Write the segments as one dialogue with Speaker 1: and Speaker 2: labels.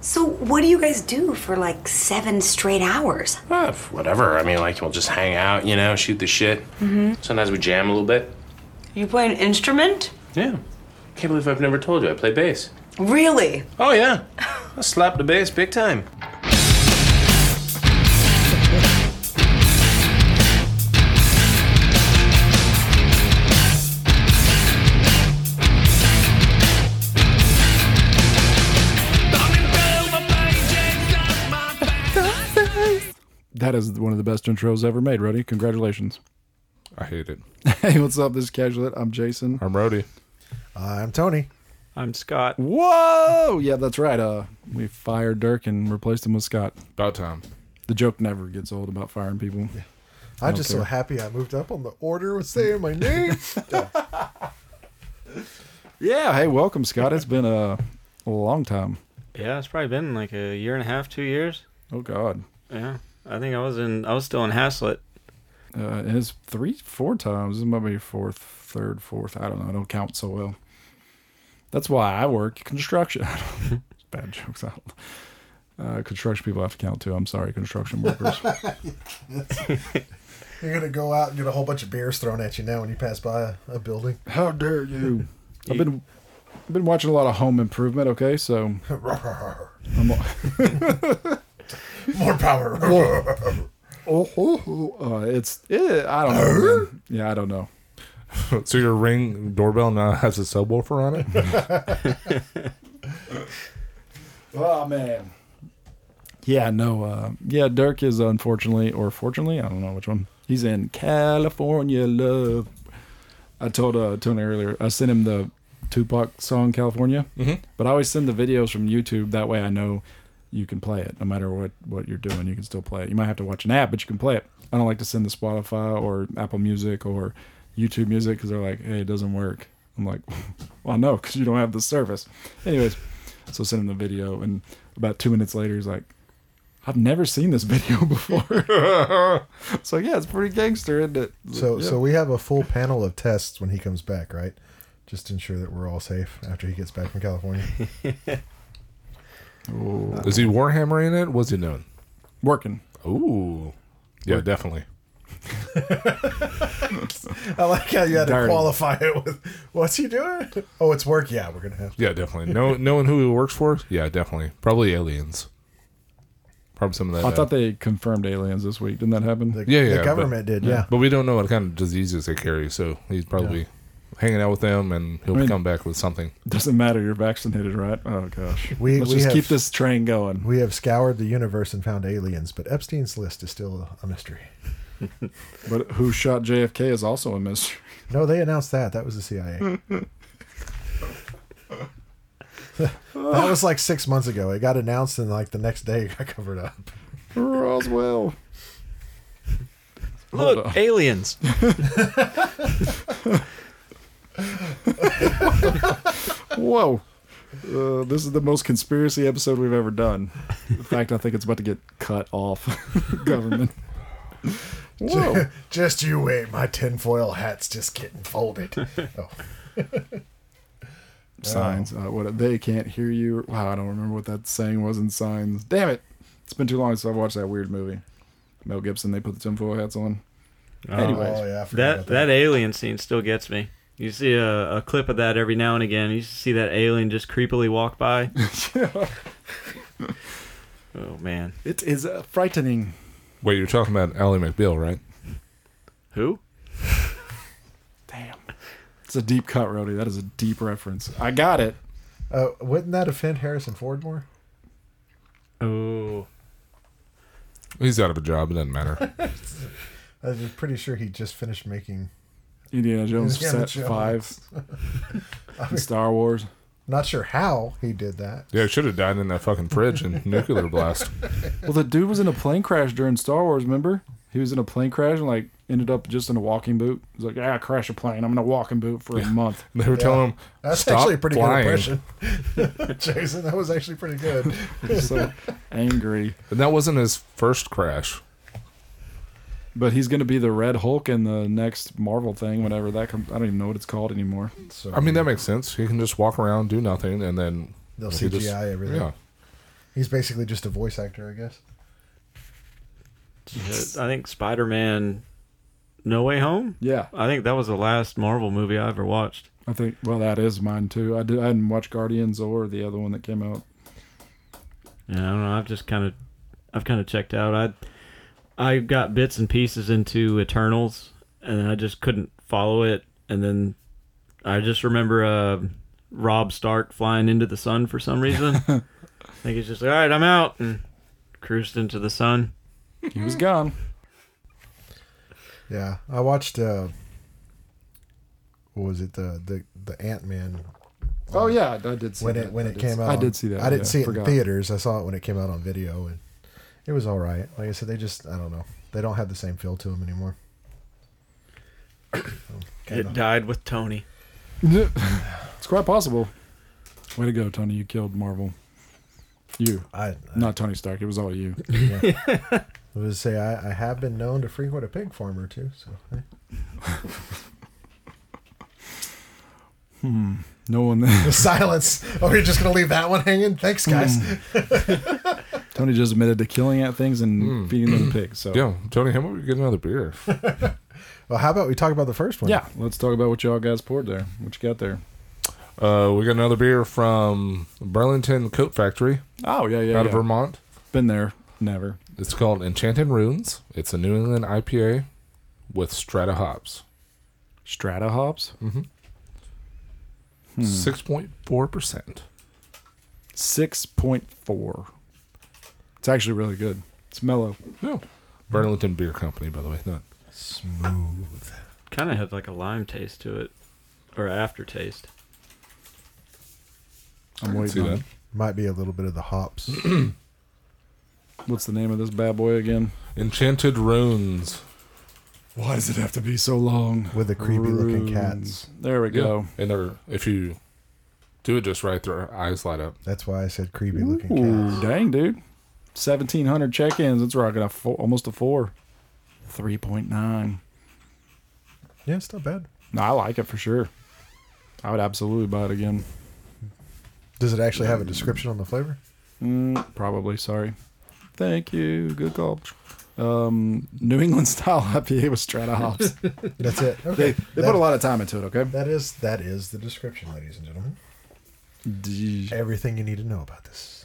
Speaker 1: So, what do you guys do for like seven straight hours?
Speaker 2: Ah, f- whatever. I mean, like, we'll just hang out, you know, shoot the shit. Mm-hmm. Sometimes we jam a little bit.
Speaker 3: You play an instrument?
Speaker 2: Yeah. Can't believe I've never told you I play bass.
Speaker 3: Really?
Speaker 2: Oh, yeah. I slapped the bass big time.
Speaker 4: That is one of the best intros ever made, Roddy. Congratulations.
Speaker 5: I hate it.
Speaker 4: Hey, what's up? This is Casualet. I'm Jason.
Speaker 5: I'm Rody.
Speaker 6: Uh, I'm Tony.
Speaker 7: I'm Scott.
Speaker 4: Whoa! Yeah, that's right. Uh, we fired Dirk and replaced him with Scott.
Speaker 5: About time.
Speaker 4: The joke never gets old about firing people.
Speaker 6: I'm just so
Speaker 4: care.
Speaker 6: happy I moved up on the order with saying my name.
Speaker 4: Yeah. Hey, welcome, Scott. It's been a, a long time.
Speaker 7: Yeah, it's probably been like a year and a half, two years.
Speaker 4: Oh God.
Speaker 7: Yeah, I think I was in. I was still in Haslett.
Speaker 4: Uh, and it's three, four times. This might be fourth, third, fourth. I don't know. I don't count so well. That's why I work construction. Bad jokes out. Uh, construction people have to count too. I'm sorry, construction workers.
Speaker 6: You're gonna go out and get a whole bunch of beers thrown at you now when you pass by a, a building.
Speaker 4: How dare you? I've been I've been watching a lot of Home Improvement. Okay, so I'm,
Speaker 6: More power.
Speaker 4: oh, oh, oh, uh, it's eh, I don't know. man. Yeah, I don't know.
Speaker 5: So your ring doorbell now has a subwoofer on it?
Speaker 4: Oh man. Yeah, no. Uh, yeah, Dirk is unfortunately or fortunately, I don't know which one. He's in California love. I told uh, Tony earlier. I sent him the Tupac song California, mm-hmm. but I always send the videos from YouTube. That way, I know you can play it no matter what what you're doing. You can still play it. You might have to watch an app, but you can play it. I don't like to send to Spotify or Apple Music or YouTube Music because they're like, hey, it doesn't work. I'm like, well, no, because you don't have the service. Anyways, so I sent him the video, and about two minutes later, he's like, I've never seen this video before. so yeah, it's pretty gangster, isn't it?
Speaker 6: So
Speaker 4: Yeah.
Speaker 6: so we have a full panel of tests when he comes back, right? Just to ensure that we're all safe after he gets back from California.
Speaker 5: Is he warhammering it? What's he doing?
Speaker 4: working.
Speaker 5: Ooh. Yeah, definitely.
Speaker 6: I like how you had to
Speaker 4: Darn.
Speaker 6: qualify it with what's he doing? Oh, it's work. Yeah, we're gonna have.
Speaker 5: Yeah, definitely. No, knowing who he works for? Yeah, definitely. Probably aliens. Probably some of that.
Speaker 4: I
Speaker 5: uh,
Speaker 4: thought they confirmed aliens this week. Didn't that happen?
Speaker 6: The,
Speaker 5: Yeah,
Speaker 6: the
Speaker 5: yeah, but-
Speaker 6: government did. Yeah.
Speaker 5: But we don't know what kind of diseases they carry, so he's probably hanging out with them, and he'll
Speaker 4: mean-
Speaker 5: come back with something.
Speaker 4: Doesn't matter. You're vaccinated, right? Oh gosh.
Speaker 6: We-
Speaker 4: Let's
Speaker 6: we
Speaker 4: just
Speaker 6: have-
Speaker 4: keep this train going.
Speaker 6: We have scoured the universe and found aliens, but Epstein's list is still a mystery.
Speaker 4: But who shot JFK is also a mystery.
Speaker 6: No, they announced that. That was the CIA. that was like six months ago. It got announced, and like the next day, it got covered up.
Speaker 4: Roswell.
Speaker 7: Look, aliens.
Speaker 4: Whoa. Uh, this is the most conspiracy episode we've ever done. In fact, I think it's about to get cut off. Government. Whoa.
Speaker 6: Just you wait. My tinfoil hat's just getting folded. Oh,
Speaker 4: signs. Uh, what they can't hear you. Wow, I don't remember what that saying was in signs. Damn it! It's been too long since I watched that weird movie. Mel Gibson. They put the tinfoil hats on. Anyways,
Speaker 6: oh yeah. I forgot
Speaker 7: that
Speaker 6: about
Speaker 7: that alien scene still gets me. You see a, a clip of that every now and again. You see that alien just creepily walk by. Oh man,
Speaker 4: it is uh, frightening.
Speaker 5: Wait, you're talking about Ally McBeal, right?
Speaker 7: who?
Speaker 4: Damn. It's a deep cut, Rody. That is a deep reference. I got it.
Speaker 6: Uh, wouldn't that offend Harrison Ford more?
Speaker 7: Oh,
Speaker 5: He's out of a job. It doesn't matter.
Speaker 6: I was pretty sure he just finished making.
Speaker 4: Indiana Jones
Speaker 6: Indiana
Speaker 4: set
Speaker 6: Jones.
Speaker 4: five. And Star Wars.
Speaker 6: Not sure how he did that.
Speaker 5: yeah, he should have died in that fucking fridge and nuclear blast.
Speaker 4: Well, the dude was in a plane crash during Star Wars. Remember, he was in a plane crash and like ended up just in a walking boot. He's like, "Yeah, I crashed a plane. I'm in a walking boot for a month."
Speaker 5: They were telling him,
Speaker 6: That's
Speaker 5: "Stop
Speaker 6: actually a pretty
Speaker 5: flying."
Speaker 6: good impression, Jason. That was actually pretty good.
Speaker 4: so angry.
Speaker 5: And that wasn't his first crash.
Speaker 4: But he's going to be the Red Hulk in the next Marvel thing, whenever that comes. I don't even know what it's called anymore.
Speaker 6: So
Speaker 5: I mean, that makes sense. He can just walk around, do nothing, and then
Speaker 6: they'll
Speaker 5: he
Speaker 6: CGI
Speaker 5: just-
Speaker 6: everything.
Speaker 5: Yeah,
Speaker 6: He's basically just a voice actor, I guess.
Speaker 7: Shit, I think Spider Man No Way Home?
Speaker 4: Yeah,
Speaker 7: I think that was the last Marvel movie I ever watched.
Speaker 4: I think. Well, that is mine too. I did. I didn't watch Guardians or the other one that came out.
Speaker 7: Yeah, I don't know. I've just kind of, I've kind of checked out. I, I got bits and pieces into Eternals, and then I just couldn't follow it. And then I just remember uh, Rob Stark flying into the sun for some reason. I think he's just like, all right, I'm out, and cruised into the sun.
Speaker 4: He
Speaker 6: Mm-hmm.
Speaker 4: was gone.
Speaker 6: Yeah, I watched. Uh, what was it? The the the Ant Man
Speaker 4: Oh yeah, I did see
Speaker 6: when
Speaker 4: that.
Speaker 6: it when
Speaker 4: I
Speaker 6: it
Speaker 4: did
Speaker 6: came
Speaker 4: see-
Speaker 6: out.
Speaker 4: I
Speaker 6: on-
Speaker 4: did see that.
Speaker 6: I didn't
Speaker 4: yeah,
Speaker 6: see it
Speaker 4: forgot.
Speaker 6: in theaters. I saw it when it came out on video, and it was all right. Like I said, they just I don't know. They don't have the same feel to them anymore.
Speaker 7: It died with Tony.
Speaker 4: it's quite possible. Way to go, Tony! You killed Marvel. You,
Speaker 6: I, I
Speaker 4: not Tony Stark. It was all you.
Speaker 6: was say I, I have been known to frequent a pig farm or two. So eh.
Speaker 4: No one.
Speaker 6: the silence. Oh, you're just gonna leave that one hanging? Thanks, guys.
Speaker 4: Hmm. Tony just admitted to killing at things and
Speaker 6: Hmm.
Speaker 4: feeding them to pigs. So
Speaker 5: Yeah, Tony, how about we get another beer?
Speaker 6: Well, how about we talk about the first one?
Speaker 4: Yeah, let's talk about what y'all guys poured there. What you got there?
Speaker 5: Uh, we got another beer from Burlington Coat Factory
Speaker 4: Oh yeah, yeah.
Speaker 5: out of Vermont.
Speaker 4: Been there. Never.
Speaker 5: It's called Enchanted Runes. It's a New England IPA with strata hops.
Speaker 4: Strata hops.
Speaker 6: Hmm.
Speaker 4: Hmm.
Speaker 5: 6.4%.
Speaker 4: Six point four. It's actually really good. It's mellow.
Speaker 5: No. Burlington Beer Company, by the way. Not.
Speaker 6: Smooth.
Speaker 7: Kind of had like a lime taste to it, or aftertaste.
Speaker 4: I'm
Speaker 5: can see
Speaker 4: waiting on
Speaker 5: that.
Speaker 4: it.
Speaker 6: Might be a little bit of the hops.
Speaker 4: What's the name of this bad boy again?
Speaker 5: Enchanted Runes.
Speaker 4: Why does it have to be so long?
Speaker 6: With the creepy-looking cats.
Speaker 4: There we go.
Speaker 5: And they're, if you do it just right, their eyes light up.
Speaker 6: That's why I said creepy looking cats.
Speaker 4: Ooh, dang, dude. 1,700 check ins. It's rocking a four, almost a four. 3.9.
Speaker 6: Yeah, it's not bad.
Speaker 4: No, I like it for sure. I would absolutely buy it again.
Speaker 6: Does it actually have a description on the flavor?
Speaker 4: Mm, probably. Sorry. Thank you. Good call. Um, New England style IPA with strata hops.
Speaker 6: That's it.
Speaker 4: they
Speaker 6: Okay.
Speaker 4: they
Speaker 6: That-
Speaker 4: put a lot of time into it. Okay.
Speaker 6: That is that is the description, ladies and gentlemen.
Speaker 4: D-
Speaker 6: Everything you need to know about this.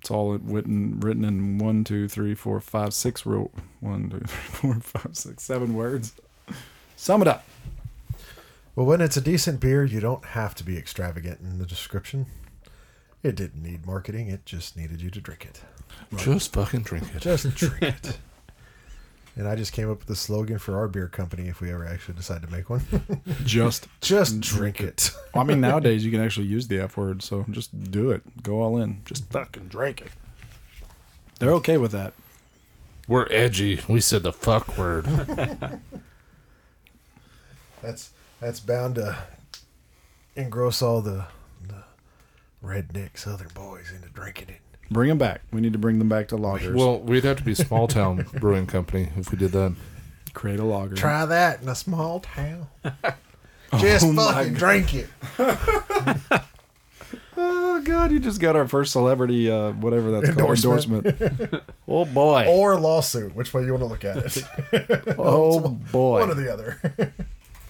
Speaker 4: It's all written written in one, two, three, four, five, six. Ro- one, two, three, four, five, six, seven words. Sum it up.
Speaker 6: Well, when it's a decent beer, you don't have to be extravagant in the description. It didn't need marketing; it just needed you to drink it.
Speaker 5: Just fucking drink it.
Speaker 6: Just drink it. And I just came up with the slogan for our beer company if we ever actually decide to make one.
Speaker 4: Just.
Speaker 6: just drink it.
Speaker 4: I mean, nowadays you can actually use the F word, so just do it. Go all in. Just fucking drink it. They're okay with that.
Speaker 5: We're edgy. We said the fuck word.
Speaker 6: That's that's bound to engross all the, the redneck southern boys into drinking it.
Speaker 4: Bring them back. We need to bring them back to loggers.
Speaker 5: well, we'd have to be small town brewing company if we did that.
Speaker 4: create a logger.
Speaker 6: Try that in a small town. Just fucking drink it.
Speaker 4: Oh God, you just got our first celebrity, uh, whatever that's
Speaker 6: Endorsement.
Speaker 4: called, endorsement. oh boy,
Speaker 6: Or lawsuit, which way you want to look at it.
Speaker 4: oh
Speaker 6: One
Speaker 4: boy,
Speaker 6: or the other.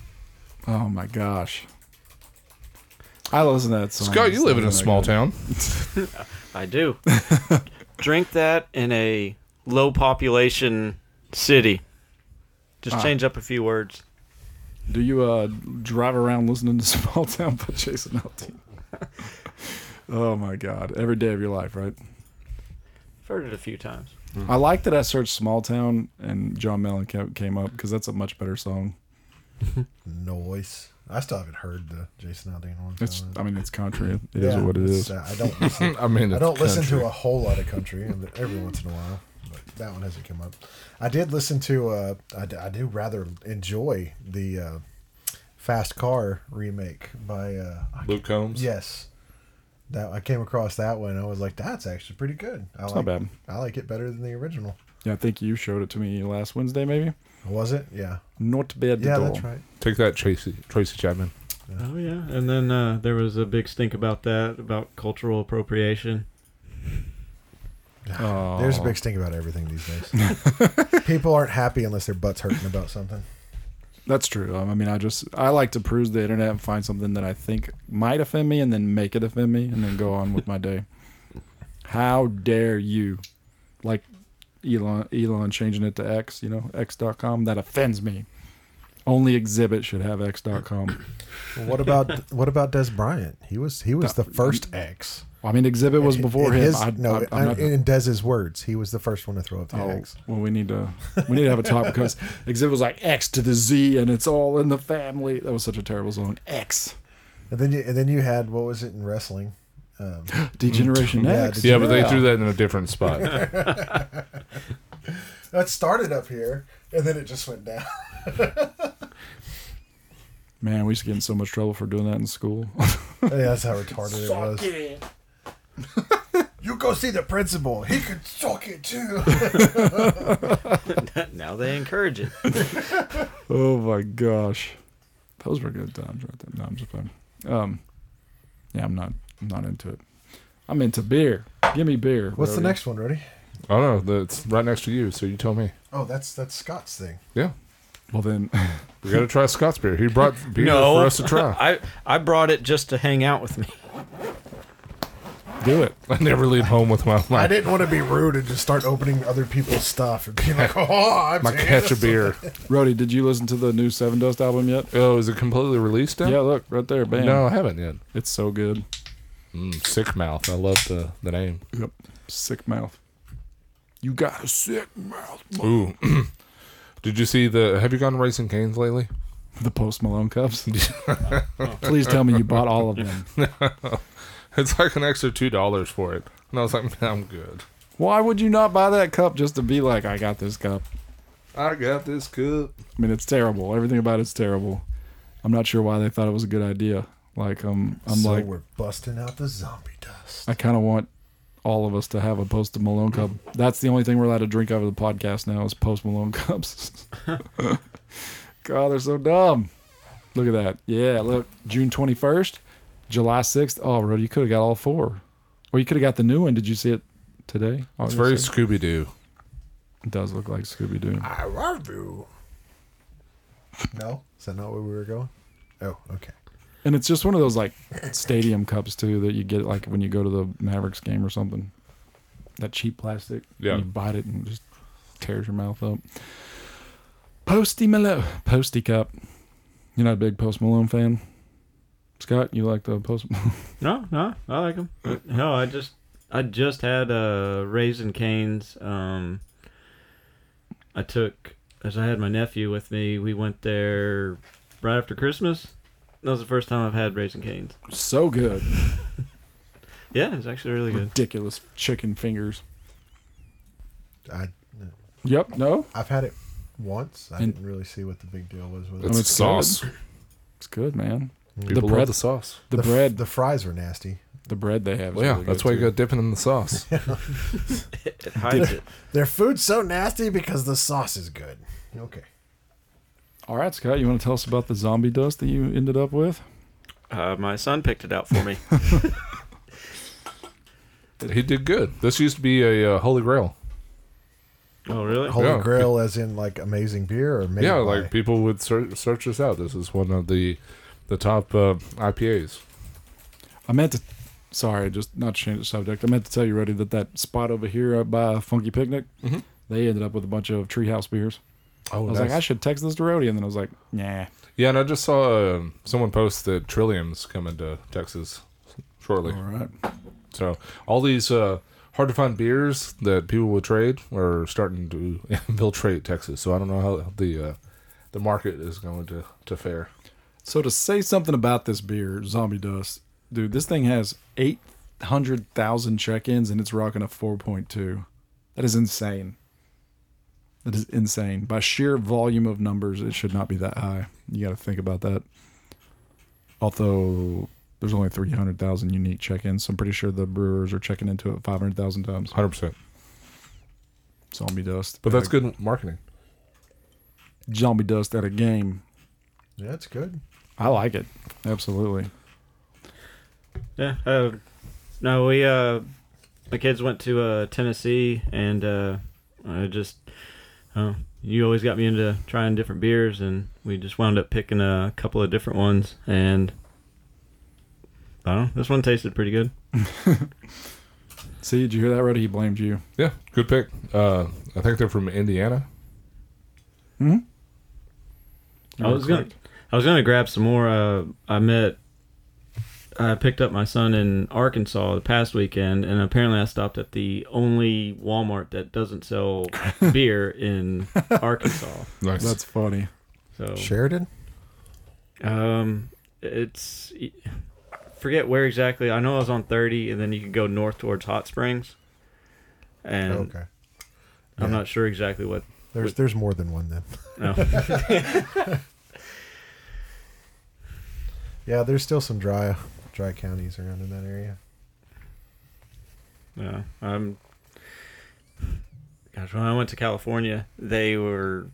Speaker 4: oh my gosh. I listen to that song.
Speaker 5: Scott, you
Speaker 4: It's
Speaker 5: live in
Speaker 4: not
Speaker 5: a small
Speaker 4: good.
Speaker 5: town.
Speaker 7: I do. Drink that in a low population city. Just change up a few words.
Speaker 4: Do you uh, drive around listening to Small Town by Jason Aldean? oh my God, every day of your life, right?
Speaker 7: I've heard it a few times.
Speaker 6: Hmm.
Speaker 4: I like that I searched Small Town and John Mellon ca- came up because that's a much better song.
Speaker 6: Noise. I still haven't heard the Jason Aldean one.
Speaker 4: It's,
Speaker 6: so, uh,
Speaker 4: I mean, it's country. It is
Speaker 6: yeah,
Speaker 4: what it
Speaker 6: it's,
Speaker 4: is.
Speaker 6: uh, I don't listen,
Speaker 5: I mean,
Speaker 6: I don't listen to a whole lot of country and every once in a while, but that one hasn't come up. I did listen to, uh, I, d- I do rather enjoy the uh, Fast Car remake by, uh, I-
Speaker 5: Luke Combs.
Speaker 6: yes. That, I came across that one. I was like, "That's actually pretty good. I
Speaker 4: It's
Speaker 6: like,
Speaker 4: not bad.
Speaker 6: I like it better than the original."
Speaker 4: Yeah, I think you showed it to me last Wednesday, maybe.
Speaker 6: Was it? Yeah.
Speaker 4: Not bad
Speaker 6: Yeah,
Speaker 4: at all.
Speaker 6: that's right.
Speaker 5: Take that, Tracy, Tracy Chapman.
Speaker 7: Oh yeah, and then uh, there was a big stink about that about cultural appropriation.
Speaker 4: Oh.
Speaker 6: There's a big stink about everything these days. People aren't happy unless their butts hurting about something.
Speaker 4: That's true. Um, I mean, I just I like to peruse the internet and find something that I think might offend me, and then make it offend me, and then go on with my day. How dare you, like Elon Elon changing it to X? You know, X.com that offends me. Only Exhibit should have X.com.
Speaker 6: Well, what about what about Des Bryant? He was he was the first X.
Speaker 4: Well, I mean, Exhibit was before
Speaker 6: in
Speaker 4: him.
Speaker 6: his-
Speaker 4: I,
Speaker 6: no,
Speaker 4: I, I'm not,
Speaker 6: in Des's words, he was the first one to throw up the
Speaker 4: oh,
Speaker 6: X.
Speaker 4: well, we need to we need to have a talk because Exhibit was like X to the Z, and it's all in the family. That was such a terrible song. X
Speaker 6: And then you and then you had what was it in wrestling?
Speaker 4: Degeneration
Speaker 6: Yeah,
Speaker 4: X.
Speaker 5: Yeah, but they
Speaker 6: Yeah.
Speaker 5: threw that in a different spot.
Speaker 6: That started up here, and then it just went down.
Speaker 4: Man, we used to get in so much trouble for doing that in school.
Speaker 6: yeah, that's how retarded it was. you go see the principal. He could suck it too.
Speaker 7: now they encourage it.
Speaker 4: oh my gosh, those were good times right there. No, I'm just playing. Um, yeah, I'm not. I'm not into it. I'm into beer. Give me beer.
Speaker 6: What's the
Speaker 4: Brody.
Speaker 6: next one, Rudy?
Speaker 5: I don't know. That's right next to you, so you tell me.
Speaker 6: Oh, that's that's Scott's thing.
Speaker 5: Yeah.
Speaker 4: Well then,
Speaker 5: We gotta try Scott's beer. He brought beer for us to try.
Speaker 7: I I brought it just to hang out with me.
Speaker 4: do it.
Speaker 5: I never leave home with my
Speaker 6: I
Speaker 5: my,
Speaker 6: didn't want to be rude and just start opening other people's stuff and being like, "Oh, I'm
Speaker 5: my catch of beer.
Speaker 4: Rody, did you listen to the new Seven Dust album yet?
Speaker 5: Oh, is it completely released now?
Speaker 4: Yeah, look right there. Bam.
Speaker 5: No, I haven't yet.
Speaker 4: It's so good.
Speaker 5: Mm, sick mouth. I love the, the name.
Speaker 4: Yep. Sick mouth. You got a sick mouth.
Speaker 5: Ooh. Did you see the? Have you gone racing canes lately?
Speaker 4: The Post Malone cups. Please tell me you bought all of them.
Speaker 5: It's like an extra two dollars for it, and I was like, "Man, I'm good.
Speaker 4: Why would you not buy that cup just to be like, I got this cup?
Speaker 5: I got this cup.
Speaker 4: I mean, it's terrible. Everything about it's terrible. I'm not sure why they thought it was a good idea. Like, um, I'm
Speaker 6: so
Speaker 4: like,
Speaker 6: we're busting out the zombie dust.
Speaker 4: I kind of want all of us to have a Post Malone cup. That's the only thing we're allowed to drink out of the podcast now is Post Malone cups. God, they're so dumb. Look at that. Yeah, look, June 21st, July 6th. Oh, Rody, you could have got all four. Or you could have got the new one. Did you see it today?
Speaker 5: It's
Speaker 4: August
Speaker 5: very
Speaker 4: 6th?
Speaker 5: Scooby Doo.
Speaker 4: It does look like Scooby Doo.
Speaker 6: I love you. No, is that not where we were going? Oh, okay.
Speaker 4: And it's just one of those like stadium cups too that you get like when you go to the Mavericks game or something. That cheap plastic.
Speaker 5: Yeah.
Speaker 4: You bite it and it just tears your mouth up. Posty Malone. Posty cup. You're not a big Post Malone fan? Scott, you like the Post Malone?
Speaker 7: No, no, I like them. No, I just I just had uh, raisin canes. Um, I took as I had my nephew with me. We went there right after Christmas. That was the first time I've had raisin canes.
Speaker 4: so good.
Speaker 7: Yeah, it's actually really good.
Speaker 4: Ridiculous chicken fingers.
Speaker 6: I
Speaker 4: Yep. No?
Speaker 6: I've had it once. I
Speaker 4: And- Oh,
Speaker 6: didn't really see what the big deal was with
Speaker 5: It's,
Speaker 6: it.
Speaker 4: it's
Speaker 5: sauce.
Speaker 4: It's good, man.
Speaker 5: People
Speaker 4: bread-
Speaker 5: love the sauce.
Speaker 4: The,
Speaker 6: f-
Speaker 4: bread
Speaker 6: the fries were nasty.
Speaker 4: the bread they have. is
Speaker 5: Well, yeah,
Speaker 4: really
Speaker 5: that's
Speaker 4: good,
Speaker 5: why you
Speaker 4: too.
Speaker 5: go dipping in the sauce.
Speaker 7: It hides it.
Speaker 6: Their food's so nasty because the sauce is good. Okay.
Speaker 4: All right, Scott, you want to tell us about the zombie dust that you ended up with?
Speaker 7: Uh, my son picked it out for me.
Speaker 5: he did good. This used to be a uh, holy grail.
Speaker 7: oh, really?
Speaker 6: Holy
Speaker 5: Yeah.
Speaker 6: Grail, as in like amazing beer, or made
Speaker 5: yeah,
Speaker 6: by-
Speaker 5: like people would search, search this out. This is one of the the top uh, IPAs.
Speaker 4: I meant to. Sorry, just not to change the subject. I meant to tell you, Ruddy, that that spot over here up by Funky Picnic, they ended up with a bunch of treehouse beers.
Speaker 5: Oh,
Speaker 4: I was like, I should text this to Rody, and then I was like, nah.
Speaker 5: Yeah, and I just saw um someone post that Trillium's coming to Texas shortly.
Speaker 4: All right.
Speaker 5: So all these uh, hard to find beers that people would trade are starting to infiltrate Texas. So I don't know how the uh, the market is going to to fare.
Speaker 4: So to say something about this beer, Zombie Dust, dude, this thing has eight hundred thousand check-ins, and it's rocking a four point two. That is insane. That is insane. By sheer volume of numbers, it should not be that high. You got to think about that. Although there's only three hundred thousand unique check-ins, so I'm pretty sure the brewers are checking into it five hundred thousand times.
Speaker 5: Hundred percent.
Speaker 4: Zombie Dust,
Speaker 5: But
Speaker 4: at
Speaker 5: that's
Speaker 4: a-
Speaker 5: good marketing.
Speaker 4: Zombie Dust at a game.
Speaker 6: yeah, it's good.
Speaker 4: I like it. Absolutely.
Speaker 7: Yeah. Uh, no, we uh,
Speaker 8: my kids went to uh, Tennessee, and uh, I just uh, you always got me into trying different beers, and we just wound up picking a couple of different ones, and I don't know, this one tasted pretty good.
Speaker 4: See, did you hear that, Roddy? He blamed you.
Speaker 5: Yeah, good pick. Uh, I think they're from Indiana.
Speaker 8: I was gonna, I was gonna grab some more. Uh, I met, I picked up my son in Arkansas the past weekend, and apparently I stopped at the only Walmart that doesn't sell beer in Arkansas.
Speaker 5: Nice.
Speaker 4: That's funny.
Speaker 8: So,
Speaker 5: Oh.
Speaker 6: Sheridan?
Speaker 8: um, it's e, forget where exactly. I know I was on thirty, and then you could go north towards Hot Springs, and
Speaker 6: Oh, okay.
Speaker 8: I'm
Speaker 6: yeah.
Speaker 8: not sure exactly what.
Speaker 6: There's there's more than one then.
Speaker 8: No.
Speaker 6: Yeah, there's still some dry dry counties around in that area.
Speaker 8: Yeah, I'm. Gosh, when I went to California, they were.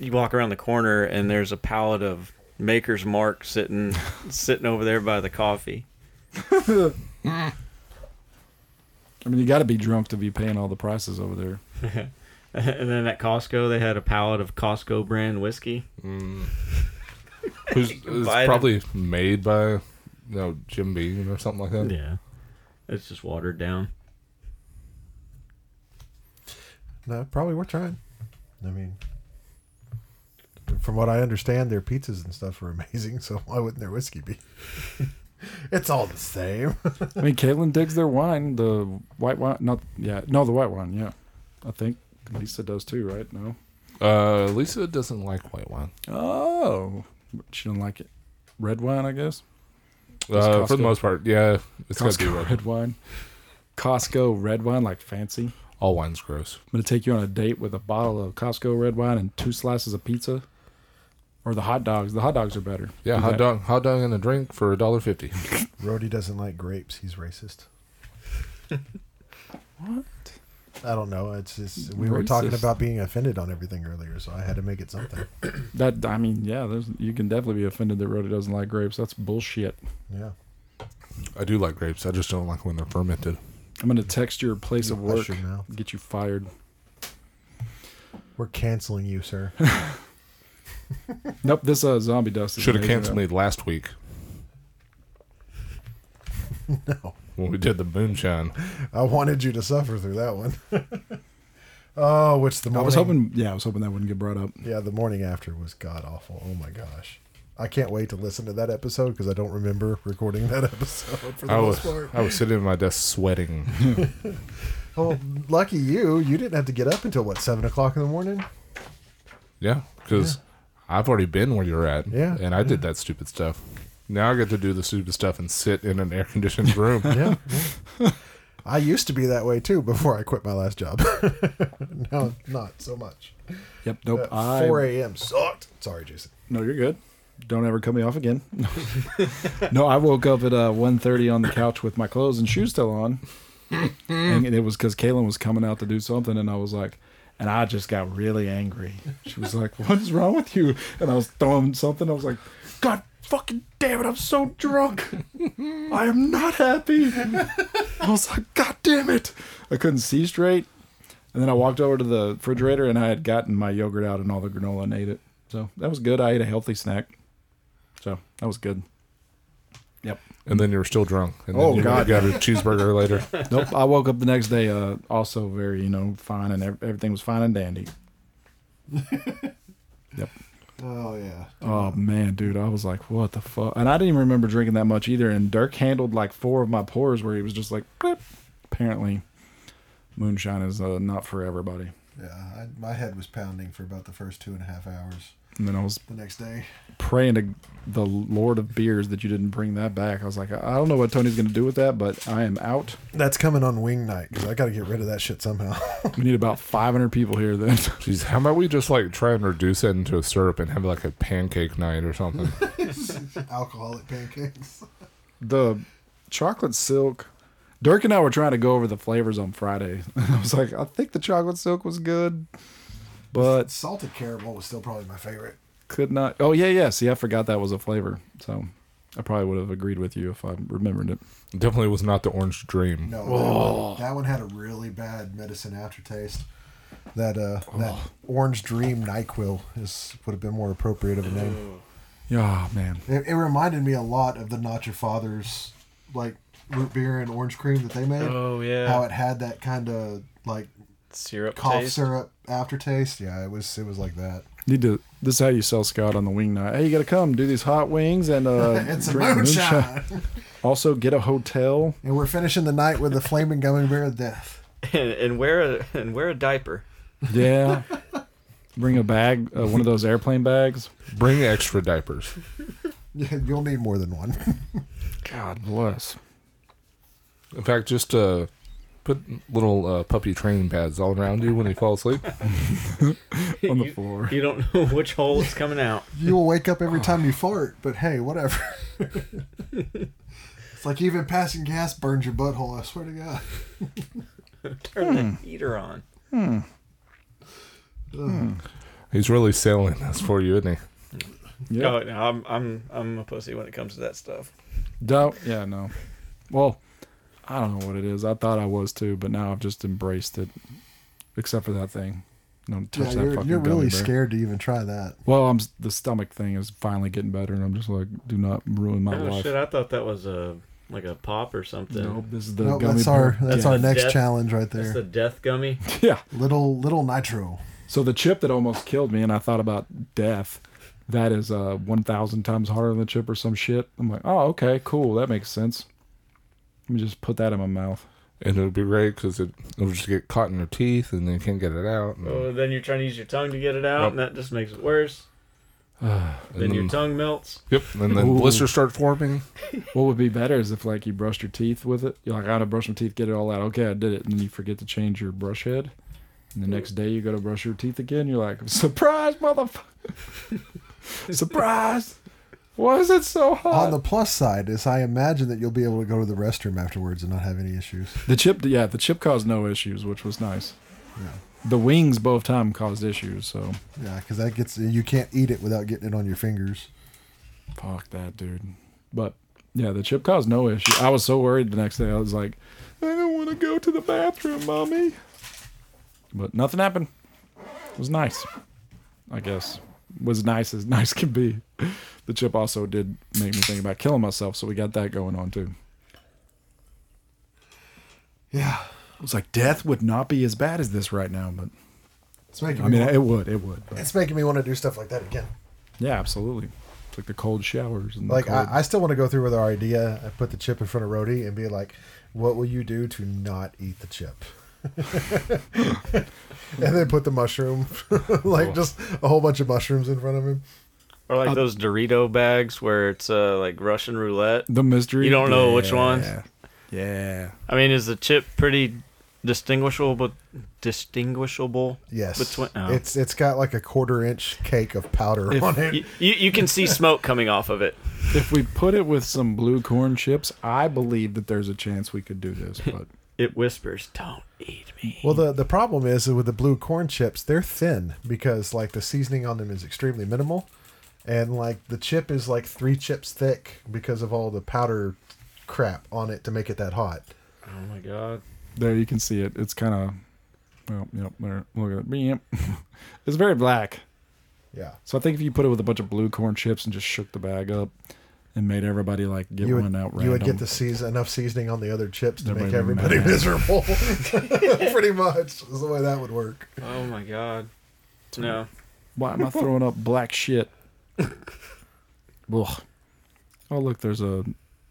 Speaker 8: You walk around the corner and there's a pallet of Maker's Mark sitting sitting over there by the coffee.
Speaker 4: I mean, you got to be drunk to be paying all the prices over there.
Speaker 8: And then at Costco, they had a pallet of Costco brand whiskey.
Speaker 5: Who's, it's
Speaker 8: buy it.
Speaker 5: probably made by you know, Jim Beam or something like
Speaker 6: Hmm.
Speaker 5: that.
Speaker 8: Yeah, it's just watered down.
Speaker 6: No, probably worth trying. I mean, from what I understand, their pizzas and stuff are amazing. So why wouldn't their whiskey be? it's all the same.
Speaker 4: I mean, Caitlin digs their wine, the white wine. Not yeah, no, the white wine. Yeah, I think Lisa does too, right? No.
Speaker 5: Uh, Lisa doesn't like white wine.
Speaker 4: Oh, she didn't like it. Red wine, I guess.
Speaker 5: Uh, for
Speaker 4: Costco.
Speaker 5: the most part, yeah, it's got to be
Speaker 4: Costco
Speaker 5: red.
Speaker 4: red wine. Costco red wine, like fancy.
Speaker 5: All wine's gross.
Speaker 4: I'm gonna take you on a date with a bottle of Costco red wine and two slices of pizza, or the hot dogs. The hot dogs are better.
Speaker 5: Yeah,
Speaker 4: Do
Speaker 5: hot
Speaker 4: that.
Speaker 5: dog, hot dog and a drink for a dollar fifty.
Speaker 6: Rody doesn't like grapes. He's racist. what? I don't know. It's just we were talking
Speaker 4: Racist.
Speaker 6: about being offended on everything earlier, so I had to make it something.
Speaker 4: That I mean, yeah, there's, you can definitely be offended that Rhoda doesn't like grapes. That's bullshit.
Speaker 6: Yeah,
Speaker 5: I do like grapes. I just don't like when they're fermented.
Speaker 4: I'm gonna text your place of
Speaker 6: You wash
Speaker 4: work,
Speaker 6: your mouth.
Speaker 4: get you fired.
Speaker 6: we're canceling you, sir.
Speaker 4: Nope, this uh, zombie dust. is
Speaker 5: Should have
Speaker 4: amazing,
Speaker 5: canceled
Speaker 4: though.
Speaker 5: me last week
Speaker 6: no,
Speaker 5: when we did the moonshine.
Speaker 6: I wanted you to suffer through that one. oh, which the
Speaker 4: I
Speaker 6: morning,
Speaker 4: was hoping, yeah, I was hoping that wouldn't get brought up.
Speaker 6: Yeah, the morning after was god awful. Oh my gosh. I can't wait to listen to that episode because I don't remember recording that episode for the
Speaker 5: I was
Speaker 6: most part.
Speaker 5: I was sitting at my desk sweating.
Speaker 6: Well, lucky you, you didn't have to get up until what seven o'clock in the morning.
Speaker 5: Yeah, because I've already been where you're at.
Speaker 6: Yeah,
Speaker 5: and I did that stupid stuff. Now I get to do the stupid stuff and sit in an air conditioned room. yeah,
Speaker 6: I used to be that way too before I quit my last job. now, not so much.
Speaker 4: Yep, nope.
Speaker 6: That
Speaker 4: I,
Speaker 6: 4 a.m. sucked. Sorry, Jason.
Speaker 4: No, you're good. Don't ever cut me off again. no, I woke up at uh, 1.30 on the couch with my clothes and shoes still on. and it was because Kaylin was coming out to do something, and I was like, and I just got really angry. She was like, what is wrong with you? And I was throwing something. I was like, God fucking damn it, I'm so drunk. I am not happy. I was like, God damn it. I couldn't see straight. And then I walked over to the refrigerator and I had gotten my yogurt out and all the granola and ate it. So that was good. I ate a healthy snack. So that was good. Yep.
Speaker 5: and then you were still drunk. And then
Speaker 4: Oh,
Speaker 5: you
Speaker 4: God.
Speaker 5: got a cheeseburger later.
Speaker 4: Nope. I woke up the next day uh, also very, you know, fine and ev- everything was fine and dandy. yep.
Speaker 6: Oh yeah.
Speaker 4: Oh, man, dude. I was like, what the fuck? And I didn't even remember drinking that much either. And Dirk handled like four of my pours where he was just like, Blip. apparently, moonshine is uh, not for everybody.
Speaker 6: Yeah, I, my head was pounding for about the first two and a half hours
Speaker 4: And then I was
Speaker 6: the next day.
Speaker 4: praying to the Lord of Beers that you didn't bring that back. I was like, I I don't know what Tony's going to do with that, but I am out.
Speaker 6: That's coming on wing night because I got to get rid of that shit somehow.
Speaker 4: We need about 500 people here then.
Speaker 5: Jeez, how about we just like try and reduce it into a syrup and have like a pancake night or something?
Speaker 6: Alcoholic pancakes.
Speaker 4: the chocolate silk. Dirk and I were trying to go over the flavors on Friday. I was like, I think the chocolate silk was good, but
Speaker 6: Salted caramel was still probably my favorite.
Speaker 4: could not. Oh, yeah, yeah. See, I forgot that was a flavor. So I probably would have agreed with you if I remembered it.
Speaker 5: Definitely was not the Orange Dream.
Speaker 6: No, Oh, that one, that one had a really bad medicine aftertaste. That uh, that Orange Dream Nyquil is would have been more appropriate of a name.
Speaker 4: Yeah, man.
Speaker 6: It, it reminded me a lot of the Not Your Father's like root beer and orange cream that they made.
Speaker 8: Oh, yeah.
Speaker 6: how it had that kind of like
Speaker 8: Syrup
Speaker 6: cough
Speaker 8: taste.
Speaker 6: syrup aftertaste. Yeah, it was it was like that.
Speaker 4: Need to. This is how you sell Scott on the wing night. Hey, you gotta come do these hot wings and uh,
Speaker 6: It's a
Speaker 4: drink
Speaker 6: moonshine,
Speaker 4: Also, get a hotel.
Speaker 6: and we're finishing the night with the flaming gummy bear of death.
Speaker 8: And, and wear a and wear a diaper.
Speaker 4: Yeah. Bring a bag, uh, one of those airplane bags.
Speaker 5: Bring extra diapers.
Speaker 6: You'll need more than one.
Speaker 4: God bless.
Speaker 5: In fact, just uh, put little uh, puppy training pads all around you when you fall asleep.
Speaker 4: On the
Speaker 7: You-
Speaker 4: floor.
Speaker 7: You don't know which hole is coming out.
Speaker 6: you will wake up every time you fart, but hey, whatever. it's like even passing gas burns your butthole. I swear to God.
Speaker 8: Turn the heater on.
Speaker 5: He's really selling this for you, isn't he?
Speaker 4: Yeah.
Speaker 8: Oh, no, I'm I'm I'm a pussy when it comes to that stuff.
Speaker 4: Doubt. Yeah, no. Well, I don't know what it is. I thought I was too, but now I've just embraced it. Except for that thing. Don't touch
Speaker 6: Yeah,
Speaker 4: that
Speaker 6: you're,
Speaker 4: fucking
Speaker 6: you're really
Speaker 4: gummy bear.
Speaker 6: scared to even try that.
Speaker 4: Well, I'm s- the stomach thing is finally getting better, and I'm just like, do not ruin my
Speaker 7: Oh
Speaker 4: life.
Speaker 7: shit! I thought that was a like a pop or something.
Speaker 4: Nope, this is the
Speaker 6: Nope,
Speaker 4: gummy
Speaker 6: that's our
Speaker 4: bear.
Speaker 6: that's
Speaker 7: Yeah.
Speaker 6: our next
Speaker 7: Death-
Speaker 6: challenge right there.
Speaker 7: That's the death gummy.
Speaker 4: yeah.
Speaker 6: Little little nitro.
Speaker 4: So the chip that almost killed me, and I thought about death. That is uh, one thousand times harder than the chip or some shit. I'm like, oh, okay, cool, that makes sense. Let me just put that in my mouth.
Speaker 5: And it'll be great because it, it'll just get caught in your teeth and then you can't get it out. And,
Speaker 8: Uh,
Speaker 7: Oh, then you're trying to use your tongue to get it out,
Speaker 5: Hmm. Nope.
Speaker 7: and that just makes it worse. then
Speaker 5: and
Speaker 7: your
Speaker 5: then-
Speaker 7: tongue melts.
Speaker 5: Yep, and then
Speaker 4: Ooh.
Speaker 5: blisters start forming.
Speaker 4: What would be better is if like you brushed your teeth with it. You're like, I gotta brush my teeth, get it all out. Okay, I did it, and then you forget to change your brush head. And the next day you go to brush your teeth again. You're like, surprise, motherfucker! surprise! Why is it so hot?
Speaker 6: On the plus side is I imagine that you'll be able to go to the restroom afterwards and not have any issues.
Speaker 4: The chip, yeah, the chip caused no issues, which was nice. The wings both time caused issues, so
Speaker 6: Yeah, because that gets you can't eat it without getting it on your fingers.
Speaker 4: fuck that, dude. But yeah, the chip caused no issue. I was so worried the next day. I was like, I don't want to go to the bathroom, mommy. But nothing happened. It was nice, I guess. Was nice as nice can be. The chip also did make me think about killing myself, so we got that going on too.
Speaker 6: Yeah,
Speaker 4: I was like, death would not be as bad as this right now, but
Speaker 6: it's making
Speaker 4: I
Speaker 6: me.
Speaker 4: mean,
Speaker 6: wa-
Speaker 4: it would, it would. But.
Speaker 6: it's making me want to do stuff like that again.
Speaker 4: Yeah, absolutely. It's like the cold showers and the
Speaker 6: Like
Speaker 4: cold-
Speaker 6: I, I still want to go through with our idea and put the chip in front of Rhodey and be like, "What will you do to not eat the chip?" and then put the mushroom, like just a whole bunch of mushrooms in front of him.
Speaker 8: Or like those Dorito bags where it's uh, like Russian roulette.
Speaker 4: the mystery.
Speaker 8: You don't know which ones.
Speaker 4: Yeah. Yeah.
Speaker 8: I mean, is the chip pretty distinguishable? But distinguishable.
Speaker 6: Yes,
Speaker 8: Between, oh.
Speaker 6: it's it's got like a quarter inch cake of powder on it.
Speaker 8: you, you you can see smoke coming off of it.
Speaker 4: If we put it with some blue corn chips, I believe that there's a chance we could do this. But
Speaker 7: It whispers, "Don't eat me."
Speaker 6: Well, the the problem is that with the blue corn chips, they're thin because like the seasoning on them is extremely minimal, and like the chip is like three chips thick because of all the powder crap on it to make it that hot.
Speaker 7: Oh my god!
Speaker 4: there you can see it. It's kind of. Well, yep. There, look at it. Yep. It's very black.
Speaker 6: Yeah.
Speaker 4: So I think if you put it with a bunch of blue corn chips and just shook the bag up and made everybody like get
Speaker 6: you would,
Speaker 4: one out random.
Speaker 6: you would get the season enough seasoning on the other chips to make
Speaker 4: Everybody
Speaker 6: everybody
Speaker 4: would be
Speaker 6: miserable. Pretty much is the way that would work.
Speaker 8: Oh my god. No.
Speaker 4: Why am I throwing up black shit? Ugh. Oh, look, there's a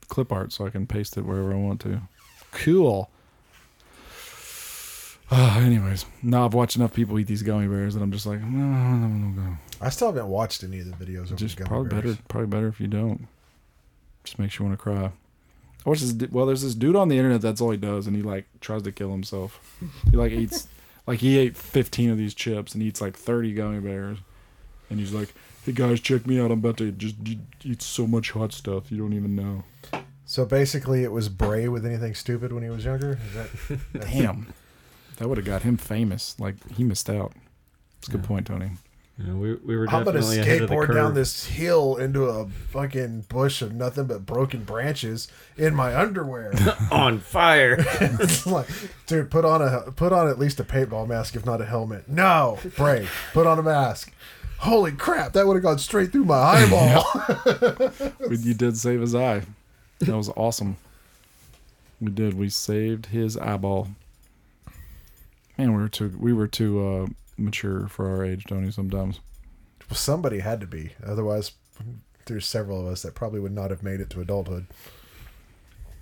Speaker 4: clip art so I can paste it wherever I want to. Cool. Ah, anyways, now I've watched enough people eat these gummy bears that I'm just like, no, no, no, no, no.
Speaker 6: I still haven't watched any of the videos. Of
Speaker 4: Just
Speaker 6: gummy
Speaker 4: probably
Speaker 6: bears.
Speaker 4: better, probably better if you don't. Just makes you want to cry. I watch this. du- Well, there's this dude on the internet. That's all he does, and he like tries to kill himself. He like eats, like he ate 15 of these chips and eats like 30 gummy bears, and he's like, "Hey guys, check me out. I'm about to just d- eat so much hot stuff you don't even know."
Speaker 6: So basically, it was Bray with anything stupid when he was younger. Is that
Speaker 4: Damn, that would have got him famous. Like he missed out. It's a good point, Tony.
Speaker 7: You know, we, we were
Speaker 6: I'm gonna
Speaker 7: definitely ahead of the
Speaker 6: skateboard
Speaker 7: curve.
Speaker 6: down this hill into a fucking bush of nothing but broken branches in my underwear.
Speaker 7: on fire.
Speaker 6: It's like, dude, put on a put on at least a paintball mask, if not a helmet. No, brave. Put on a mask. Holy crap! That would have gone straight through my eyeball.
Speaker 4: you did save his eye. That was awesome. We did. We saved his eyeball. Man, we were too we were too uh, mature for our age, Tony. Sometimes.
Speaker 6: Somebody had to be, otherwise, there's several of us that probably would not have made it to adulthood.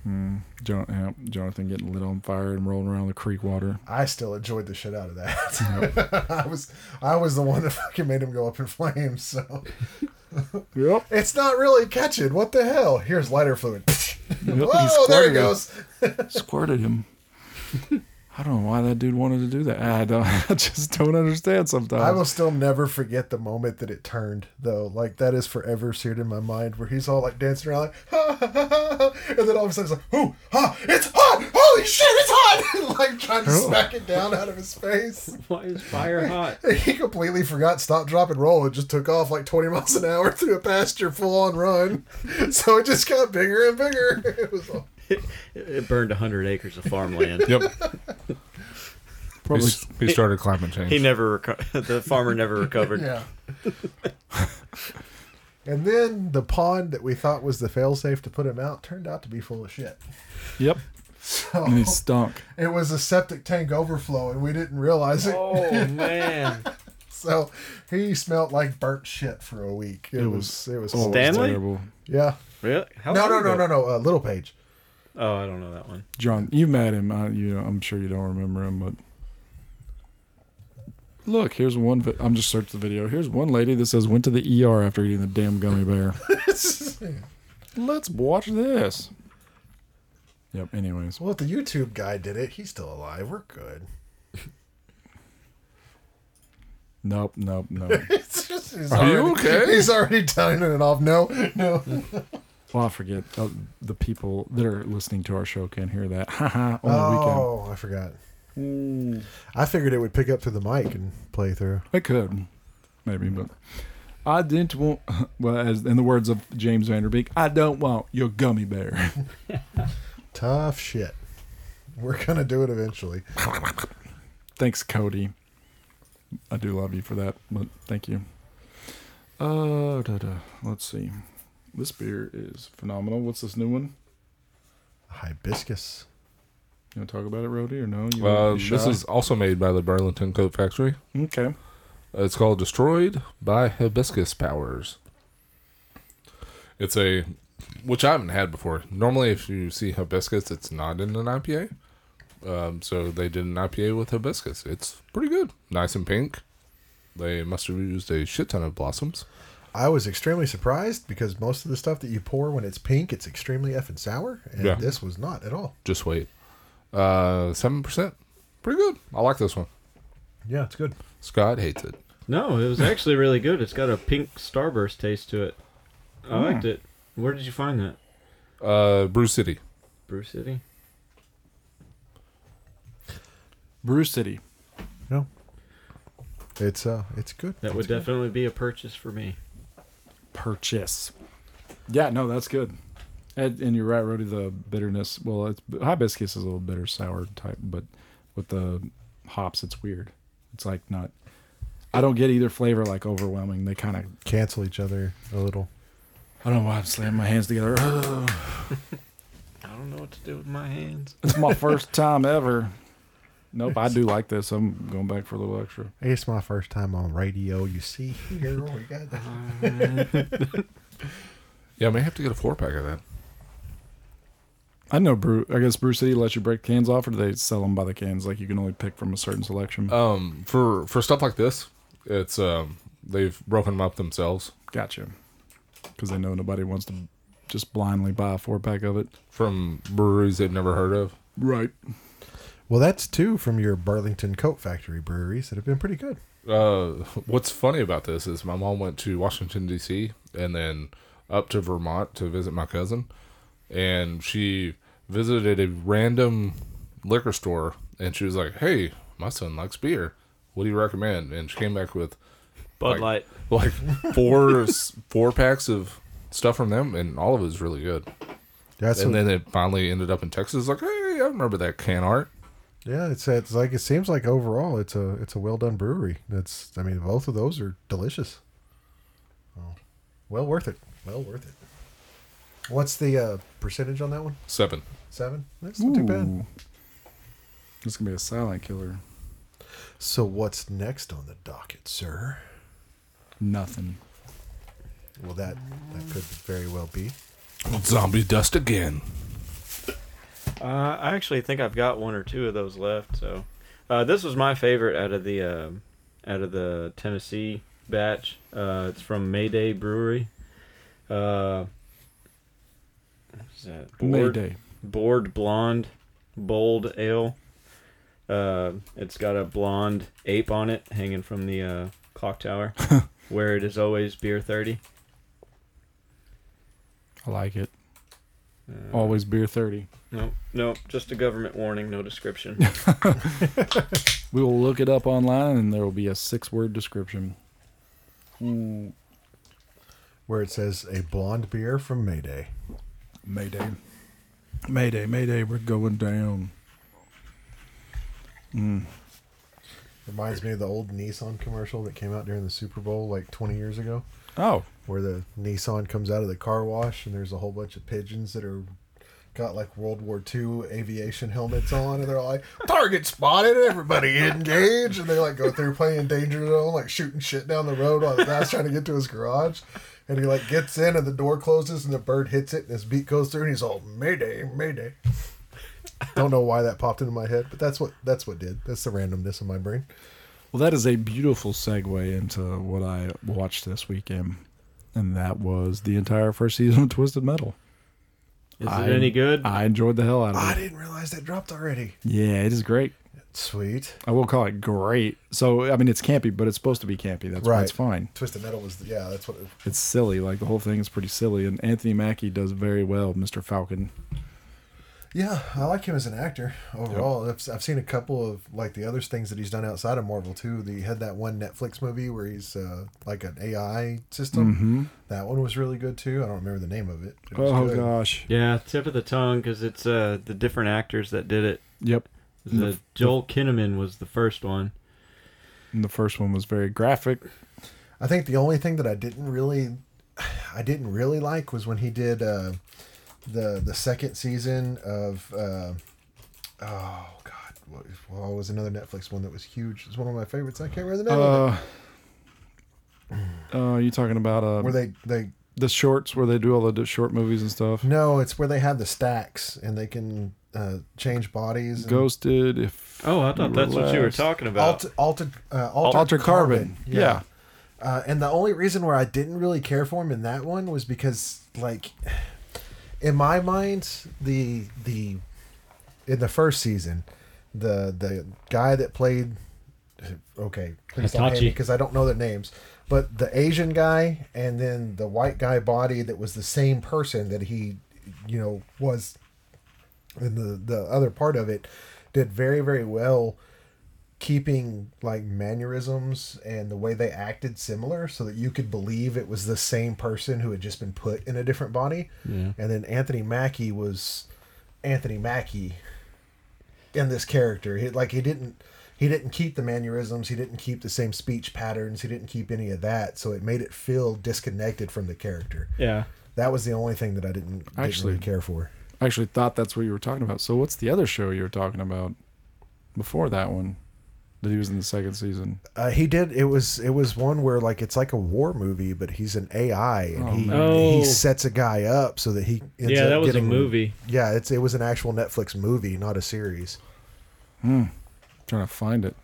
Speaker 4: Jon- yeah, Jonathan getting lit on fire and rolling around the creek water.
Speaker 6: I still enjoyed the shit out of that. I was I was the one that fucking made him go up in flames. So
Speaker 4: Yep.
Speaker 6: it's not really catching. What the hell? Here's lighter fluid.
Speaker 4: Yep, he
Speaker 6: Whoa,
Speaker 4: squirted
Speaker 6: there he goes.
Speaker 4: him. Squirted him. I don't know why that dude wanted to do that. I, don't, I just don't understand sometimes.
Speaker 6: I will still never forget the moment that it turned, though. Like that is forever seared in my mind, where he's all like dancing around, like, ha, ha, ha, ha, ha," and then all of a sudden it's like, ooh, ha, it's hot! Holy shit, it's hot! And, like trying to smack it down out of his face.
Speaker 7: Why is fire hot?
Speaker 6: He completely forgot stop, drop, and roll, and just took off like 20 miles an hour through a pasture, full on run. So it just got bigger and bigger. It was all,
Speaker 7: It, it burned 100 acres of farmland.
Speaker 5: Yep. He,
Speaker 4: Probably
Speaker 5: s- he started climate change.
Speaker 8: He never reco- the farmer never recovered.
Speaker 6: yeah. And then the pond that we thought was the failsafe to put him out turned out to be full of shit.
Speaker 4: Yep. And he stunk.
Speaker 6: It was a septic tank overflow, and we didn't realize it.
Speaker 8: Oh man.
Speaker 6: So he smelled like burnt shit for a week. It,
Speaker 4: It
Speaker 6: was,
Speaker 4: was-
Speaker 6: it was
Speaker 4: Oh, it was
Speaker 8: Stanley?
Speaker 4: terrible.
Speaker 6: yeah.
Speaker 8: Really? How
Speaker 6: No, no,
Speaker 8: long
Speaker 6: no, no,
Speaker 8: ago?
Speaker 6: no. Uh, Little Page.
Speaker 8: Oh, I don't know that one.
Speaker 4: John, you met him. I, you know, I'm sure you don't remember him, but look, here's one. Vi- I'm just searching the video. Here's one lady that says went to the ER after eating the damn gummy bear. Let's watch this. Yep. Anyways,
Speaker 6: Well, if the YouTube guy did it, he's still alive. We're good.
Speaker 4: nope, nope, nope.
Speaker 6: It's just, he's
Speaker 4: Are you
Speaker 6: already-
Speaker 4: okay?
Speaker 6: He's already toning it off. No, no.
Speaker 4: well, I forget. Uh, the people that are listening to our show can't hear that. Haha. on the weekend,
Speaker 6: Oh, I forgot.
Speaker 4: Hmm.
Speaker 6: I figured it would pick up through the mic and play through.
Speaker 4: they could, maybe, but. I didn't want, well, as in the words of James Vanderbeek, I don't want your gummy bear.
Speaker 6: Tough shit. We're gonna do it eventually.
Speaker 4: thanks cody i do love you for that but thank you uh da, da. let's see this beer is phenomenal what's this new one
Speaker 6: Hibiscus.
Speaker 4: you want to talk about it Rody, or no you
Speaker 5: Uh,
Speaker 4: you shy?
Speaker 5: this is also made by the Burlington Coat Factory.
Speaker 4: okay
Speaker 5: Uh, It's called Destroyed by Hibiscus Powers. It's a which I haven't had before. Normally, if you see hibiscus, it's not in an IPA. Um, so they did an IPA with hibiscus. It's pretty good, nice and pink. They must have used a shit ton of blossoms.
Speaker 6: I was extremely surprised because most of the stuff that you pour when it's pink, it's extremely effing sour, and
Speaker 5: Yeah.
Speaker 6: this was not at all.
Speaker 5: Just wait, Uh, seven percent, pretty good. I like this one.
Speaker 6: Yeah, it's good.
Speaker 5: Scott hates it.
Speaker 7: No, it was actually really good. It's got a pink starburst taste to it. I
Speaker 6: Hmm.
Speaker 7: liked it. Where did you find that?
Speaker 5: Uh, Brew City.
Speaker 7: Brew City?
Speaker 4: brew city
Speaker 6: No, it's uh, it's good.
Speaker 7: That would definitely be a purchase for me.
Speaker 4: purchase yeah no that's good and, and you're right Rody, the bitterness well it's hibiscus is a little bitter sour type but with the hops it's weird it's like not i don't get either flavor like overwhelming they kind of
Speaker 6: Cancel each other a little.
Speaker 4: i don't know why i'm slamming my hands together
Speaker 8: I don't know what to do with my hands.
Speaker 4: It's my first time ever. Nope, I do like this. I'm going back for a little extra.
Speaker 6: It's my first time on radio. You see here, oh we got that.
Speaker 5: Yeah, I may have to get a four pack of that.
Speaker 4: I know Brew. I guess Brew City lets you break cans off, or do they sell them by the cans? Like you can only pick from a certain selection.
Speaker 5: Um, for for stuff like this, it's um they've broken them up themselves.
Speaker 4: gotcha. Because they know nobody wants to just blindly buy a four pack of it.
Speaker 5: from breweries they've never heard of.
Speaker 4: Right.
Speaker 6: Well, that's two from your Burlington Coat Factory breweries that have been pretty good.
Speaker 5: Uh, what's funny about this is my mom went to Washington D.C. and then up to Vermont to visit my cousin, and she visited a random liquor store and she was like, "Hey, my son likes beer. What do you recommend?" And she came back with
Speaker 8: Bud Light.
Speaker 5: like four s- four packs of stuff from them, and all of it was really good.
Speaker 6: That's
Speaker 5: and
Speaker 6: what,
Speaker 5: then it finally ended up in Texas. Like, hey, I remember that can art.
Speaker 6: yeah. It's it's like it seems like overall it's a it's a well done brewery. That's I mean both of those are delicious. Well, well worth it. Well worth it. What's the uh, percentage on that one?
Speaker 5: Seven.
Speaker 6: Seven. That's not too bad.
Speaker 4: Ooh. This is gonna be a silent killer.
Speaker 6: So what's next on the docket, sir?
Speaker 4: Nothing.
Speaker 6: Well, that that could very well be.
Speaker 5: Zombie dust again.
Speaker 8: Uh, I actually think I've got one or two of those left. So uh, this was my favorite out of the um out of the Tennessee batch. Uh, it's from Mayday Brewery. Uh, what's that? Board-
Speaker 4: Mayday.
Speaker 8: Bored Blonde Bold Ale. Uh, it's got a blonde ape on it hanging from the uh, clock tower, where it is always beer 30.
Speaker 4: I like it. Always beer thirty.
Speaker 8: No, no, just a government warning, no description.
Speaker 4: We will look it up online, and there will be a six-word description.
Speaker 6: Where it says a blonde beer from Mayday.
Speaker 4: Mayday. Mayday. Mayday. We're going down.
Speaker 6: Reminds me of the old Nissan commercial that came out during the Super Bowl like 20 years ago,
Speaker 4: Oh,
Speaker 6: where the Nissan comes out of the car wash and there's a whole bunch of pigeons that are got like World War II aviation helmets on, and they're all like target spotted, everybody engage, and they like go through playing danger zone, like shooting shit down the road while the guy's trying to get to his garage. And he like gets in, and the door closes, and the bird hits it, and his beak goes through, and he's all Mayday, Mayday. Don't know why that popped into my head, but that's what that's what did. That's the randomness in my brain.
Speaker 4: Well, that is a beautiful segue into what I watched this weekend, and that was the entire first season of Twisted Metal.
Speaker 8: Is
Speaker 4: I-
Speaker 8: it any good?
Speaker 4: I enjoyed the hell out
Speaker 6: I
Speaker 4: of it.
Speaker 6: didn't realize that dropped already.
Speaker 4: Yeah, it is great.
Speaker 6: Sweet.
Speaker 4: I will call it great. So, I mean, it's campy, but it's supposed to be campy. That's why it's
Speaker 6: Right.
Speaker 4: fine.
Speaker 6: Twisted Metal was the, yeah, that's what it,
Speaker 4: It's silly. Like the whole thing is pretty silly, and Anthony Mackie does very well, Mr. Falcon.
Speaker 6: Yeah, I like him as an actor overall. I've, I've seen a couple of like the other things that he's done outside of Marvel too. The, he had that one Netflix movie where he's uh, like an AI system. That one was really good too. I don't remember the name of it. but it was
Speaker 4: Mm-hmm. Oh
Speaker 6: good.
Speaker 4: gosh.
Speaker 8: yeah, tip of the tongue, because it's uh, the different actors that did it.
Speaker 4: Yep.
Speaker 8: The Joel Kinnaman was the first one.
Speaker 4: And the first one was very graphic.
Speaker 6: I think the only thing that I didn't really, I didn't really like was when he did uh, the the second season of. Uh, oh God, what, what was another Netflix one that was huge? It's one of my favorites. I can't remember the name. of
Speaker 4: Uh, uh, you talking about uh,
Speaker 6: it. Where they they
Speaker 4: the shorts where they do all the d- short movies and stuff?
Speaker 6: No, it's where they have the stacks and they can uh, change bodies. and-
Speaker 4: Ghosted. If
Speaker 8: Oh, I thought that's what you were
Speaker 4: Relax.
Speaker 8: talking about.
Speaker 6: Alt, altered, uh, altered,
Speaker 4: Alter Carbon. Yeah.
Speaker 6: Uh, and the only reason where I didn't really care for him in that one was because, like, in my mind, the the in the first season, the the guy that played okay, please don't hate me
Speaker 7: Hitachi.
Speaker 6: because I don't know their names, but the Asian guy and then the white guy body that was the same person that he, you know, was in the the other part of it, did very very well keeping like mannerisms and the way they acted similar so that you could believe it was the same person who had just been put in a different body. And then Anthony Mackie was Anthony Mackie in this character. He like he didn't he didn't keep the mannerisms, he didn't keep the same speech patterns, he didn't keep any of that, so it made it feel disconnected from the character.
Speaker 8: yeah.
Speaker 6: That was the only thing that I didn't, didn't
Speaker 4: Actually-
Speaker 6: really care for.
Speaker 4: I actually thought that's what you were talking about. So what's the other show you were talking about before that one that he was in the second season?
Speaker 6: Uh, he did. It was it was one where like it's like a war movie, but he's an AI and he
Speaker 7: man.
Speaker 6: he
Speaker 7: Oh.
Speaker 6: sets a guy up so that he ends
Speaker 7: Yeah,
Speaker 6: up
Speaker 7: that was a
Speaker 6: getting-
Speaker 7: movie.
Speaker 6: Yeah, it's it was an actual Netflix movie, not a series.
Speaker 4: trying to find it.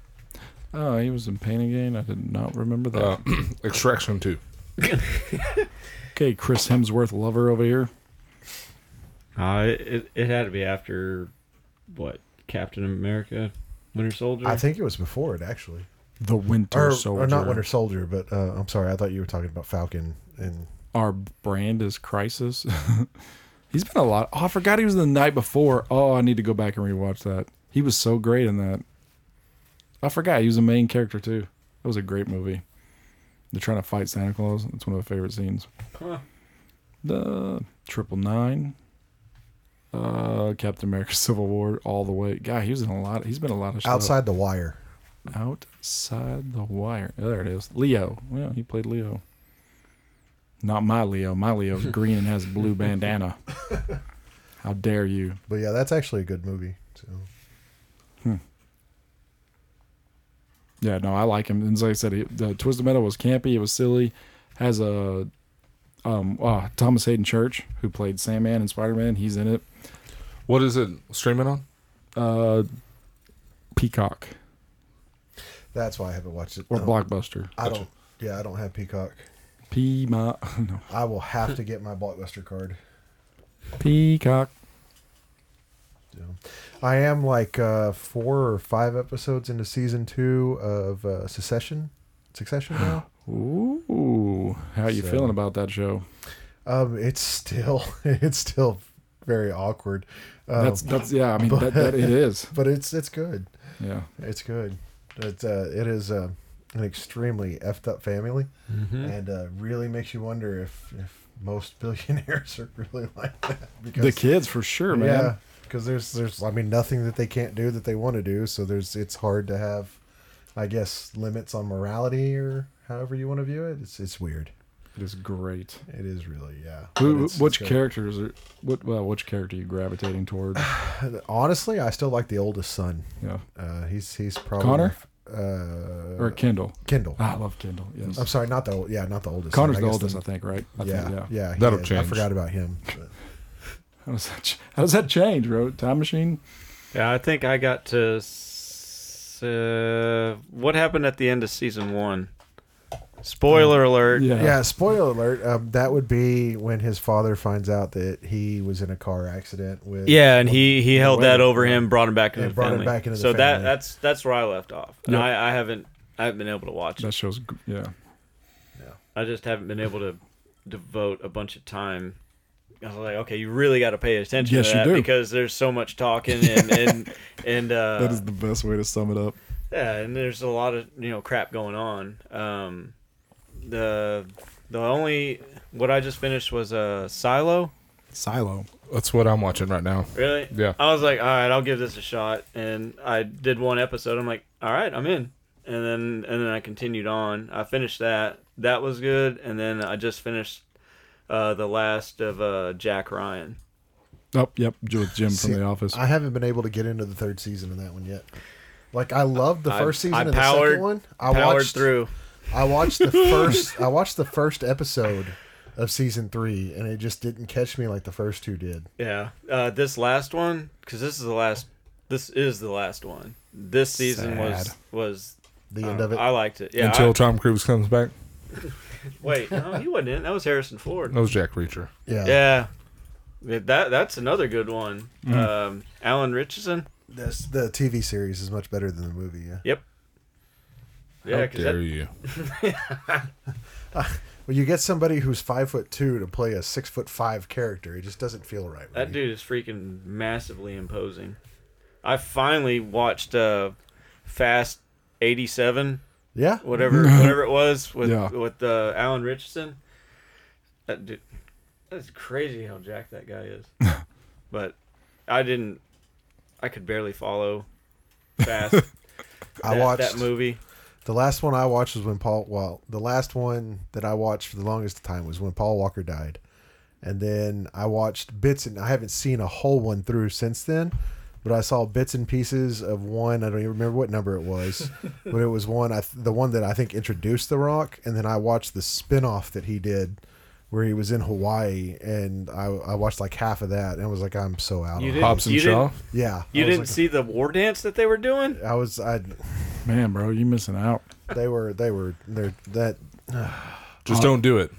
Speaker 4: Oh, he was in Pain Again. I did not remember that.
Speaker 5: Uh,
Speaker 6: Oh.
Speaker 5: Extraction two.
Speaker 4: okay, Chris Hemsworth lover over here.
Speaker 8: Uh, it, it, it had to be after, what, Captain America, Winter Soldier?
Speaker 6: I think it was before it actually,
Speaker 4: The Winter
Speaker 6: or,
Speaker 4: Soldier.
Speaker 6: or not Winter Soldier, but uh, I'm sorry, I thought you were talking about Falcon and
Speaker 4: Our brand is Crisis. He's been a lot. Oh, I forgot he was in the night before. Oh, I need to go back and rewatch that. He was so great in that. I forgot he was a main character too. That was a great movie. They're trying to fight Santa Claus. That's one of my favorite scenes. The Triple Nine, uh, Captain America: Civil War, all the way. God, he was in a lot. he's been in a lot of stuff.
Speaker 6: Outside the wire.
Speaker 4: Outside the wire. Oh, there it is. Leo. Yeah, he played Leo. Not my Leo. My Leo's green and has a blue bandana. How dare you?
Speaker 6: But yeah, that's actually a good movie. too.
Speaker 4: Yeah, no, I like him. And as I said, he, the Twisted Metal was campy. It was silly. Has a um uh, Thomas Hayden Church, who played Sandman and Spider Man. He's in it.
Speaker 5: What is it streaming on?
Speaker 4: Uh, Peacock
Speaker 6: That's why I haven't watched it.
Speaker 4: or
Speaker 6: No,
Speaker 4: Blockbuster.
Speaker 6: Oh. I don't. Yeah, I don't have Peacock.
Speaker 4: P my no
Speaker 6: I will have to get my Blockbuster card.
Speaker 4: Peacock.
Speaker 6: I am like uh, four or five episodes into season two of uh, Secession. Succession
Speaker 4: Uh-huh.
Speaker 6: now.
Speaker 4: Ooh, how you
Speaker 6: So-
Speaker 4: feeling about that show?
Speaker 6: Um, it's still it's still very awkward. Um,
Speaker 4: that's that's yeah. I mean that, that it is.
Speaker 6: but it's it's good.
Speaker 4: Yeah.
Speaker 6: It's good. It's uh, it is uh, an extremely effed up family,
Speaker 4: Mm-hmm.
Speaker 6: and uh, really makes you wonder if if most billionaires are really like that. Because
Speaker 4: The kids for sure, man.
Speaker 6: yeah, because there's there's I mean nothing that they can't do that they want to do. So there's it's hard to have, I guess, limits on morality or however you want to view it. It's it's weird.
Speaker 4: It is great.
Speaker 6: It is really yeah. But
Speaker 4: Who,
Speaker 6: it's- it's
Speaker 4: which
Speaker 6: good.
Speaker 4: characters are what? Well, which character are you gravitating toward?
Speaker 6: Honestly, I still like the oldest son.
Speaker 4: Yeah,
Speaker 6: Uh, he's he's probably
Speaker 4: Connor?
Speaker 6: Uh,
Speaker 4: or Kendall.
Speaker 6: Kendall.
Speaker 4: Ah, I love Kendall. Yes.
Speaker 6: I'm sorry, not the old, yeah, not the oldest.
Speaker 4: Connor's
Speaker 6: I
Speaker 4: the
Speaker 6: guess
Speaker 4: oldest, I think, right? I
Speaker 6: yeah,
Speaker 4: Think,
Speaker 6: yeah,
Speaker 4: yeah.
Speaker 6: he
Speaker 5: That'll
Speaker 6: is. I
Speaker 5: change.
Speaker 6: forgot about him. but-
Speaker 4: How does that? ch- How does that change, bro? Time machine.
Speaker 8: Yeah, I think I got to. s- Uh, what happened at the end of season one? Spoiler alert.
Speaker 4: Yeah.
Speaker 6: Yeah, spoiler alert. Um, that would be when his father finds out that he was in a car accident with.
Speaker 8: Yeah, and he he held that over him, brought him back into
Speaker 6: Yeah,
Speaker 8: the
Speaker 6: brought him
Speaker 8: family.
Speaker 6: back into the
Speaker 8: so that
Speaker 6: family.
Speaker 8: that's that's where I left off. And
Speaker 4: Yep.
Speaker 8: I, I haven't I haven't been able to watch
Speaker 4: That
Speaker 8: it.
Speaker 4: show's. g- Yeah.
Speaker 8: I just haven't been able to devote a bunch of time. I was like, okay, you really got to pay attention
Speaker 4: Yes,
Speaker 8: to
Speaker 4: you
Speaker 8: that
Speaker 4: do.
Speaker 8: because there's so much talking and and and uh,
Speaker 4: That is the best way to sum it up.
Speaker 8: yeah, and there's a lot of you know crap going on. Um, the the only what I just finished was uh, Silo.
Speaker 4: Silo.
Speaker 5: That's what I'm watching right now.
Speaker 8: Really?
Speaker 5: Yeah.
Speaker 8: I was like, all right, I'll give this a shot, and I did one episode. I'm like, all right, I'm in, and then and then I continued on. I finished that. That was good, and then I just finished uh, the last of uh, Jack Ryan.
Speaker 4: Oh, yep. With Jim
Speaker 6: See,
Speaker 4: from the office.
Speaker 6: I haven't been able to get into the third season of that one yet. Like I loved the
Speaker 8: I-
Speaker 6: first season
Speaker 8: I
Speaker 6: and the
Speaker 8: powered-
Speaker 6: second one. I
Speaker 8: Powered
Speaker 6: watched
Speaker 8: through.
Speaker 6: I watched the first. I watched the first episode of season three, and it just didn't catch me like the first two did.
Speaker 8: Yeah. Uh, this last one, because this is the last. This is the last one. This season was
Speaker 4: Sad.
Speaker 8: was
Speaker 6: The
Speaker 8: I
Speaker 6: end
Speaker 8: don't
Speaker 6: of
Speaker 8: know,
Speaker 6: it.
Speaker 8: Uh, I liked it. Yeah.
Speaker 5: Until Tom Cruise comes back.
Speaker 8: I- wait, no, he wasn't in. it. That was Harrison Ford.
Speaker 5: That was Jack Reacher.
Speaker 6: yeah.
Speaker 8: Yeah. Yeah, That that's another good one.
Speaker 5: Mm-hmm.
Speaker 8: Um, Alan Richardson.
Speaker 6: This, the TV series is much better than the movie. Yeah.
Speaker 8: Yeah,
Speaker 5: How
Speaker 8: 'cause
Speaker 5: dare
Speaker 8: that,
Speaker 5: you?
Speaker 6: Well, you get somebody who's five foot two to play a six foot five character. It just doesn't feel right.
Speaker 8: that
Speaker 6: right?
Speaker 8: dude is freaking massively imposing. I finally watched uh, Fast eighty seven,
Speaker 6: Yeah.
Speaker 8: whatever whatever it was with
Speaker 4: Yeah.
Speaker 8: with uh, Alan Richardson. That dude, that's crazy how jacked that guy is. but I didn't. I could barely follow Fast.
Speaker 6: I
Speaker 8: that-
Speaker 6: watched
Speaker 8: that movie.
Speaker 6: the last one I watched was when Paul. Well, the last one that I watched for the longest time was when Paul Walker died, and then I watched bits and I haven't seen a whole one through since then. But I saw bits and pieces of one. I don't even remember what number it was, but it was one. I th- the one that I think introduced The Rock, and then I watched the spin-off that he did, where he was in Hawaii, and I, I watched like half of that, and I was like, I'm so out. on it.
Speaker 8: You didn't-
Speaker 5: Hobbs and
Speaker 8: you didn't-
Speaker 5: Shaw.
Speaker 6: Yeah,
Speaker 8: You
Speaker 6: I was
Speaker 8: didn't see the war dance that they were doing?
Speaker 6: like- I was. I
Speaker 4: Man, bro, you missing out.
Speaker 6: they were they were they're that
Speaker 5: Just don't do it.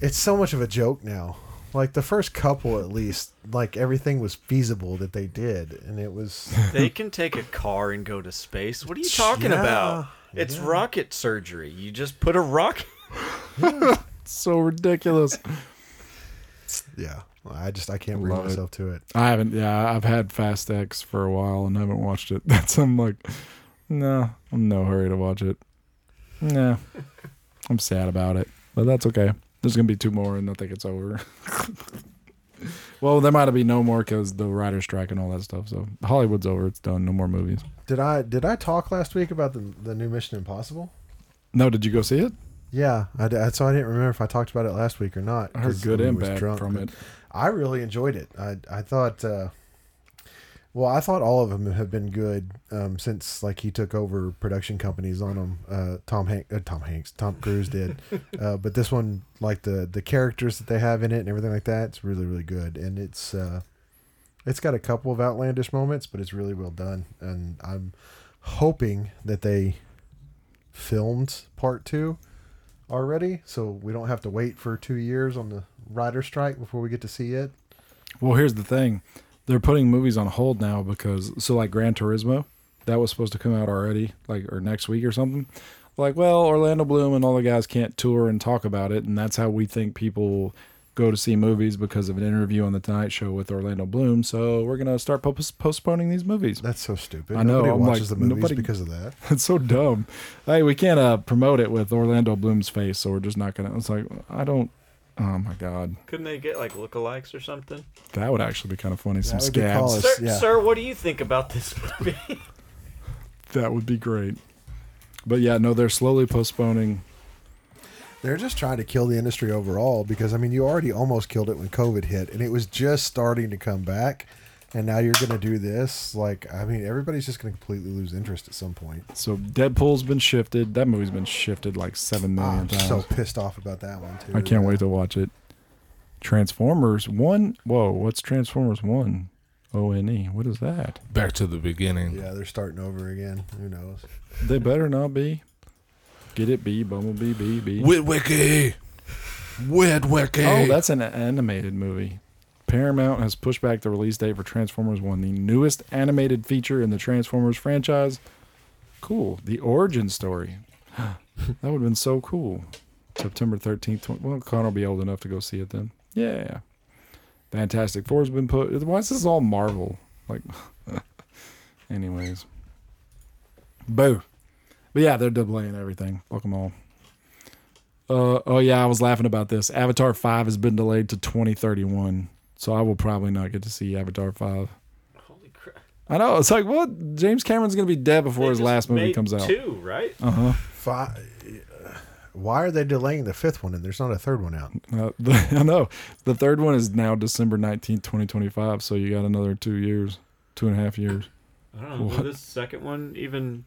Speaker 6: it's so much of a joke now like the first couple at least like everything was feasible that they did and it was
Speaker 8: They can take a car and go to space. What are you talking
Speaker 6: Yeah,
Speaker 8: about? It's rocket surgery. You just put a rocket.
Speaker 4: So ridiculous.
Speaker 6: yeah i just i can't bring
Speaker 4: Love it.
Speaker 6: myself to it
Speaker 4: I haven't. Yeah, I've had Fast X for a while and haven't watched it. That's I'm like, no, I'm in no hurry to watch it. Nah, I'm sad about it, but that's okay. There's gonna be two more, and I think it's over. well, there might be no more because the writer strike and all that stuff. So Hollywood's over. It's done. No more movies.
Speaker 6: Did I did I talk last week about the the new Mission Impossible?
Speaker 4: No, did you go see it?
Speaker 6: Yeah, I, d- I- so I didn't remember if I talked about it last week or not.
Speaker 4: I heard
Speaker 6: 'cause
Speaker 4: good
Speaker 6: I was
Speaker 4: impact
Speaker 6: drunk,
Speaker 4: from
Speaker 6: but
Speaker 4: it.
Speaker 6: I really enjoyed it. I I thought, uh, well, I thought all of them have been good um, since like he took over production companies on them. Uh, Tom Hank, uh, Tom Hanks, Tom Cruise did, uh, but this one, like the the characters that they have in it and everything like that, it's really really good, and it's uh, it's got a couple of outlandish moments, but it's really well done, and I'm hoping that they filmed part two already, so we don't have to wait for two years on the writer strike before we get to see it.
Speaker 4: Well, here's the thing. They're putting movies on hold now because so like Gran Turismo, that was supposed to come out already, like or next week or something. Like, well, Orlando Bloom and all the guys can't tour and talk about it, and that's how we think people go to see movies because of an interview on the Tonight Show with Orlando Bloom. So we're gonna start post- postponing these movies.
Speaker 6: That's so stupid.
Speaker 4: I know,
Speaker 6: Nobody
Speaker 4: I'm
Speaker 6: watches
Speaker 4: like,
Speaker 6: the movies
Speaker 4: nobody-
Speaker 6: because of that.
Speaker 4: That's so dumb. Hey, we can't uh, promote it with Orlando Bloom's face, so we're just not gonna. It's like I don't. Oh my god,
Speaker 8: Couldn't they get like lookalikes or something?
Speaker 4: that would actually be kind of funny. Some
Speaker 6: would be
Speaker 4: scabs.
Speaker 6: college.
Speaker 8: Sir,
Speaker 6: yeah.
Speaker 8: sir, what do you think about this movie?
Speaker 4: That would be great. But yeah, no, they're slowly postponing.
Speaker 6: They're just trying to kill the industry overall because I mean, you already almost killed it when COVID hit, and it was just starting to come back. And now you're going to do this. Like, I mean, everybody's just going to completely lose interest at some point.
Speaker 4: So Deadpool's been shifted. That movie's been shifted like seven million
Speaker 6: Ah, I'm
Speaker 4: times.
Speaker 6: so pissed off about that one too.
Speaker 4: I can't wait to watch it. Transformers one. Whoa, what's Transformers one? O N E. What is that?
Speaker 5: Back to the beginning.
Speaker 6: Yeah, they're starting over again. Who knows?
Speaker 4: They better not be. Get it, B Bumblebee, B B.
Speaker 5: Witwicky! Witwicky!
Speaker 4: Oh, that's an animated movie. Paramount has pushed back the release date for Transformers 1, the newest animated feature in the Transformers franchise. Cool. The origin story. that would have been so cool. September 13th. twen- Well, Connor will be old enough to go see it then. Yeah. Fantastic Four has been put. Why is this all Marvel? Like, anyways. Boo. But yeah, they're delaying everything. Fuck them all. Uh, oh yeah, I was laughing about this. Avatar five has been delayed to twenty thirty one, so I will probably not get to see Avatar five.
Speaker 8: Holy crap!
Speaker 4: I know it's like what James Cameron's gonna be dead before
Speaker 8: They
Speaker 4: his
Speaker 8: just
Speaker 4: last movie
Speaker 8: made
Speaker 4: comes out. Oh.
Speaker 8: Two, right?
Speaker 6: Fi uh, Why are they delaying the fifth one and there's not a third one out?
Speaker 4: Uh, the- I know the third one is now December nineteenth, twenty twenty five. So you got another two years, two and a half years.
Speaker 8: I don't know. was
Speaker 4: What?
Speaker 8: This second one even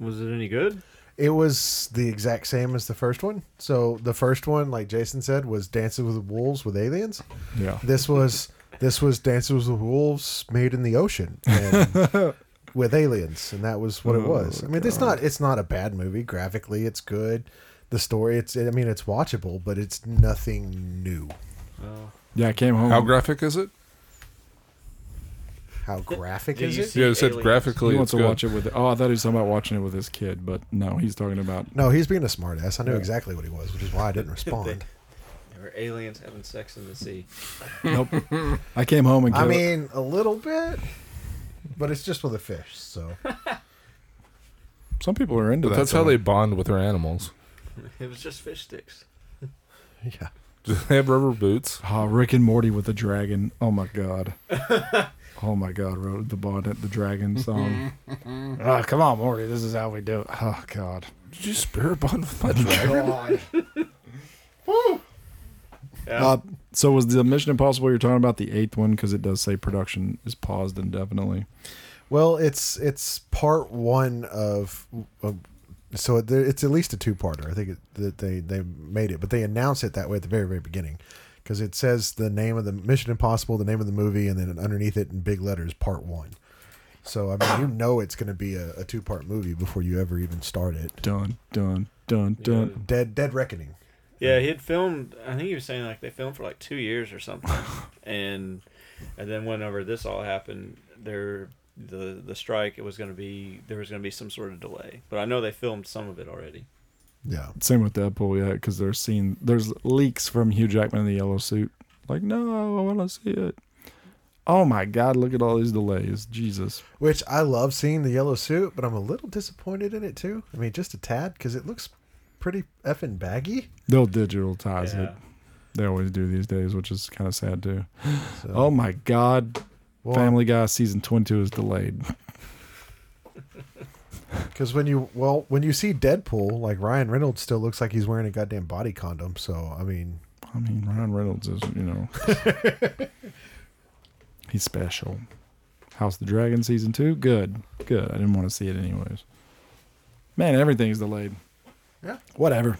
Speaker 8: was it any good?
Speaker 6: It was the exact same as the first one. So the first one, like Jason said, was Dances with Wolves with aliens.
Speaker 4: Yeah,
Speaker 6: This was this was Dances with Wolves made in the ocean and with aliens, and that was what it was. I mean, it's not it's not a bad movie graphically. It's good. The story, it's I mean, it's watchable, but it's nothing new.
Speaker 4: yeah. I came home.
Speaker 5: How graphic is it?
Speaker 6: How graphic
Speaker 8: Did
Speaker 6: is
Speaker 8: you
Speaker 6: it?
Speaker 8: see-
Speaker 5: Yeah, it said
Speaker 8: Aliens.
Speaker 5: graphically.
Speaker 4: he
Speaker 5: it's
Speaker 4: wants to
Speaker 5: good.
Speaker 4: watch it with. Oh, I thought he was talking about watching it with his kid, but no, he's talking about.
Speaker 6: No, he's being a smartass. I knew exactly what he was, which is why I didn't respond.
Speaker 8: There were aliens having sex in the sea.
Speaker 4: Nope. I came home and.
Speaker 6: I
Speaker 4: Caleb-
Speaker 6: mean, a little bit, but it's just with a fish. So
Speaker 4: some people are into
Speaker 5: But
Speaker 4: that.
Speaker 5: that's how
Speaker 4: though.
Speaker 5: they bond with their animals.
Speaker 8: It was just fish sticks.
Speaker 6: yeah,
Speaker 5: Do they have rubber boots?
Speaker 4: Oh, Rick and Morty with the dragon. Oh my god. oh my god, wrote the bond at the dragon song. Ah, come on, Morty, this is how we do it. Oh god.
Speaker 5: Did you spirit bond with my dragon?
Speaker 4: Uh, so was the Mission Impossible you're talking about the eighth one because it does say production is paused indefinitely.
Speaker 6: Well, it's it's part one of, of so there- it's at least a two-parter. I think it, that they they made it, but they announce it that way at the very very beginning because it says the name of the Mission Impossible, the name of the movie, and then underneath it in big letters, part one. So I mean, you know it's going to be a, a two-part movie before you ever even start it.
Speaker 4: Dun dun dun dun.
Speaker 6: Dead Dead Reckoning.
Speaker 8: Yeah, he had filmed. I think he was saying like they filmed for like two years or something, and and then whenever this all happened, there the the strike it was going to be there was going to be some sort of delay. But I know they filmed some of it already.
Speaker 6: Yeah.
Speaker 4: Same with Deadpool, yeah, because there's seen there's leaks from Hugh Jackman in the yellow suit. Like, no, I want to see it. Oh my god, look at all these delays. Jesus.
Speaker 6: Which I love seeing the yellow suit, but I'm a little disappointed in it too. I mean, just a tad because it looks pretty effing baggy.
Speaker 4: They'll digitalize
Speaker 8: Yeah.
Speaker 4: it. They always do these days, which is kind of sad too. Oh my God.
Speaker 6: Well,
Speaker 4: Family Guy season 22 is delayed.
Speaker 6: Because when you well when you see Deadpool, like Ryan Reynolds still looks like he's wearing a goddamn body condom. So I mean,
Speaker 4: I mean, Ryan Reynolds is, you know, he's special. House of the Dragon season two, good, good. I didn't want to see it anyways. Man, everything's delayed.
Speaker 6: Yeah.
Speaker 4: Whatever.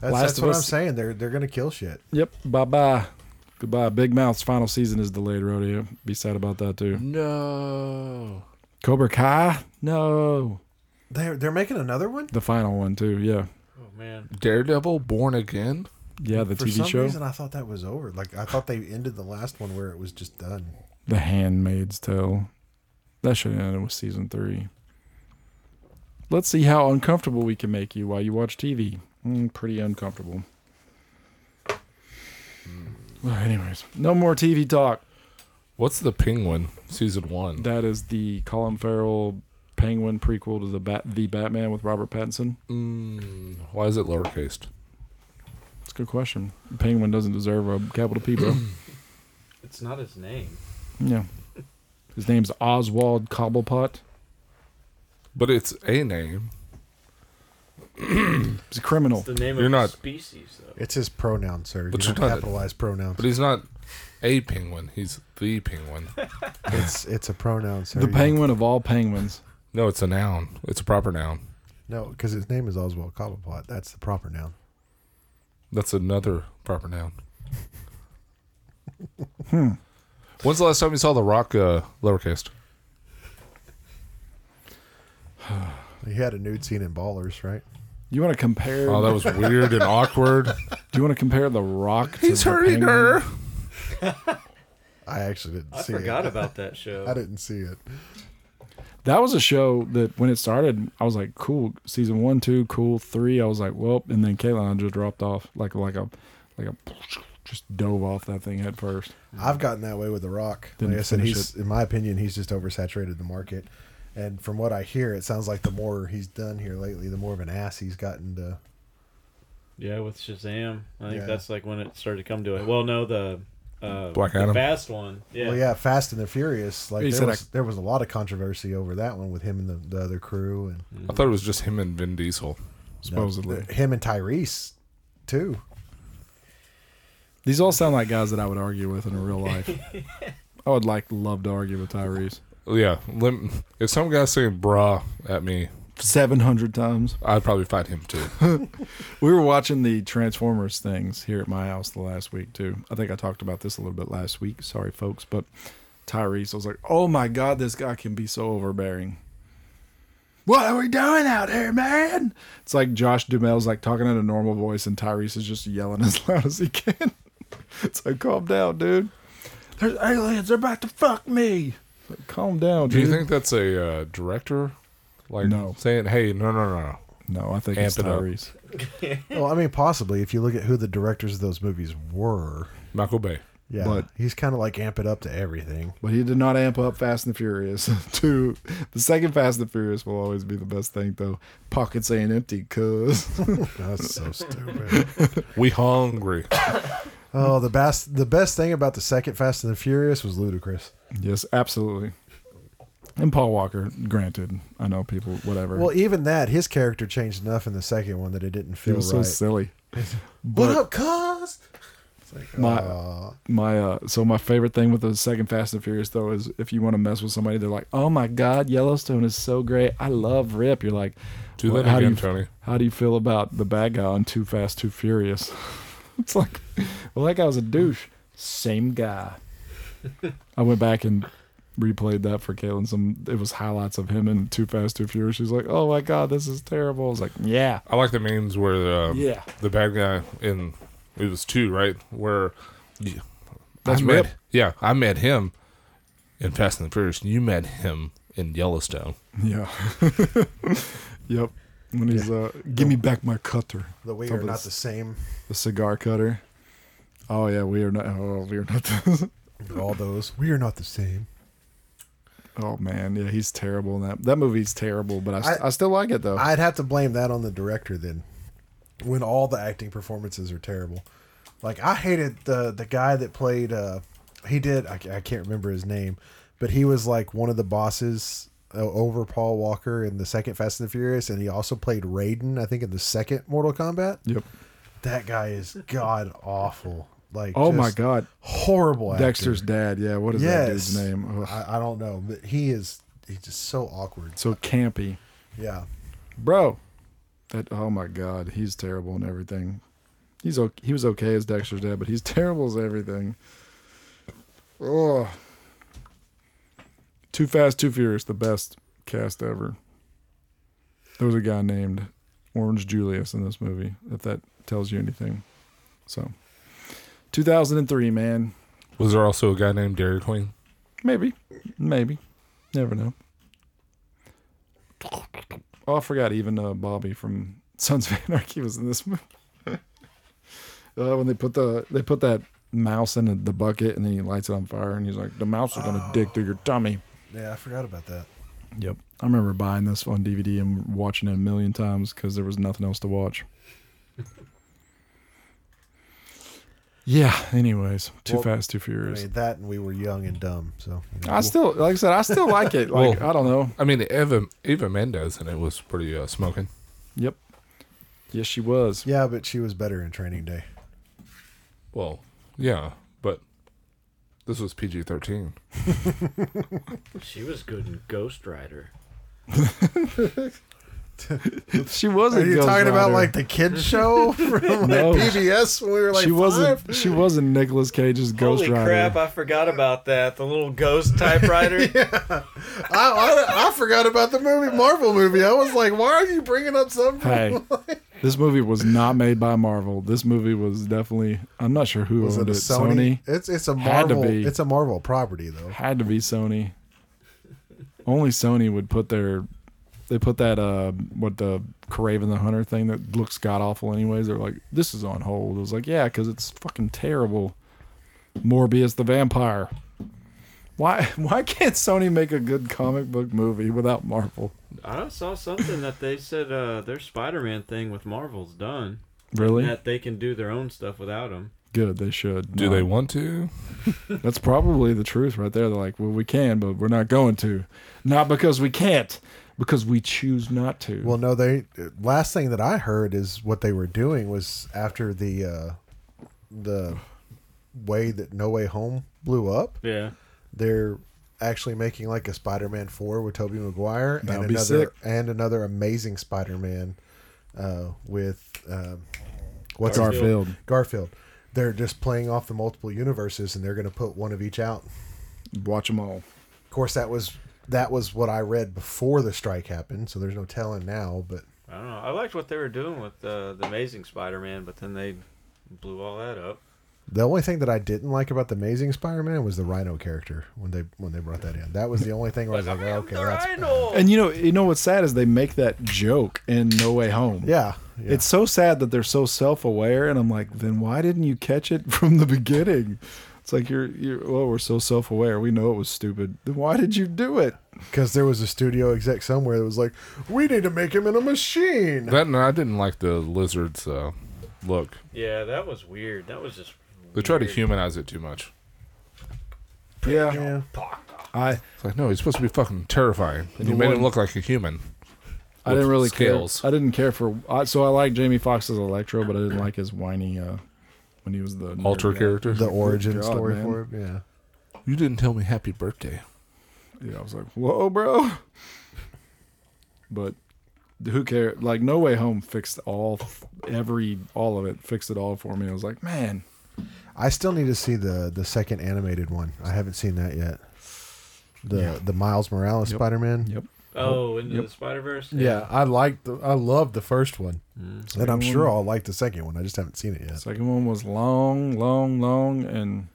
Speaker 6: that's,
Speaker 4: Last
Speaker 6: that's
Speaker 4: of
Speaker 6: what
Speaker 4: Us-
Speaker 6: I'm saying. They're they're gonna kill shit.
Speaker 4: Yep. Bye bye. Goodbye. Big Mouth's final season is delayed, Rodeo. Be sad about that too.
Speaker 5: No.
Speaker 4: Cobra Kai? No.
Speaker 6: They're they're making another one.
Speaker 4: The final one too, yeah.
Speaker 8: Oh man.
Speaker 5: Daredevil Born Again?
Speaker 4: Yeah, the
Speaker 6: For
Speaker 4: TV
Speaker 6: some
Speaker 4: show.
Speaker 6: reason, I thought that was over. Like I thought they ended the last one where it was just done.
Speaker 4: The Handmaid's Tale. That should have ended with season three. Let's see how uncomfortable we can make you while you watch TV. Mm, pretty uncomfortable.
Speaker 6: Hmm.
Speaker 4: Well, anyways, no more TV talk.
Speaker 5: What's the Penguin? Season one.
Speaker 4: That is the Colin Farrell Penguin prequel to the Bat- the Batman with Robert Pattinson.
Speaker 5: Mm, why is it lowercase?
Speaker 4: It's a good question. Penguin doesn't deserve a capital P, bro.
Speaker 8: It's not his name.
Speaker 4: yeah, his name's Oswald Cobblepot.
Speaker 5: But it's a name.
Speaker 4: He's a criminal.
Speaker 8: It's the name
Speaker 5: You're
Speaker 8: of
Speaker 5: not-
Speaker 8: the species though.
Speaker 6: It's his pronoun, sir.
Speaker 5: But
Speaker 6: you
Speaker 5: you're
Speaker 6: don't
Speaker 5: not-
Speaker 6: capitalize pronouns.
Speaker 5: But he's not a penguin. He's the penguin.
Speaker 6: It's it's a pronoun, sir.
Speaker 4: The
Speaker 6: You-
Speaker 4: penguin of all penguins.
Speaker 5: No, it's a noun. It's a proper noun.
Speaker 6: No, because his name is Oswald Cobblepot. That's the proper noun.
Speaker 5: That's another proper noun. When's the last time you saw The Rock uh, lowercase?
Speaker 6: He had a nude scene in Ballers, right?
Speaker 4: You want to compare?
Speaker 5: Oh, that was weird and awkward.
Speaker 4: Do you want to compare The Rock? To the Penguin?
Speaker 6: I actually didn't
Speaker 8: I
Speaker 6: see
Speaker 8: forgot
Speaker 6: it.
Speaker 8: about that
Speaker 6: I
Speaker 8: show.
Speaker 6: didn't see it.
Speaker 4: That was a show that when it started, I was like, "Cool." Season one, two, cool. Three, I was like, "Well," and then Caitlyn just dropped off like like a like a just dove off that thing head first.
Speaker 6: I've gotten that way with The Rock.
Speaker 4: Didn't
Speaker 6: like I said,
Speaker 4: finish
Speaker 6: he's in my opinion, he's just oversaturated the market. And from what I hear, it sounds like the more he's done here lately, the more of an ass he's gotten to.
Speaker 8: Yeah, with Shazam. I think
Speaker 6: Yeah.
Speaker 8: that's like when it started to come to it. Well, no, the uh,
Speaker 5: Black
Speaker 8: the
Speaker 5: Adam.
Speaker 8: fast one. Yeah.
Speaker 6: Well, yeah, Fast and the Furious. Like
Speaker 4: He
Speaker 6: there
Speaker 4: said
Speaker 6: was,
Speaker 4: I-
Speaker 6: there was a lot of controversy over that one with him and the, the other crew, and
Speaker 5: I thought it was just him and Vin Diesel.
Speaker 4: Supposedly,
Speaker 6: him and Tyrese, too.
Speaker 4: these all sound like guys that I would argue with in real life. I would like love to argue with Tyrese
Speaker 5: Yeah. Lim- if some guy's saying bra at me,
Speaker 4: seven hundred times.
Speaker 5: I'd probably fight him too.
Speaker 4: We were watching the Transformers things here at my house the last week too. I think I talked about this a little bit last week. Sorry, folks, but Tyrese, I was like, "Oh my god, this guy can be so overbearing." What are we doing out here, man? It's like Josh Dumel's like talking in a normal voice, and Tyrese is just yelling as loud as he can. it's like, calm down, dude. There's aliens. They're about to fuck me. Like, calm down,
Speaker 5: Do
Speaker 4: dude.
Speaker 5: you think that's a uh, director? Like
Speaker 4: No.
Speaker 5: saying, hey, no, no, no, no.
Speaker 4: No, I think it's
Speaker 5: Amp it up.
Speaker 4: Tyrese.
Speaker 6: Well, I mean, possibly if you look at who the directors of those movies were.
Speaker 5: Michael Bay.
Speaker 6: Yeah,
Speaker 4: But-
Speaker 6: he's kind of like amp it up to everything.
Speaker 4: But he did not amp up Fast and the Furious. Two, the second Fast and the Furious will always be the best thing, though. Pockets ain't empty, cuz.
Speaker 6: That's so stupid.
Speaker 5: We hungry.
Speaker 6: Oh, the best the best thing about the second Fast and the Furious was ludicrous.
Speaker 4: yes, absolutely. And Paul Walker, granted, I know people, whatever.
Speaker 6: Well, even that his character changed enough in the second one that it didn't
Speaker 4: he
Speaker 6: feel
Speaker 4: was so
Speaker 6: right.
Speaker 4: silly.
Speaker 6: what up, cuz?
Speaker 4: My,
Speaker 6: Uh,
Speaker 4: my, uh, so my favorite thing with the second Fast and Furious though is if you want to mess with somebody, they're like, "Oh my God, Yellowstone is so great. I love Rip." You're like,
Speaker 5: Do
Speaker 4: "Well,
Speaker 5: that
Speaker 4: how do
Speaker 5: again,
Speaker 4: you,
Speaker 5: Tony.
Speaker 4: How do you feel about the bad guy on Too Fast, Too Furious? it's like, well, that guy was a douche. Same guy. I went back and replayed that for Caitlin. Some it was highlights of him in Too Fast, Too Furious. She's like, oh my god, this is terrible. I was like, yeah,
Speaker 5: I like the memes where the, um,
Speaker 4: Yeah.
Speaker 5: the bad guy in it was two, right? Where yeah,
Speaker 4: That's
Speaker 5: I met,
Speaker 4: Rip.
Speaker 5: Yeah, I met him in Fast and the Furious. and You met him in Yellowstone.
Speaker 4: yeah, yep. When he's uh, give me back my cutter,
Speaker 6: the we
Speaker 4: Some
Speaker 6: are
Speaker 4: of
Speaker 6: not
Speaker 4: this-
Speaker 6: the same.
Speaker 4: the cigar cutter. Oh yeah, we are not. Oh, we are not. the-
Speaker 6: All those we are not the same.
Speaker 4: oh man, yeah, he's terrible in that. That movie's terrible, but I, st-
Speaker 6: I-
Speaker 4: I still like it though.
Speaker 6: I'd have to blame that on the director then. when all the acting performances are terrible. Like I hated the the guy that played. Uh, he did. I, ca- I can't remember his name, but he was like one of the bosses uh, over Paul Walker in the second Fast and the Furious, and he also played Raiden. I think in the second Mortal Kombat.
Speaker 4: Yep.
Speaker 6: That guy is god awful. Like
Speaker 4: Oh my
Speaker 6: just
Speaker 4: God.
Speaker 6: horrible. actor.
Speaker 4: Dexter's dad. Yeah. What is that dude's name? Ugh.
Speaker 6: I, I don't know, but he is he's just so awkward.
Speaker 4: so campy,
Speaker 6: Yeah,
Speaker 4: bro. That. Oh my God. He's terrible in everything. He's okay. He was okay as Dexter's dad, but he's terrible as everything. Oh. Too Fast, Too Furious, the best cast ever. There was a guy named Orange Julius in this movie, if that tells you anything. So, 2003, man.
Speaker 5: Was there also a guy named Dairy Queen?
Speaker 4: Maybe. Maybe. Never know. Oh, I forgot even uh, Bobby from Sons of Anarchy was in this movie. uh, when they put the they put that mouse in the bucket and then he lights it on fire and he's like, the mouse is gonna dig through your tummy.
Speaker 6: yeah, I forgot about that.
Speaker 4: Oh. Yep. I remember buying this on DVD and watching it a million times because there was nothing else to watch. yeah. Anyways, too
Speaker 6: Well,
Speaker 4: fast, too
Speaker 6: I
Speaker 4: furious.
Speaker 6: mean that, and we were young and dumb, so you know.
Speaker 4: I still, like I said, I still like it. Like
Speaker 5: Well-
Speaker 4: I don't know.
Speaker 5: I mean, Eva Eva Mendes, and it was pretty uh, smoking.
Speaker 4: Yep. Yes, she was.
Speaker 6: yeah, but she was better in Training Day.
Speaker 5: Well, yeah, but this was PG thirteen.
Speaker 8: She was good in Ghost Rider.
Speaker 4: She was.
Speaker 6: Are
Speaker 4: in
Speaker 6: you
Speaker 4: Ghost
Speaker 6: talking about
Speaker 4: Rider.
Speaker 6: like the kids show from like
Speaker 4: No.
Speaker 6: PBS when we were like
Speaker 4: she wasn't.
Speaker 6: five?
Speaker 4: She wasn't Nicolas Cage's Ghost
Speaker 8: Holy
Speaker 4: Rider.
Speaker 8: crap! I forgot about that. The little ghost typewriter.
Speaker 6: I, I I forgot about the movie Marvel movie. I was like, why are you bringing up something?
Speaker 4: Hey, this movie was not made by Marvel. This movie was definitely. I'm not sure who
Speaker 6: Was
Speaker 4: owned
Speaker 6: it a
Speaker 4: it.
Speaker 6: Sony? It's it's a
Speaker 4: Had to
Speaker 6: Marvel.
Speaker 4: be.
Speaker 6: It's a Marvel property though.
Speaker 4: had to be Sony. Only Sony would put their. They put that uh what the Craven the Hunter thing that looks god awful. Anyways, they're like, this is on hold. It was like, yeah, because it's fucking terrible. Morbius the vampire. Why why can't Sony make a good comic book movie without Marvel?
Speaker 8: I saw something that they said uh, their Spider-Man thing with Marvel's done.
Speaker 4: Really?
Speaker 8: That they can do their own stuff without him.
Speaker 4: Good. They should.
Speaker 5: Do
Speaker 4: No.
Speaker 5: they want to?
Speaker 4: That's probably the truth right there. They're like, well, we can, but we're not going to. Not because we can't, because we choose not to.
Speaker 6: Well, no, they last thing that I heard is what they were doing was after the uh the way that No Way Home blew up,
Speaker 8: Yeah.
Speaker 6: they're actually making like a Spider-Man 4 with Tobey Maguire and
Speaker 4: That'd
Speaker 6: another
Speaker 4: be sick.
Speaker 6: and another amazing Spider-Man uh with um what's his-
Speaker 4: Garfield.
Speaker 6: Garfield. They're just playing off the multiple universes and they're going to put one of each out.
Speaker 4: Watch them all.
Speaker 6: Of course that was that was what I read before the strike happened, so there's no telling now, but
Speaker 8: I don't know. I liked what they were doing with uh, the Amazing Spider-Man, but then they blew all that up.
Speaker 6: The only thing that I didn't like about the Amazing Spider-Man was the Rhino character when they when they brought that in. That was the only thing where I was like, okay, that's
Speaker 4: And you know, you know what's sad is they make that joke in No Way Home.
Speaker 6: yeah, yeah.
Speaker 4: It's so sad that they're so self-aware, and I'm like, then why didn't you catch it from the beginning? It's like you're, you're. Oh, we're so self-aware. We know it was stupid. Then why did you do it?
Speaker 6: because there was a studio exec somewhere that was like, we need to make him in a machine.
Speaker 5: That and I didn't like the lizard's uh, look.
Speaker 8: Yeah, that was weird. That was just.
Speaker 5: They tried to
Speaker 8: weird.
Speaker 5: humanize it too much.
Speaker 4: Yeah,
Speaker 6: yeah.
Speaker 4: I,
Speaker 5: It's like no, he's supposed to be fucking terrifying, and you
Speaker 4: The
Speaker 5: made
Speaker 4: one-
Speaker 5: him look like a human.
Speaker 4: I didn't really
Speaker 5: Scales.
Speaker 4: care. I didn't care for. I, so I like Jamie Foxx's Electro, but I didn't like his whiny uh, when he was the nerd
Speaker 5: Alter
Speaker 4: guy.
Speaker 5: character.
Speaker 6: The origin
Speaker 4: God,
Speaker 6: story
Speaker 4: man.
Speaker 6: for it. Yeah,
Speaker 5: you didn't tell me happy birthday.
Speaker 4: Yeah, I was like, whoa, bro. But who cares? Like, No Way Home fixed all, every, all of it, fixed it all for me. I was like, man,
Speaker 6: I still need to see the the second animated one. I haven't seen that yet. The the Miles Morales Spider-Man.
Speaker 4: Yep.
Speaker 8: Oh, into the Spider Verse.
Speaker 6: Yeah, I liked the I loved the first one, and I'm
Speaker 4: Second
Speaker 6: sure
Speaker 4: one-
Speaker 6: I'll like the second one. I just haven't seen it yet.
Speaker 4: Second one was long, long, long, and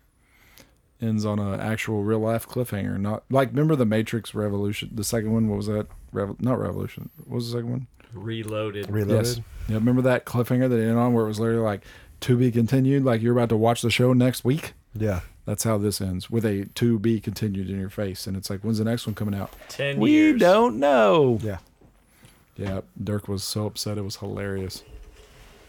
Speaker 4: ends on a actual real life cliffhanger. Not like remember the Matrix Revolution. The second one, what was that? Revo- not Revolution. What was the second one?
Speaker 8: Reloaded.
Speaker 6: Reloaded.
Speaker 4: Yeah, remember that cliffhanger that it ended on where it was literally like to be continued. Like you're about to watch the show next week.
Speaker 6: Yeah.
Speaker 4: That's how this ends with a to be continued in your face, and it's like, when's the next one coming out?
Speaker 8: Ten
Speaker 4: we
Speaker 8: years.
Speaker 4: don't know.
Speaker 6: Yeah.
Speaker 4: Yeah, Dirk was so upset; it was hilarious.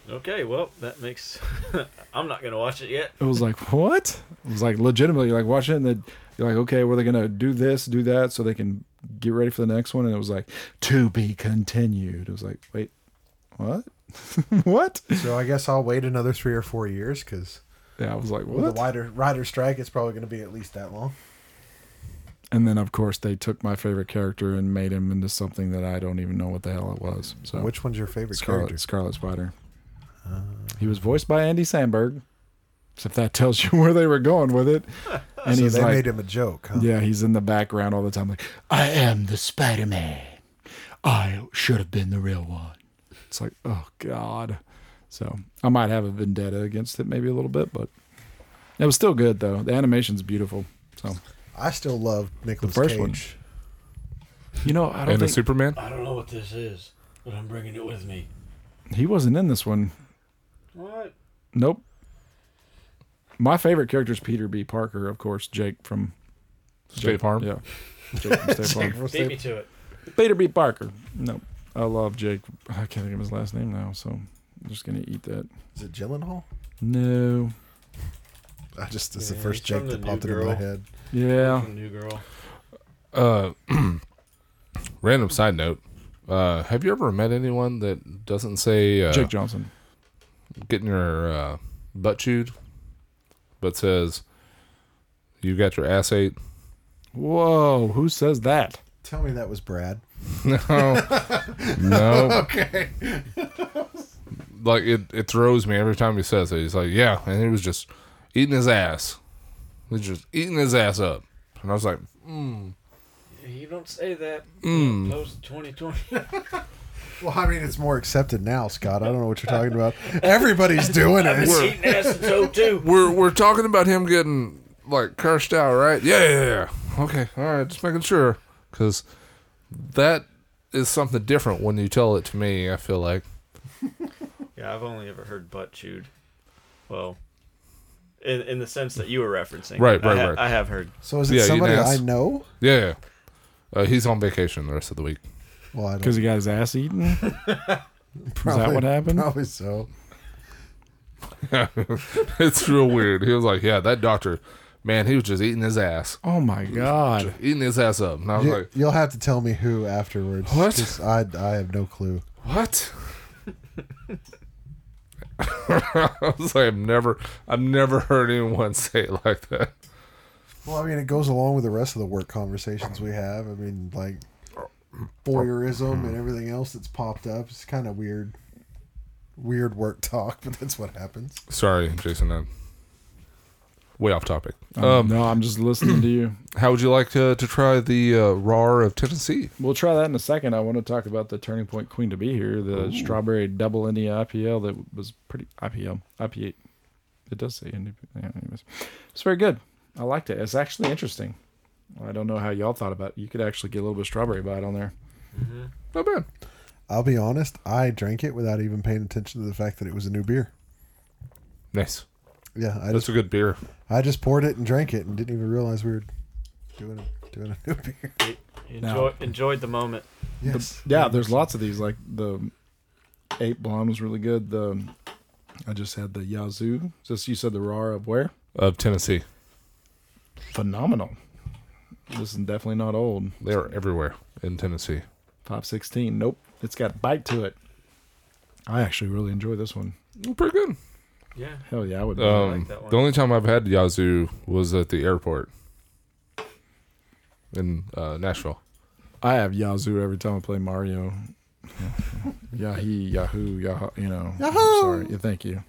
Speaker 8: Okay, well, that makes. I'm not gonna watch it yet.
Speaker 4: It was like, what? It was like legitimately like watching it and then you're like, okay, were they gonna do this, do that so they can get ready for the next one? And it was like, to be continued. It was like, wait, what? what?
Speaker 6: So I guess I'll wait another three or four years because
Speaker 4: Yeah, I was like,
Speaker 6: with the
Speaker 4: what?
Speaker 6: wider rider strike, it's probably going to be at least that long.
Speaker 4: And then of course they took my favorite character and made him into something that I don't even know what the hell it was. So
Speaker 6: Which one's your favorite
Speaker 4: Scarlet
Speaker 6: character?
Speaker 4: Scarlet Spider. he was voiced by Andy Sandberg. So if that tells you where they were going with it, and
Speaker 6: So
Speaker 4: he's
Speaker 6: they
Speaker 4: like,
Speaker 6: made him a joke, huh?
Speaker 4: yeah, he's in the background all the time, like I am the Spider Man. I should have been the real one. It's like, oh god. So I might have a vendetta against it, maybe a little bit, but it was still good though. The animation's beautiful. So
Speaker 6: I still love Nicholas
Speaker 4: first
Speaker 6: Cage.
Speaker 4: one. you know, I don't
Speaker 5: And a
Speaker 4: think
Speaker 5: Superman.
Speaker 7: I don't know what this is, but I'm bringing it with me.
Speaker 4: he wasn't in this one.
Speaker 8: What?
Speaker 4: Nope. My favorite character is Peter B. Parker, of course, Jake from
Speaker 5: State Farm.
Speaker 4: Yeah. Jake from State Farm.
Speaker 6: What's
Speaker 8: Beat
Speaker 6: that?
Speaker 8: me to it.
Speaker 4: Peter B. Parker. No, I love Jake. I can't think of his last name now, so I'm just gonna eat that.
Speaker 6: Is it Gyllenhaal?
Speaker 4: No.
Speaker 6: I just it's
Speaker 8: Yeah,
Speaker 6: the first
Speaker 8: he's from
Speaker 6: Jake
Speaker 8: the
Speaker 6: that
Speaker 8: New
Speaker 6: popped into my
Speaker 8: Girl.
Speaker 6: head.
Speaker 4: Yeah.
Speaker 8: New girl.
Speaker 5: Uh, random side note. Uh, have you ever met anyone that doesn't say uh,
Speaker 4: Jake Johnson.
Speaker 5: getting your uh, butt chewed, but says you got your ass ate?
Speaker 4: Whoa. Who says that?
Speaker 6: Tell me that was Brad.
Speaker 5: No, no. Okay. Oh. like it, it throws me every time he says it. He's like, yeah, and he was just eating his ass. He's just eating his ass up, and I was like,
Speaker 8: You don't say that.
Speaker 5: mm.
Speaker 6: Hmm.
Speaker 8: Post 2020.
Speaker 6: Well, I mean, it's more accepted now, Scott. I don't know what you're talking about. Everybody's doing it.
Speaker 8: Eating ass and toe too.
Speaker 5: We're we're talking about him getting like cursed out, right? Yeah, yeah, yeah. Okay, all right. Just making sure, because that is something different when you tell it to me. I feel like
Speaker 8: Yeah, I've only ever heard butt chewed. Well, in, in the sense that you were referencing.
Speaker 5: Right,
Speaker 8: I
Speaker 5: right,
Speaker 8: ha-
Speaker 5: right.
Speaker 8: I have heard.
Speaker 6: So is it
Speaker 5: Yeah, you
Speaker 6: somebody I
Speaker 5: dance.
Speaker 6: know?
Speaker 5: yeah. yeah. Uh, he's on vacation the rest of the week.
Speaker 6: Well, I
Speaker 4: Because
Speaker 6: don't.
Speaker 4: he got his ass eaten.
Speaker 6: Probably,
Speaker 4: what happened?
Speaker 6: Probably so.
Speaker 5: it's real weird. He was like, "Yeah, that doctor, man, he was just eating his ass,
Speaker 4: Oh my God.
Speaker 5: eating his ass up." And I was
Speaker 6: You,
Speaker 5: like,
Speaker 6: will have to tell me who afterwards.
Speaker 5: What?
Speaker 6: 'cause I I have no clue.
Speaker 5: "What?" I was like, "I've never, I've never heard anyone say it like that."
Speaker 6: Well, I mean, it goes along with the rest of the work conversations we have. I mean, like voyeurism and everything else that's popped up. It's kind of weird, weird work talk, but that's what happens.
Speaker 5: Sorry, Jason. I'm way off topic.
Speaker 4: Um,
Speaker 5: Um,
Speaker 4: no, I'm just listening to you.
Speaker 5: how would you like to, to try the uh, RAR of Tennessee?
Speaker 4: We'll try that in a second. I want to talk about the Turning Point Queen to be here, the strawberry double India IPL that was pretty IPL IPA. It does say India. yeah, Anyways, it's very good. I liked it. It's actually interesting. I don't know how y'all thought about it. You could actually get a little bit of strawberry bite on there.
Speaker 5: Not bad.
Speaker 6: I'll be honest. I drank it without even paying attention to the fact that it was a new beer.
Speaker 5: Nice.
Speaker 6: Yeah, I
Speaker 5: That's
Speaker 6: just
Speaker 5: a good beer.
Speaker 6: I just poured it and drank it and didn't even realize we were doing a, doing a new beer.
Speaker 8: Enjoy, Enjoyed the moment.
Speaker 6: Yes.
Speaker 4: Yeah, there's lots of these. Like the Ape Blonde was really good. The I just had the Yazoo. Just you said the raw of where?
Speaker 5: Of Tennessee.
Speaker 4: Phenomenal. This is definitely not old.
Speaker 5: They are everywhere in Tennessee.
Speaker 4: Five sixteen. Nope. It's got bite to it. I actually really enjoy this one.
Speaker 5: Mm, Pretty good.
Speaker 8: Yeah.
Speaker 4: Hell yeah, I would.
Speaker 5: Um,
Speaker 8: that one.
Speaker 5: the only time I've had Yazoo was at the airport in uh, Nashville.
Speaker 4: I have Yazoo every time I play Mario. Yahee, Yahoo, Yahoo. You know. Yahoo! sorry. Yeah, thank you.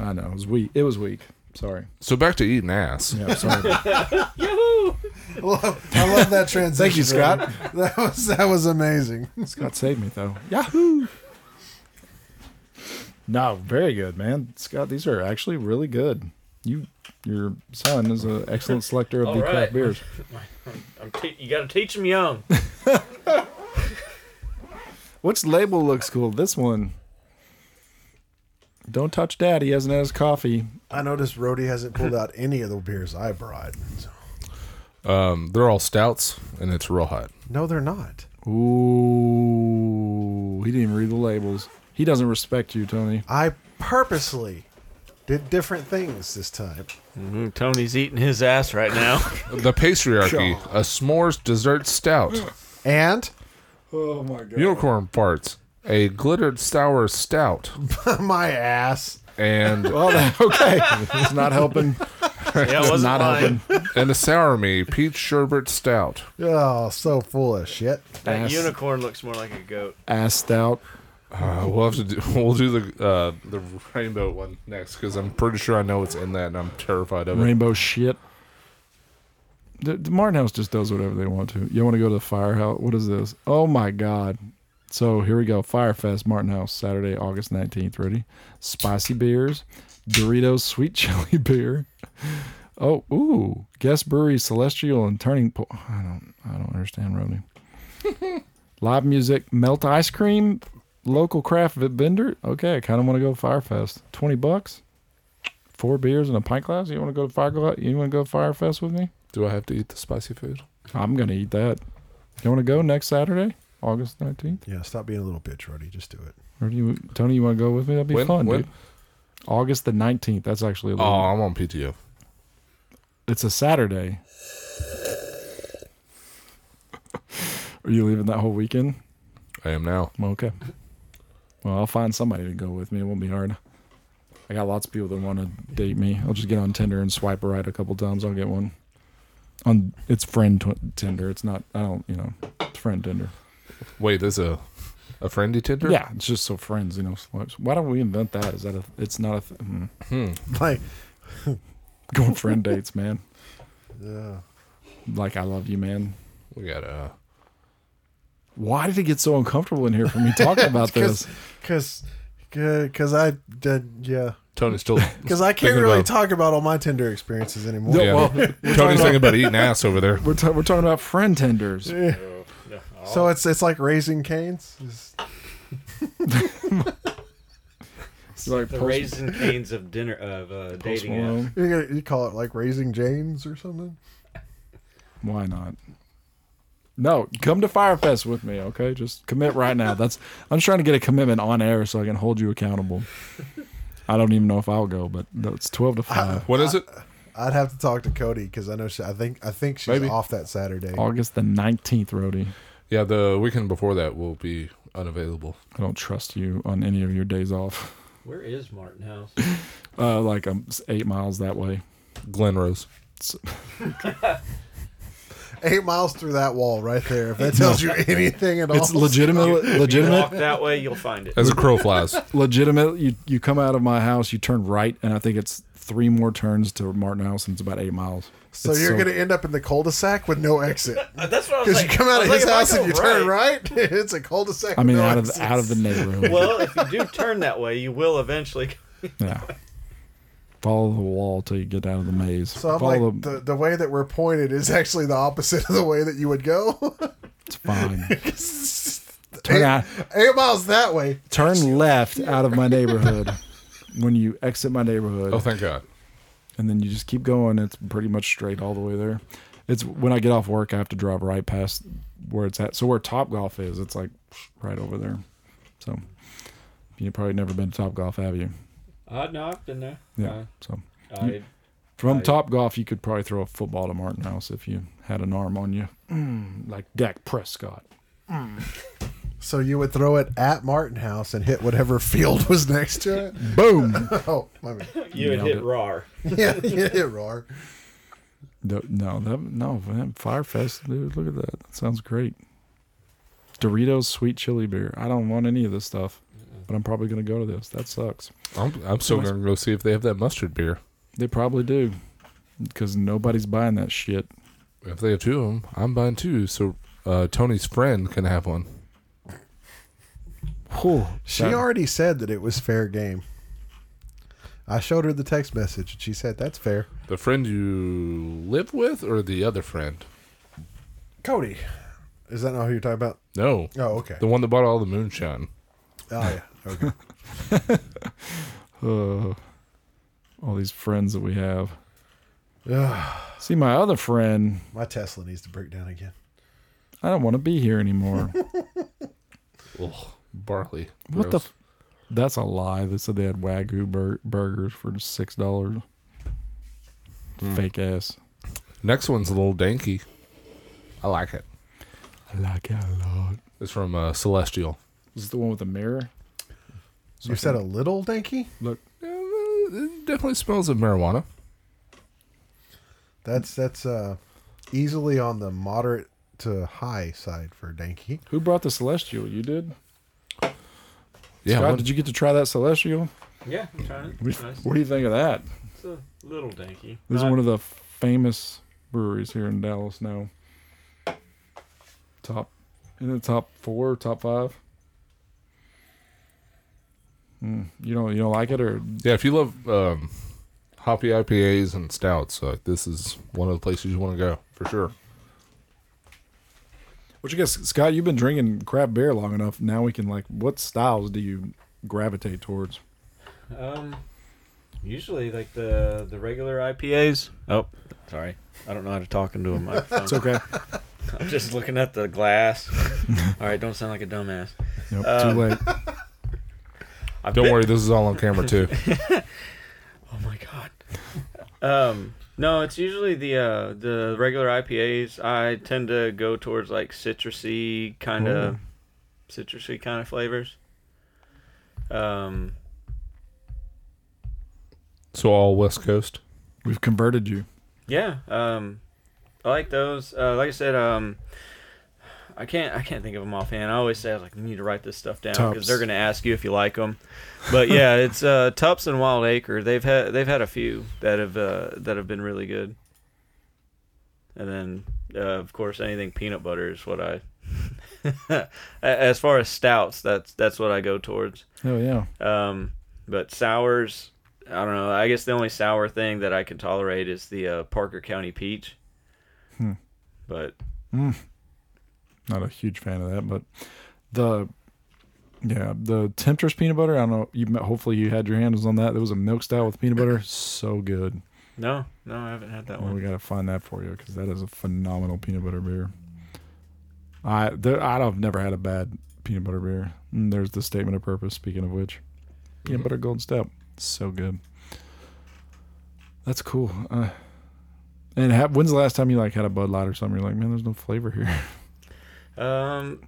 Speaker 4: I know it was weak. It was weak. Sorry.
Speaker 5: So back to eating ass.
Speaker 4: Yeah. Sorry.
Speaker 6: I love, I love that transition.
Speaker 4: thank you, Scott.
Speaker 6: That was that was amazing.
Speaker 4: Scott saved me though. Yahoo! No, very good, man. Scott, these are actually really good. You, your son is an excellent selector of
Speaker 8: All
Speaker 4: the
Speaker 8: right.
Speaker 4: craft beers.
Speaker 8: I'm te- you got to teach them young.
Speaker 4: Which label looks cool? This one. Don't touch dad. He hasn't had his coffee.
Speaker 6: I noticed Rody hasn't pulled out any of the beers I brought. So.
Speaker 5: Um, they're all stouts, and it's real hot.
Speaker 6: No, they're not.
Speaker 4: Ooh, he didn't even read the labels. He doesn't respect you, Tony.
Speaker 6: I purposely did different things this time.
Speaker 8: Mm, Tony's eating his ass right now.
Speaker 5: The Patriarchy, a s'mores dessert stout,
Speaker 6: And
Speaker 4: Oh my god.
Speaker 5: unicorn farts, a glittered sour stout,
Speaker 6: my ass.
Speaker 5: and
Speaker 4: Well, then, okay. it's not helping.
Speaker 8: yeah, it wasn't
Speaker 4: not
Speaker 8: lying.
Speaker 4: helping.
Speaker 5: and a sour me peach sherbet stout.
Speaker 6: Oh, so full of shit.
Speaker 8: That
Speaker 4: Ass.
Speaker 8: unicorn looks more like a goat.
Speaker 4: Assed out.
Speaker 5: Uh, we'll have to do. We'll do the uh, the rainbow one next because I'm pretty sure I know what's in that, and I'm terrified of it.
Speaker 4: Rainbow shit. The, the Martin House just does whatever they want to. You want to go to the firehouse? What is this? Oh my god. So here we go. Firefest Martin House, Saturday, August 19th. Ready? Spicy beers, Doritos sweet chili beer. Oh, ooh, guest brewery Celestial and Turning Po I don't I don't understand Rodney. Live music, melt ice cream, local craft vendor. Okay, I kind of want to go Firefest. 20 bucks four beers and a pint glass. You want to go to Fire? Gla- You want to go to Firefest with me?
Speaker 5: Do I have to eat the spicy food?
Speaker 4: I'm gonna eat that. You want to go next Saturday, August nineteenth?
Speaker 6: Yeah, stop being a little bitch, Roddy. Just do it.
Speaker 4: Or do you, Tony? You want to go with me? That'd be
Speaker 5: When-
Speaker 4: fun,
Speaker 5: when?
Speaker 4: dude. August the nineteenth. That's actually a
Speaker 5: Oh,
Speaker 4: little,
Speaker 5: I'm on PTO.
Speaker 4: it's a Saturday. Are you leaving that whole weekend?
Speaker 5: I am now.
Speaker 4: Well, Okay. Well, I'll find somebody to go with me. It won't be hard. I got lots of people that want to date me. I'll just get on Tinder and swipe right a couple times. I'll get one. On it's friend tw- Tinder. It's not. I don't. You know, it's friend Tinder.
Speaker 5: Wait, there's a a friendly Tinder.
Speaker 4: Yeah, it's just so friends. You know, swipes. Why don't we invent that? Is that a? It's not a. Th- mm.
Speaker 6: Like,
Speaker 4: Going friend dates, man.
Speaker 6: yeah.
Speaker 4: Like I love you, man.
Speaker 5: we got uh, a.
Speaker 4: Why did it get so uncomfortable in here for me talking about this?
Speaker 6: Because, because I did, yeah.
Speaker 5: Tony's still.
Speaker 6: Because I can't
Speaker 5: Thinking
Speaker 6: really
Speaker 5: about-
Speaker 6: talk about all my Tinder experiences anymore.
Speaker 4: No.
Speaker 5: Yeah,
Speaker 4: Well,
Speaker 5: Tony's thinking about eating ass over there.
Speaker 4: We're, ta- we're talking about friend tenders.
Speaker 6: So it's it's like raising canes. It's-
Speaker 4: It's like
Speaker 8: The
Speaker 4: post-
Speaker 8: raisin canes of dinner of uh,
Speaker 4: post
Speaker 8: dating
Speaker 4: Malone.
Speaker 8: apps.
Speaker 6: You, gotta- you call it like raising Janes or something.
Speaker 4: Why not? No, come to Firefest with me, okay? Just commit right now. That's I'm just trying to get a commitment on air so I can hold you accountable. I don't even know if I'll go, but no, it's twelve to five,
Speaker 5: What is it?
Speaker 6: I'd have to talk to Cody because I know she. I think I think she's
Speaker 5: Maybe.
Speaker 6: off that Saturday.
Speaker 4: August the nineteenth, Rody.
Speaker 5: Yeah, the weekend before that will be unavailable.
Speaker 4: I don't trust you on any of your days off.
Speaker 8: Where is Martin House?
Speaker 4: Uh, like I'm s- eight miles that way.
Speaker 5: Glen Rose.
Speaker 6: Eight miles through that wall right there. If that tells you anything at all,
Speaker 4: It's legitimate,
Speaker 8: You walk
Speaker 4: legitimate,
Speaker 8: that way, you'll find it.
Speaker 5: As a crow flies.
Speaker 4: legitimate. You you come out of my house, you turn right, and I think it's three more turns to Martin House, and it's about eight miles.
Speaker 6: So
Speaker 4: It's
Speaker 6: you're gonna end up in the cul-de-sac with no exit
Speaker 8: Uh, That's what I was
Speaker 6: because you
Speaker 8: like-
Speaker 6: come
Speaker 8: I
Speaker 6: out of
Speaker 8: was
Speaker 6: his
Speaker 8: like, if I
Speaker 6: house and
Speaker 8: go
Speaker 6: you turn right. It's a cul-de-sac.
Speaker 4: I mean,
Speaker 6: with no
Speaker 4: out of
Speaker 6: exits.
Speaker 4: out of the neighborhood.
Speaker 8: Well, if you do turn that way, you will eventually.
Speaker 4: Yeah. Follow the wall till you get out of the maze.
Speaker 6: So I'm
Speaker 4: Follow
Speaker 6: like, the, the way that we're pointed is actually the opposite of the way that you would go.
Speaker 4: it's fine. turn out,
Speaker 6: Eight miles that way.
Speaker 4: turn left out of my neighborhood when you exit my neighborhood,
Speaker 5: Oh, thank God.
Speaker 4: and then you just keep going. It's pretty much straight all the way there. It's when I get off work, I have to drive right past where it's at. So where Top Golf is, it's like right over there. So you've probably never been to Top Golf, have you?
Speaker 8: Uh, no, I've been there.
Speaker 4: Yeah. so
Speaker 8: I,
Speaker 4: From Top Golf, you could probably throw a football to Martin House if you had an arm on you, Mm, like Dak Prescott.
Speaker 6: So you would throw it at Martin House and hit whatever field was next to it.
Speaker 4: Boom.
Speaker 6: Oh, my bad.
Speaker 8: you would
Speaker 4: Nailed
Speaker 8: hit
Speaker 4: it.
Speaker 8: RAR.
Speaker 6: Yeah, you hit roar.
Speaker 4: no, no, that, no, man, Firefest, dude. Look at that. That sounds great. Doritos sweet chili beer. I don't want any of this stuff, but I'm probably gonna go to this. That sucks.
Speaker 5: I'm, I'm still going to go see if they have that mustard beer.
Speaker 4: They probably do, because nobody's buying that shit.
Speaker 5: If they have two of them, I'm buying two. So uh, Tony's friend can have one.
Speaker 4: Whew,
Speaker 6: She
Speaker 4: that-
Speaker 6: already said that it was fair game. I showed her the text message and she said that's fair.
Speaker 5: The friend you live with or the other friend?
Speaker 6: Cody, is that not who you're talking about?
Speaker 5: No.
Speaker 6: Oh, okay.
Speaker 5: The one that bought all the moonshine.
Speaker 6: Oh yeah. Okay.
Speaker 4: uh, all these friends that we have.
Speaker 6: Ugh,
Speaker 4: See, my other friend.
Speaker 6: my Tesla needs to break down again.
Speaker 4: I don't want to be here anymore.
Speaker 5: Ugh, barley.
Speaker 4: What the?
Speaker 5: Gross.
Speaker 4: f- That's a lie. They said they had wagyu bur- burgers for six dollars. Fake ass.
Speaker 5: Next one's a little danky. I like it.
Speaker 4: I like it a lot.
Speaker 5: It's from uh, Celestial.
Speaker 4: Is this the one with the mirror?
Speaker 6: You said a little danky?
Speaker 4: Look,
Speaker 5: Uh, It definitely smells of marijuana.
Speaker 6: That's that's uh, easily on the moderate to high side for danky.
Speaker 4: who brought the celestial? You did.
Speaker 5: Yeah,
Speaker 4: Scott,
Speaker 5: what-
Speaker 4: did you get to try that celestial?
Speaker 8: Yeah, I'm trying it.
Speaker 4: What,
Speaker 8: It's nice.
Speaker 4: what do you think of that?
Speaker 8: It's a little danky.
Speaker 4: This is
Speaker 8: Not-
Speaker 4: one of the famous breweries here in Dallas now. Top in the top four, top five. Mm, you don't you don't like it or
Speaker 5: Yeah, if you love um, hoppy IPAs and stouts, uh, this is one of the places you want to go for sure.
Speaker 4: what you guess, Scott? You've been drinking crap beer long enough. Now we can like, what styles do you gravitate towards?
Speaker 8: Um, usually like the the regular IPAs. Oh, sorry, I don't know how to talk into a microphone.
Speaker 4: It's okay.
Speaker 8: I'm just looking at the glass. All right, don't sound like a dumbass.
Speaker 4: nope, too late.
Speaker 8: I've
Speaker 5: Don't
Speaker 8: been-
Speaker 5: worry, this is all on camera too.
Speaker 8: Oh my god. Um, no, it's usually the uh, the regular IPAs. I tend to go towards like citrusy kind of citrusy kind of flavors. Um,
Speaker 5: so all West Coast.
Speaker 4: We've converted you.
Speaker 8: yeah. Um, I like those. Uh, like I said, um, I can't I can't think of them offhand. I always say I was like, you need to write this stuff down because
Speaker 4: Tubbs.
Speaker 8: they're gonna ask you if you like them. But yeah, it's uh, Tups and Wild Acre. They've had they've had a few that have uh, that have been really good. And then uh, of course anything peanut butter is what I. A- as far as stouts, that's that's what I go towards.
Speaker 4: Oh yeah.
Speaker 8: Um, but sours, I don't know. I guess the only sour thing that I can tolerate is the uh, Parker County peach. But
Speaker 4: Not a huge fan of that, but the yeah the Temptress peanut butter. I don't know. You hopefully you had your hands on that. There was a milk style with peanut butter. So good.
Speaker 8: no, no, I haven't had that
Speaker 4: Well, Oh, we
Speaker 8: one.
Speaker 4: gotta find that for you because that is a phenomenal peanut butter beer. I there, I don't- I've never had a bad peanut butter beer. And there's the statement of purpose. Speaking of which, peanut butter golden step, so good. That's cool. Uh, and ha- when's the last time you like had a Bud Light or something? You're like, man, there's no flavor here.
Speaker 8: Um,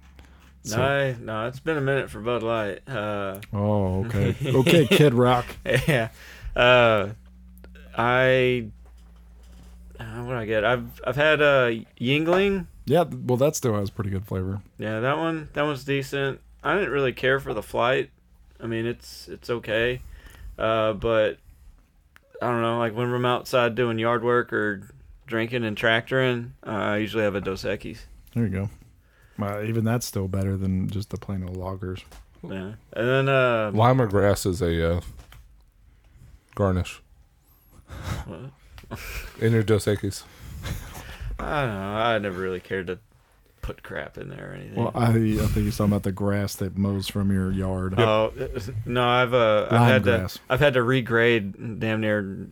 Speaker 4: So-
Speaker 8: no, I- no, it's been a minute for Bud Light. Uh,
Speaker 4: Oh, okay, okay, Kid Rock.
Speaker 8: yeah. Uh, I. Uh, what do I get? I've I've had uh, Yingling.
Speaker 4: Yeah, th- well, that still has pretty good flavor.
Speaker 8: Yeah, that one that one's decent. I didn't really care for the flight. I mean, it's it's okay, uh, but I don't know. Like when I'm outside doing yard work or drinking and tractoring, uh, I usually have a Dos Equis.
Speaker 4: There you go. Well, even that's still better than just the plain old loggers.
Speaker 8: Yeah, and then uh,
Speaker 5: Lima grass is a uh, garnish
Speaker 8: what?
Speaker 5: in your Dos Equis.
Speaker 8: I don't know. I never really cared to put crap in there or anything.
Speaker 4: Well, I, I think you're talking about the grass that mows from your yard.
Speaker 8: Oh no, I've uh, I've
Speaker 4: Lime
Speaker 8: had
Speaker 4: grass.
Speaker 8: to I've had to regrade damn near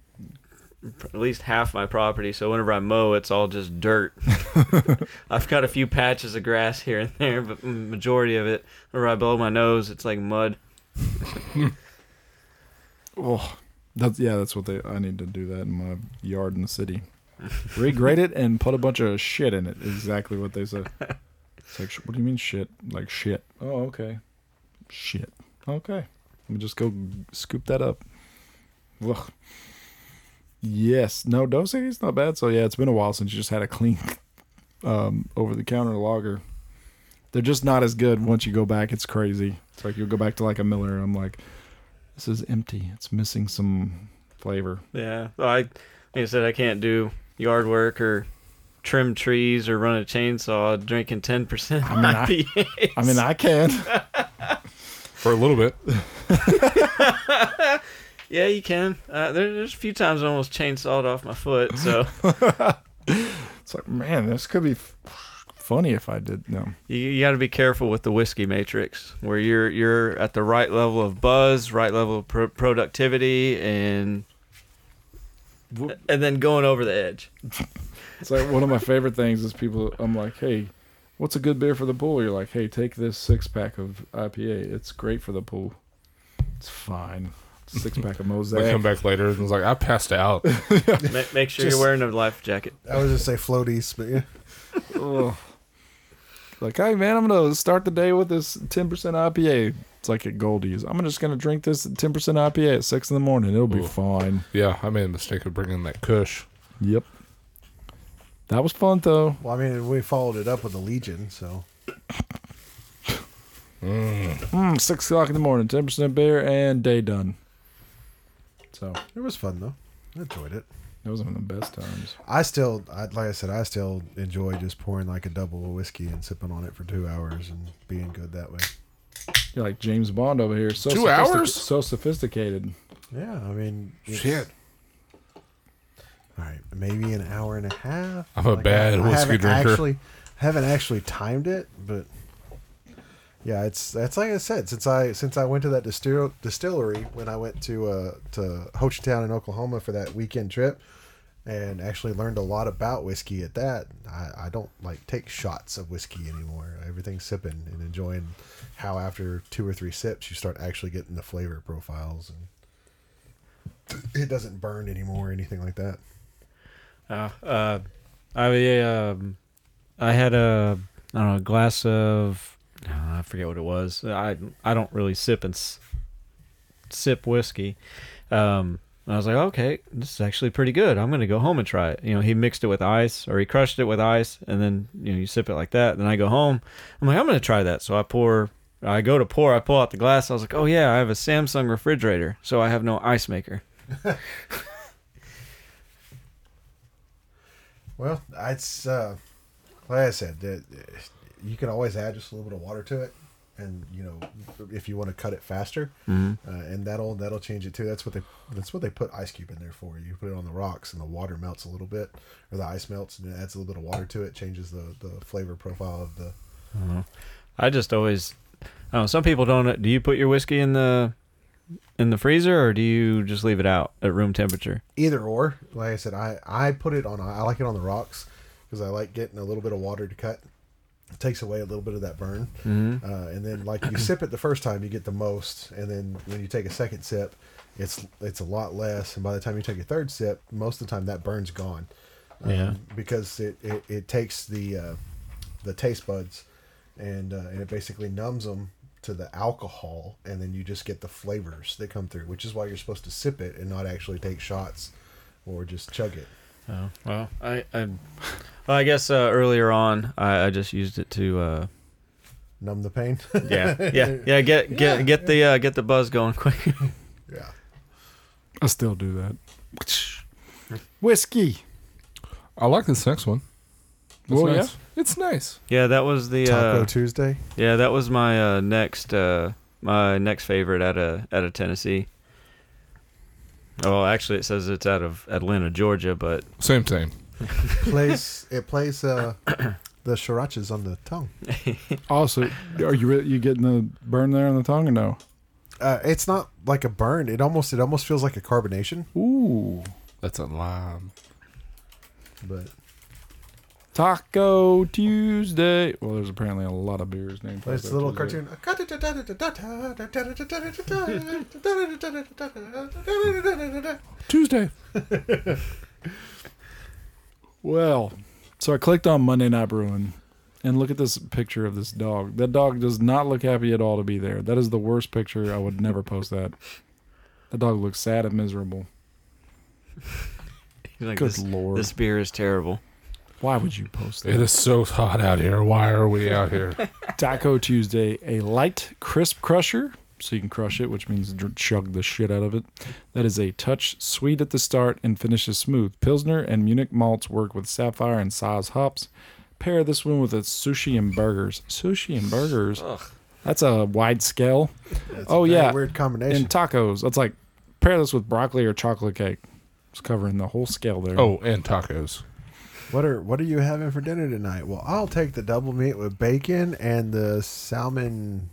Speaker 8: at least half my property. So whenever I mow, it's all just dirt. I've got a few patches of grass here and there, but m- majority of it, whenever I blow my nose, it's like mud.
Speaker 4: Oh, that's yeah. That's what they. I need to do that in my yard in the city. Regrade it and put a bunch of shit in it. is Exactly what they said. It's like, what do you mean shit? Like shit. Oh, okay. Shit. Okay. Let me just go scoop that up. Ugh. Yes. No, Dos Equis not bad. So yeah, it's been a while since you just had a clean, um, over-the-counter lager. They're just not as good once you go back. It's crazy. It's like you'll go back to like a Miller. And I'm like, this is empty. It's missing some flavor.
Speaker 8: Yeah, so I like I said, I can't do yard work or trim trees or run a chainsaw drinking ten percent
Speaker 4: mean, I- I mean, I can.
Speaker 5: For a little bit.
Speaker 8: Yeah, you can. Uh, there, there's a few times I almost chainsawed off my foot. So
Speaker 4: It's like, man, this could be f- funny if I did. No,
Speaker 8: you, you got to be careful with the whiskey matrix, where you're you're at the right level of buzz, right level of pro- productivity, and
Speaker 4: Wh-
Speaker 8: and then going over the edge.
Speaker 4: it's like one of my favorite things is people. I'm like, hey, what's a good beer for the pool? You're like, hey, take this six pack of IPA. It's great for the pool. It's fine. Six pack of Mosaic.
Speaker 5: They come back later and it's like, I passed out.
Speaker 9: Ma- make sure
Speaker 6: Just-
Speaker 9: you're wearing a life jacket.
Speaker 6: I was just say floaties, but yeah.
Speaker 4: Ugh. like, hey man, I'm gonna start the day with this 10% IPA. It's like at Goldie's. I'm just gonna drink this 10% IPA at six in the morning. It'll be
Speaker 5: Ooh.
Speaker 4: fine.
Speaker 5: yeah, I made a mistake of bringing that Kush.
Speaker 4: Yep. That was fun though.
Speaker 6: Well, I mean, we followed it up with a Legion, so
Speaker 4: Mm, six o'clock in the morning, 10% beer, and day done. So
Speaker 6: it was fun though. I enjoyed it.
Speaker 4: that was one of the best times.
Speaker 6: I still, I, like I said, I still enjoy just pouring like a double of whiskey and sipping on it for two hours and being good that way.
Speaker 4: You're like James Bond over here. So
Speaker 5: Two
Speaker 4: sophistic-
Speaker 5: hours?
Speaker 4: So sophisticated.
Speaker 6: Yeah, I mean, it's-
Speaker 5: Shit.
Speaker 6: All right, maybe an hour and a half.
Speaker 5: I'm a bad whiskey
Speaker 6: haven't
Speaker 5: drinker.
Speaker 6: Actually, haven't actually timed it, but yeah, it's that's like I said. Since I since I went to that distil- distillery when I went to uh, to Ho Chi Town in Oklahoma for that weekend trip, and actually learned a lot about whiskey at that. I, I don't like take shots of whiskey anymore. Everything's sipping and enjoying how after two or three sips you start actually getting the flavor profiles and it doesn't burn anymore or anything like that.
Speaker 9: Uh,
Speaker 8: Uh, I yeah, um, I had a I don't know a glass of uh, I forget what it was. I I don't really sip and s- sip whiskey. Um, I was like, okay, this is actually pretty good. I'm gonna go home and try it. You know, he mixed it with ice or he crushed it with ice, and then you know you sip it like that. Then I go home. I'm like, I'm gonna try that. So I pour. I go to pour. I pull out the glass. I was like, oh yeah, I have a Samsung refrigerator, so I have no ice maker.
Speaker 6: Well, it's uh, like I said, that uh, you can always add just a little bit of water to it, and you know, if you want to cut it faster, uh, and that'll that'll change it too. That's what they that's what they put ice cube in there for. You put it on the rocks, and the water melts a little bit, or the ice melts, and it adds a little bit of water to it, changes the the flavor profile of the.
Speaker 8: I just always, I don't know, some people don't. Do you put your whiskey in the in the freezer or do you just leave it out at room temperature?
Speaker 6: Either or, like I said, I I put it on. I like it on the rocks because I like getting a little bit of water to cut. It takes away a little bit of that burn.
Speaker 8: Mm-hmm.
Speaker 6: Uh, and then like you sip it the first time, you get the most, and then when you take a second sip, it's it's a lot less. And by the time you take a third sip, most of the time that burn's gone. Um,
Speaker 8: Yeah.
Speaker 6: because it, it, it takes the uh, the taste buds and uh, and it basically numbs them to the alcohol, and then you just get the flavors that come through, which is why you're supposed to sip it and not actually take shots or just chug it.
Speaker 8: Oh well, I I, well, I guess uh, earlier on I, I just used it to uh,
Speaker 6: Numb the pain.
Speaker 8: yeah yeah yeah get get get the uh, get the buzz going quick.
Speaker 6: yeah.
Speaker 4: I still do that. Whiskey.
Speaker 5: I like this next one. It's
Speaker 8: Oh,
Speaker 4: Well, yeah.
Speaker 5: nice. It's nice.
Speaker 8: yeah, that was the
Speaker 6: Taco
Speaker 8: uh,
Speaker 6: Tuesday.
Speaker 8: yeah that was my uh, next uh, my next favorite out of out of Tennessee. Oh, actually, it says it's out of Atlanta, Georgia, but
Speaker 5: Same thing.
Speaker 6: plays it plays uh, the srirachas on the tongue.
Speaker 4: Also, are you re- you getting the burn there on the tongue or no?
Speaker 6: Uh, it's not like a burn. It almost it almost feels like a carbonation,
Speaker 4: Ooh,
Speaker 5: That's a lime.
Speaker 6: but
Speaker 4: Taco Tuesday. Well, there's apparently a lot of beers named. Taco
Speaker 6: it's a little
Speaker 4: Tuesday.
Speaker 6: cartoon.
Speaker 5: Tuesday.
Speaker 4: Well, so I clicked on Monday Night Brewing, and look at this picture of this dog. That dog does not look happy at all to be there. That is the worst picture. I would never post that. That dog looks sad and miserable.
Speaker 8: like,
Speaker 4: Good
Speaker 8: this,
Speaker 4: lord!
Speaker 8: this beer is terrible.
Speaker 4: Why would you post that?
Speaker 5: It is so hot out here. Why are we out here?
Speaker 4: Taco Tuesday, a light, crisp crusher, so you can crush it, which means dr- chug the shit out of it. That is a touch sweet at the start and finishes smooth. Pilsner and Munich malts work with sapphire and Saz hops. Pair this one with a sushi and burgers. Sushi and burgers? That's a wide scale.
Speaker 6: It's a
Speaker 4: oh,
Speaker 6: very
Speaker 4: yeah.
Speaker 6: weird combination.
Speaker 4: And tacos. That's like pair this with broccoli or chocolate cake. It's covering the whole scale there.
Speaker 5: Oh, and tacos.
Speaker 6: what are what are you having for dinner tonight? Well, I'll take the double meat with bacon and the salmon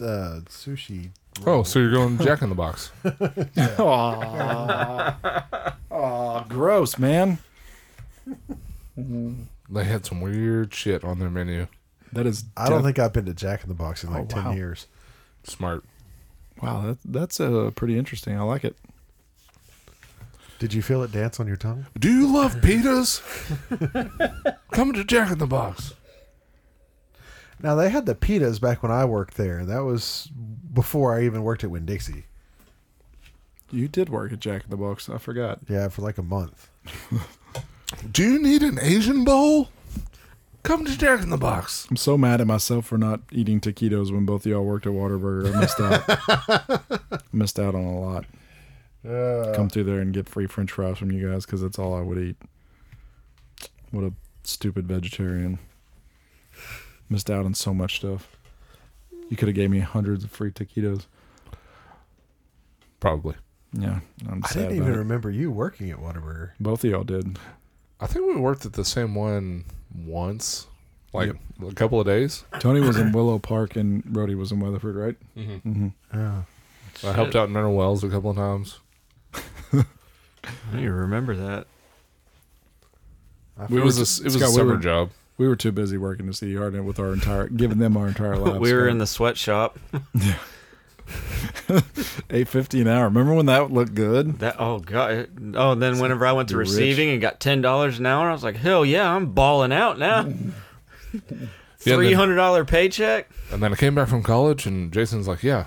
Speaker 6: uh, sushi.
Speaker 5: Oh, so you're going Jack in the Box.
Speaker 4: Aw. Aw, gross, man.
Speaker 5: They had some weird shit on their menu.
Speaker 4: That is
Speaker 6: I don't think I've been to Jack in the Box in like
Speaker 4: Oh,
Speaker 6: ten
Speaker 4: wow.
Speaker 6: years.
Speaker 5: Smart.
Speaker 4: Wow, that, that's uh, pretty interesting. I like it.
Speaker 6: Did you feel it dance on your tongue?
Speaker 5: Do you love pitas? Come to Jack in the Box.
Speaker 6: Now they had the pitas back when I worked there. That was before I even worked at Winn Dixie.
Speaker 4: You did work at Jack in the Box. I forgot.
Speaker 6: Yeah, for like a month.
Speaker 5: Do you need an Asian bowl? Come to Jack in the Box.
Speaker 4: I'm so mad at myself for not eating taquitos when both of y'all worked at Waterburger. I missed out. missed out on a lot.
Speaker 6: Uh,
Speaker 4: Come through there and get free French fries from you guys because that's all I would eat. What a stupid vegetarian. Missed out on so much stuff. You could have gave me hundreds of free taquitos.
Speaker 5: Probably.
Speaker 4: Yeah, I'm
Speaker 6: I
Speaker 4: sad
Speaker 6: didn't
Speaker 4: about
Speaker 6: even
Speaker 4: it.
Speaker 6: remember you working at Whataburger.
Speaker 4: Both of y'all did.
Speaker 5: I think we worked at the same one once, like a couple of days.
Speaker 4: Tony was in Willow Park and Brody was in Weatherford, right?
Speaker 6: Yeah.
Speaker 5: I helped out in Mineral Wells a couple of times.
Speaker 8: I don't even remember that.
Speaker 5: It was a,
Speaker 4: just-
Speaker 5: it was a
Speaker 4: Scott, we
Speaker 5: summer
Speaker 4: were-
Speaker 5: job.
Speaker 4: We were too busy working to see hard with our entire, giving them our entire lives.
Speaker 8: we were in the sweatshop.
Speaker 4: eight fifty an hour. Remember when that looked good?
Speaker 8: That oh god oh and then whenever I went to
Speaker 4: You're rich.
Speaker 8: receiving and got ten dollars an hour, I was like, hell yeah, I'm balling out now.
Speaker 5: Yeah, and
Speaker 8: Three
Speaker 5: then-
Speaker 8: hundred dollar paycheck.
Speaker 5: And then I came back from college, and Jason's like, "Yeah,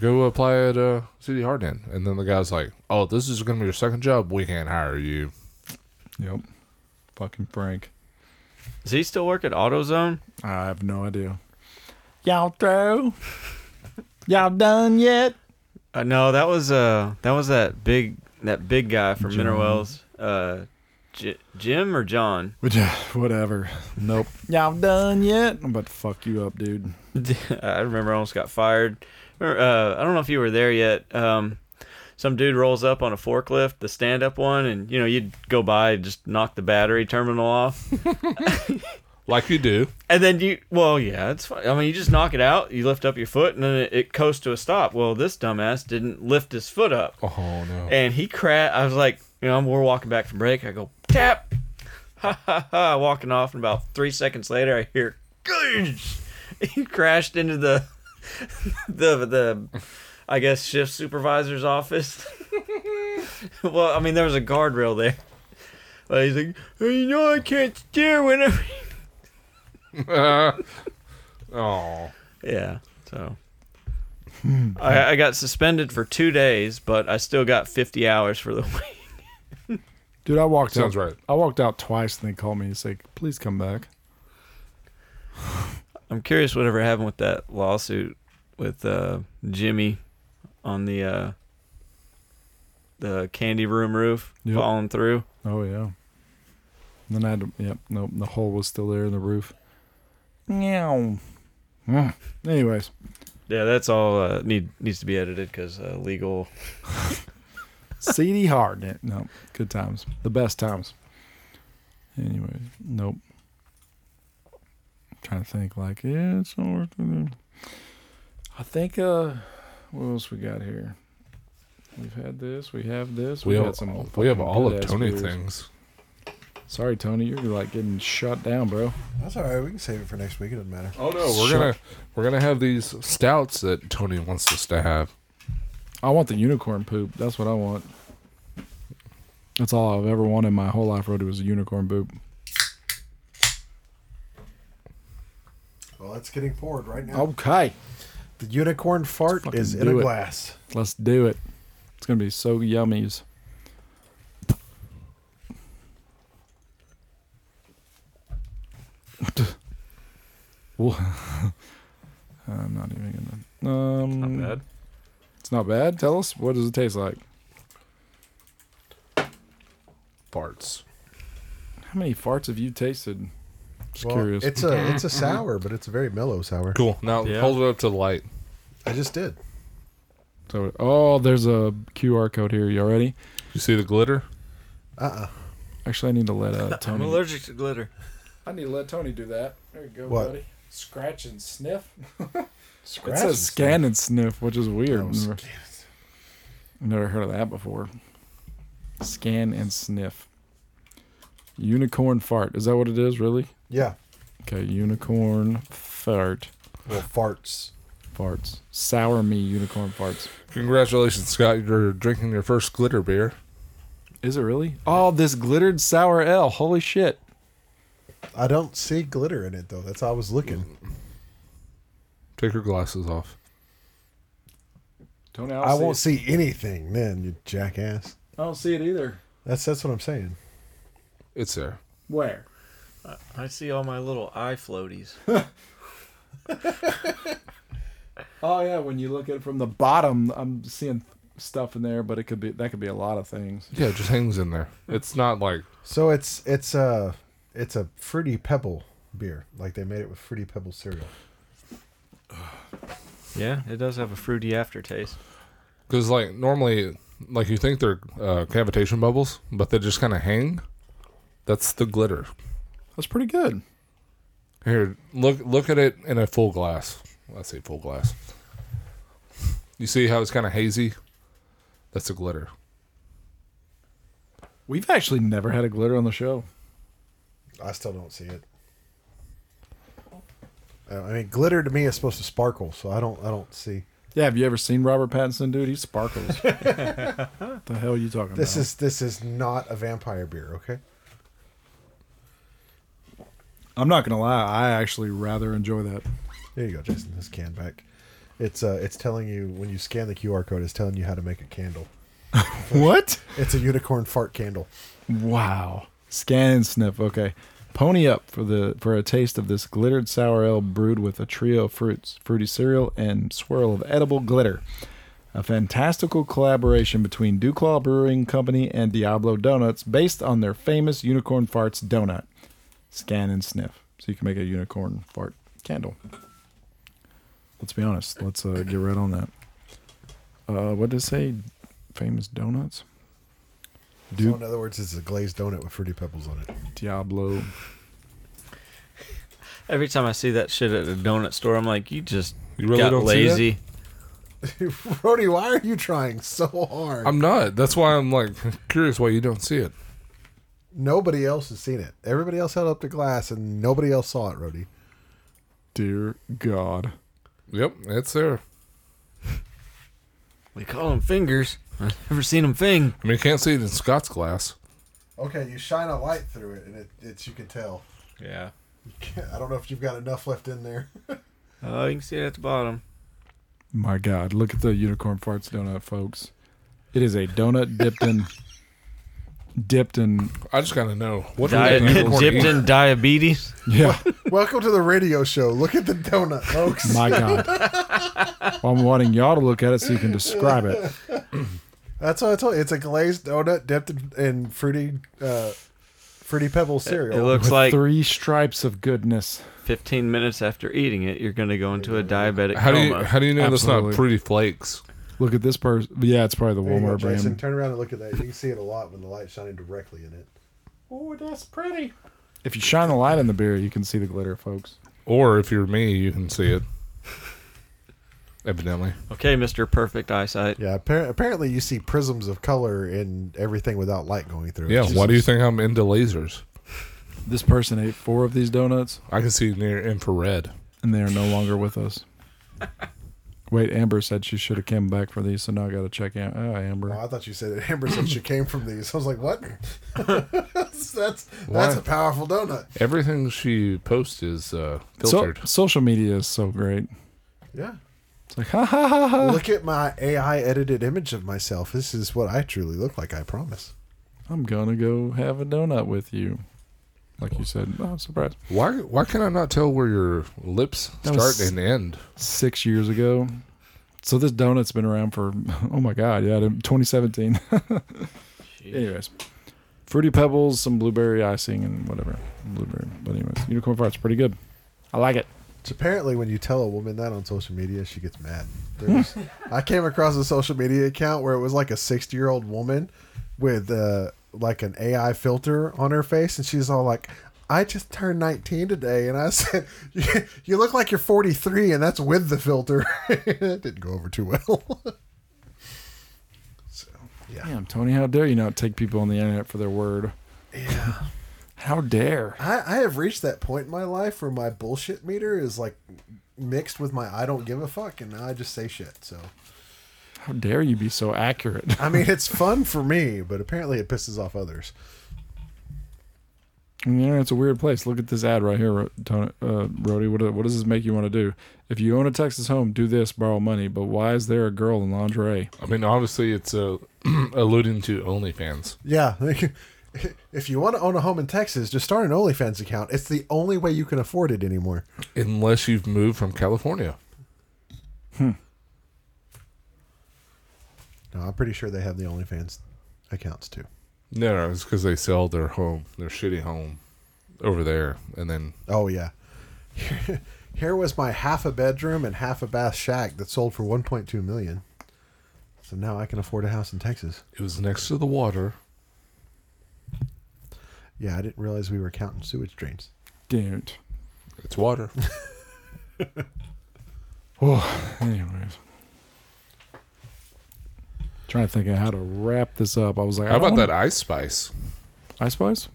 Speaker 5: go apply at uh, City Hardin." And then the guy's like, "Oh, this is gonna be your second job. We can't hire you."
Speaker 4: Yep. Fucking Frank.
Speaker 8: Does he still work at AutoZone?
Speaker 4: I have no idea. Y'all throw. Y'all done yet?
Speaker 8: Uh, no, that was uh that was that big that big guy from Mineral Wells. Uh, J- Jim or John?
Speaker 4: Which, uh, Whatever. Nope. Y'all done yet? I'm about to fuck you up, dude.
Speaker 8: I remember I almost got fired. Remember, uh, I don't know if you were there yet. Um, some dude rolls up on a forklift, the stand up one, and you know you'd go by and just knock the battery terminal off.
Speaker 5: Like you do.
Speaker 8: And then you, well, yeah, it's fine. I mean, you just knock it out, you lift up your foot, and then it, it coasts to a stop. Well, this dumbass didn't lift his foot up,
Speaker 5: Oh no.
Speaker 8: and he crashed. I was like, you know, we're walking back from break. I go tap, ha ha ha, walking off, and about three seconds later, I hear, "Goosh!" he crashed into the, the the, I guess shift supervisor's office. well, I mean, there was a guardrail there. But he's like, "Hey, you know, I can't steer whenever.
Speaker 5: oh.
Speaker 8: Yeah. So
Speaker 5: Hmm.
Speaker 8: I, I got suspended for two days, but I still got 50 hours for the week.
Speaker 4: Dude, I walked
Speaker 5: Sounds
Speaker 4: out.
Speaker 5: right.
Speaker 4: I walked out twice and they called me and said, please come back.
Speaker 8: I'm curious whatever happened with that lawsuit with uh, Jimmy on the uh, the candy room roof
Speaker 4: Yep.
Speaker 8: falling through.
Speaker 4: Oh, yeah. And then I had to, yep, nope, the hole was still there in the roof. Meow. Mm. Anyways,
Speaker 8: Yeah, that's all uh, need needs to be edited because uh, legal.
Speaker 4: CD hard. No, good times. The best times. Anyway, nope. trying to think like, yeah, it's not working. I think uh what else we got here? We've had this, we have this,
Speaker 5: We
Speaker 4: we've
Speaker 5: have
Speaker 4: had some
Speaker 5: we have
Speaker 4: fucking
Speaker 5: all of
Speaker 4: good-ass
Speaker 5: Tony
Speaker 4: beers.
Speaker 5: things.
Speaker 4: Sorry, Tony, you're like getting shut down, bro.
Speaker 6: That's all right. We can save it for next week. It doesn't matter.
Speaker 5: Oh no, we're
Speaker 4: Shut-
Speaker 5: gonna we're gonna have these stouts that Tony wants us to have.
Speaker 4: I want the unicorn poop. That's what I want. That's all I've ever wanted in my whole life, Roddy, was a unicorn poop.
Speaker 6: Well, it's getting poured right now.
Speaker 4: Okay.
Speaker 6: The unicorn fart
Speaker 4: fucking
Speaker 6: is in
Speaker 4: do
Speaker 6: a
Speaker 4: it.
Speaker 6: glass.
Speaker 4: Let's do it. It's gonna be so yummies. Well, I'm not even gonna. Um,
Speaker 5: Hmm.
Speaker 4: It's not bad. Tell us what does it taste like?
Speaker 5: Farts.
Speaker 4: How many farts have you tasted? Just
Speaker 6: Well,
Speaker 4: curious.
Speaker 6: It's a it's a sour, but it's a very mellow sour.
Speaker 5: Cool. Now
Speaker 8: Yeah.
Speaker 5: hold it up to the light.
Speaker 6: I just did.
Speaker 4: So- oh, there's a QR code here. You all ready?
Speaker 5: You see the glitter?
Speaker 4: Actually, I need to let uh,
Speaker 8: I'm
Speaker 4: Tony.
Speaker 8: allergic to glitter.
Speaker 4: I need to let Tony do that. There you go,
Speaker 6: What?
Speaker 4: buddy.
Speaker 6: buddy.
Speaker 4: Scratch and sniff.
Speaker 6: Scratch
Speaker 4: it
Speaker 6: and
Speaker 4: says scan and sniff, which is weird.
Speaker 6: Oh,
Speaker 4: Never- Never heard of that before. Scan and sniff. Unicorn fart. Is that what it is, really?
Speaker 6: Yeah.
Speaker 4: Okay, unicorn fart.
Speaker 6: Well, farts.
Speaker 4: farts. Sour me unicorn farts.
Speaker 5: Congratulations, Scott. You're drinking your first glitter beer.
Speaker 4: Is it really? Oh, this glittered sour L. Holy shit.
Speaker 6: I don't see glitter in it though. That's how I was looking.
Speaker 5: Take your glasses off.
Speaker 4: Tony,
Speaker 6: I won't see anything then, you jackass.
Speaker 4: I don't see it either.
Speaker 6: That's that's what I'm saying.
Speaker 5: It's there.
Speaker 4: Where?
Speaker 8: I see all my little eye floaties.
Speaker 4: Oh yeah, when you look at it from the bottom, I'm seeing stuff in there, but it could be that could be a lot of things.
Speaker 5: Yeah, it just hangs in there. It's not like
Speaker 6: So it's it's a it's a fruity pebble beer. Like they made it with fruity pebble cereal.
Speaker 8: yeah, it does have a fruity aftertaste.
Speaker 5: because like normally, like you think they're uh, cavitation bubbles, but they just kind of hang. That's the glitter.
Speaker 4: That's pretty good.
Speaker 5: Here, look look at it in a full glass. Let's say full glass. You see how it's kind of hazy? That's the glitter.
Speaker 4: We've actually never had a glitter on the show.
Speaker 6: I still don't see it. Uh, I mean, glitter to me is supposed to sparkle, so I don't I don't see.
Speaker 4: Yeah, have you ever seen Robert Pattinson, dude? He sparkles. the hell are you talking about?
Speaker 6: This is this is not a vampire beer, okay?
Speaker 4: I'm not gonna lie, I actually rather enjoy that.
Speaker 6: There you go, Jason. This can back. It's uh, it's telling you when you scan the QR code, it's telling you how to make a candle.
Speaker 4: What?
Speaker 6: It's a unicorn fart candle.
Speaker 4: Wow. Scan and sniff. Okay. Pony up for the for a taste of this glittered sour ale brewed with a trio of fruits, fruity cereal, and swirl of edible glitter. A fantastical collaboration between Duclaw Brewing Company and Diablo Donuts, based on their famous unicorn farts donut. Scan and sniff, so you can make a unicorn fart candle. Let's be honest. Let's uh, get right on that. Uh, what did it say? Famous donuts.
Speaker 6: So
Speaker 4: Duke
Speaker 6: in other words, it's a glazed donut with fruity pebbles on it.
Speaker 4: Diablo.
Speaker 8: Every time I see that shit at a donut store, I'm like, you just
Speaker 5: You really
Speaker 8: got
Speaker 5: don't see that?
Speaker 8: lazy.
Speaker 6: Brody, why are you trying so hard?
Speaker 5: I'm not. That's why I'm like curious why you don't see it.
Speaker 6: Nobody else has seen it. Everybody else held up the glass, and nobody else saw it. Brody,
Speaker 4: Dear God.
Speaker 5: Yep, it's there.
Speaker 8: We call them fingers. I've never seen them fing.
Speaker 5: I mean, you can't see it in Scott's glass.
Speaker 6: Okay, you shine a light through it, and it, it's you can tell.
Speaker 8: Yeah.
Speaker 6: I don't know if you've got enough left in there.
Speaker 8: Oh, you can see it at the bottom.
Speaker 4: My God. Look at the unicorn farts donut, folks. It is a donut dipped in. dipped in.
Speaker 5: I just gotta know what do
Speaker 8: Diet,
Speaker 5: they unicorn
Speaker 8: dipped
Speaker 5: eat?
Speaker 8: in diabetes.
Speaker 4: Yeah.
Speaker 6: Welcome to the radio show. Look at the donut, folks.
Speaker 4: My God. I'm wanting y'all to look at it so you can describe it.
Speaker 6: That's what I told you. It's a glazed donut dipped in, in fruity, uh, fruity pebble cereal.
Speaker 8: It looks
Speaker 4: With
Speaker 8: like
Speaker 4: three stripes of goodness.
Speaker 8: 15 minutes after eating it, you're going to go into a diabetic
Speaker 5: How do you
Speaker 8: coma.
Speaker 5: how do you know that's
Speaker 4: Absolutely.
Speaker 5: not pretty flakes?
Speaker 4: Look at this person. Yeah, it's probably the
Speaker 6: There you go,
Speaker 4: Walmart
Speaker 6: Jason,
Speaker 4: brand.
Speaker 6: turn around and look at that. You can see it a lot when the light's shining directly in it.
Speaker 4: Oh, that's pretty. If you shine a light in the beer, you can see the glitter, folks.
Speaker 5: Or if you're me, you can see it. Evidently,
Speaker 8: okay, Mr. Perfect Eyesight.
Speaker 6: Yeah, appar- apparently you see prisms of color in everything without light going through. it.
Speaker 5: yeah.
Speaker 6: It's
Speaker 5: Why
Speaker 6: just-
Speaker 5: do you think I'm into lasers?
Speaker 4: This person ate four of these donuts,
Speaker 5: I can see near infrared.
Speaker 4: and they are no longer with us. Wait, Amber said she should have came back for these, so now I got to check out. Oh, Amber.
Speaker 6: Oh, I thought you said it. Amber said she came from these. I was like, what? that's that's,
Speaker 5: Why?
Speaker 6: that's a powerful donut.
Speaker 5: Everything she posts is uh,
Speaker 4: So,
Speaker 5: filtered.
Speaker 4: social media is so great.
Speaker 6: Yeah.
Speaker 4: It's like, ha ha ha ha.
Speaker 6: Look at my AI edited image of myself. This is what I truly look like. I promise.
Speaker 4: I'm going to go have a donut with you. Like you said, oh, I'm surprised.
Speaker 5: why why can I not tell where your lips
Speaker 4: That
Speaker 5: start
Speaker 4: was-
Speaker 5: and end?
Speaker 4: Six years ago. So this donut's been around for, oh my God, yeah, 2017. Anyways, Fruity Pebbles, some blueberry icing, and whatever. Blueberry. But, anyways, Unicorn Fart's pretty good. I like it.
Speaker 6: It's apparently when you tell a woman that on social media, she gets mad. There's, I came across a social media account where it was like a 60 year old woman with uh, like an AI filter on her face, and she's all like, I just turned 19 today, and I said, "You- "You look like you're 43, and that's with the filter." it didn't go over too well. so yeah,
Speaker 4: Damn, Tony, how dare you not take people on the internet for their word?
Speaker 6: yeah.
Speaker 4: How dare?
Speaker 6: I, I have reached that point in my life where my bullshit meter is like mixed with my I don't give a fuck, and now I just say shit. So
Speaker 4: How dare you be so accurate?
Speaker 6: I mean, it's fun for me, but apparently it pisses off others.
Speaker 4: Yeah, it's a weird place. Look at this ad right here, Ro- Tony- uh, Rody. What, do- what does this make you want to do? If you own a Texas home, do this, borrow money. But why is there a girl in lingerie?
Speaker 5: I mean, obviously, it's uh, alluding to OnlyFans.
Speaker 6: Yeah. If you want to own a home in Texas, just start an OnlyFans account. It's the only way you can afford it anymore.
Speaker 5: Unless you've moved from California.
Speaker 6: No, I'm pretty sure they have the OnlyFans accounts too.
Speaker 5: No, no, it's because they sell their home, their shitty home over there. And then,
Speaker 6: Oh yeah. Here was my half a bedroom and half a bath shack that sold for 1.2 million. So now I can afford a house in Texas.
Speaker 5: it was next to the water.
Speaker 6: Yeah, I didn't realize we were counting sewage drains.
Speaker 4: Dude.
Speaker 5: It's water.
Speaker 4: Anyways. Trying to think of how to wrap this up. I was like,
Speaker 5: How
Speaker 4: I don't
Speaker 5: about that
Speaker 4: wanna-
Speaker 5: Ice Spice?
Speaker 4: Ice Spice?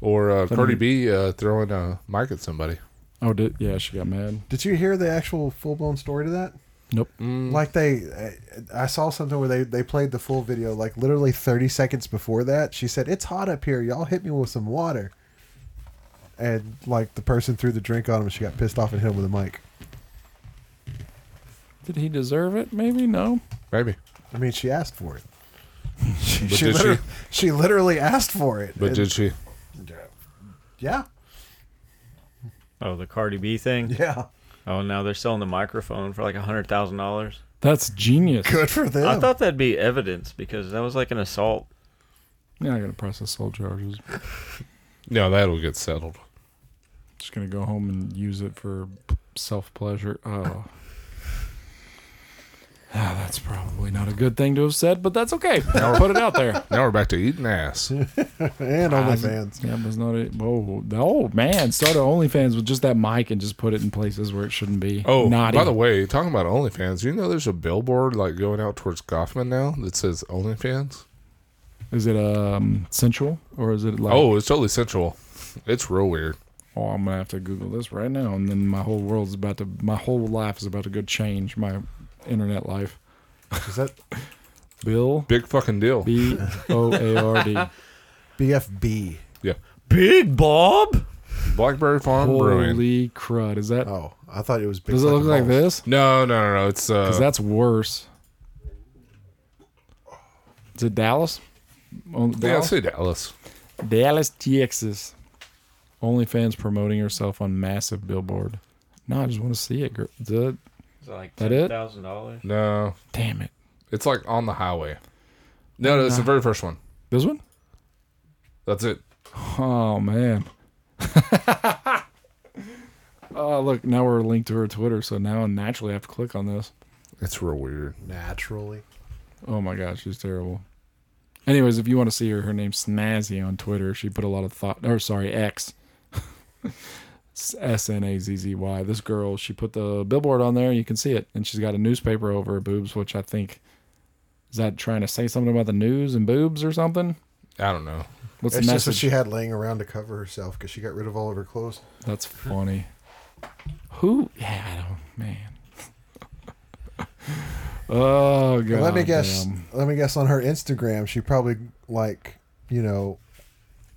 Speaker 5: Or uh,
Speaker 4: Something-
Speaker 5: Cardi B uh, throwing a mic at somebody.
Speaker 4: Oh, did yeah, she got mad.
Speaker 6: Did you hear the actual full blown story to that?
Speaker 4: Nope.
Speaker 5: Mm.
Speaker 6: Like they, I, I saw something where they they played the full video. Like literally 30 seconds before that, she said, "It's hot up here. Y'all hit me with some water." And like the person threw the drink on him, and she got pissed off and hit him with a mic.
Speaker 4: Did he deserve it? Maybe no.
Speaker 5: Maybe.
Speaker 6: I mean, she asked for it. She,
Speaker 5: But
Speaker 6: she,
Speaker 5: did she?
Speaker 6: literally, she literally asked for it.
Speaker 5: But
Speaker 6: And-
Speaker 5: did she?
Speaker 6: Yeah.
Speaker 8: Oh, the Cardi B thing.
Speaker 6: Yeah.
Speaker 8: Oh, now they're selling the microphone for like a hundred thousand dollars.
Speaker 4: That's genius.
Speaker 6: Good for them.
Speaker 8: I thought that'd be evidence because that was like an assault.
Speaker 4: Yeah, I gotta press assault charges.
Speaker 5: No, that'll get settled.
Speaker 4: Just gonna go home and use it for self pleasure. Oh. Ah, that's probably not a good thing to have said, but that's okay. I'll put it out there.
Speaker 5: Now we're back to eating ass.
Speaker 6: and OnlyFans.
Speaker 4: Yeah, but it's not it. Whoa, oh man, start an OnlyFans with just that mic and just put it in places where it shouldn't be.
Speaker 5: Oh,
Speaker 4: Naughty.
Speaker 5: by the way, talking about OnlyFans, you know there's a billboard like going out towards Kaufman now that says OnlyFans.
Speaker 4: is it um sensual or is it like?
Speaker 5: Oh, it's totally sensual. It's real weird.
Speaker 4: oh, I'm gonna have to Google this right now, and then my whole world's about to, my whole life is about to go change my internet life.
Speaker 6: Is that
Speaker 4: Bill
Speaker 5: Big fucking deal.
Speaker 4: B O A R D.
Speaker 6: BFB?
Speaker 5: yeah.
Speaker 8: Big Bob.
Speaker 5: Blackberry Farm Brewing.
Speaker 4: Holy crud! Is that?
Speaker 6: Oh, I thought it was big.
Speaker 4: does it look
Speaker 6: fucking
Speaker 4: like
Speaker 6: balls.
Speaker 4: this?
Speaker 5: No, no, no, no. It's uh
Speaker 4: Because that's worse. Is it Dallas? Oh,
Speaker 5: yeah,
Speaker 4: Dallas?
Speaker 5: say Dallas.
Speaker 4: Dallas, Texas. OnlyFans promoting herself on massive billboard. No, I just want to see it. gir- The,
Speaker 8: Is that like
Speaker 4: That it?
Speaker 8: ten thousand dollars?
Speaker 5: No.
Speaker 4: damn it.
Speaker 5: It's like on the highway. No, no, it's the
Speaker 4: Uh-huh.
Speaker 5: very first one.
Speaker 4: This one?
Speaker 5: That's it.
Speaker 4: Oh, man. oh, look. Now we're linked to her Twitter. So now I naturally have to click on this.
Speaker 5: It's real weird.
Speaker 6: Naturally.
Speaker 4: Oh, my God. She's terrible. Anyways, if you want to see her, her name's Snazzy on Twitter. She put a lot of thought, or sorry, X. S N A Z Z Y. This girl, she put the billboard on there, and you can see it. And she's got a newspaper over her boobs, which I think is that trying to say something about the news and boobs or something.
Speaker 5: I don't know.
Speaker 4: What's
Speaker 6: It's
Speaker 4: the
Speaker 6: just what
Speaker 4: message?
Speaker 6: she had laying around to cover herself because she got rid of all of her clothes.
Speaker 4: That's funny. Who? Yeah, I don't, man. oh god.
Speaker 6: let me guess.
Speaker 4: damn.
Speaker 6: Let me guess. On her Instagram, she probably like you know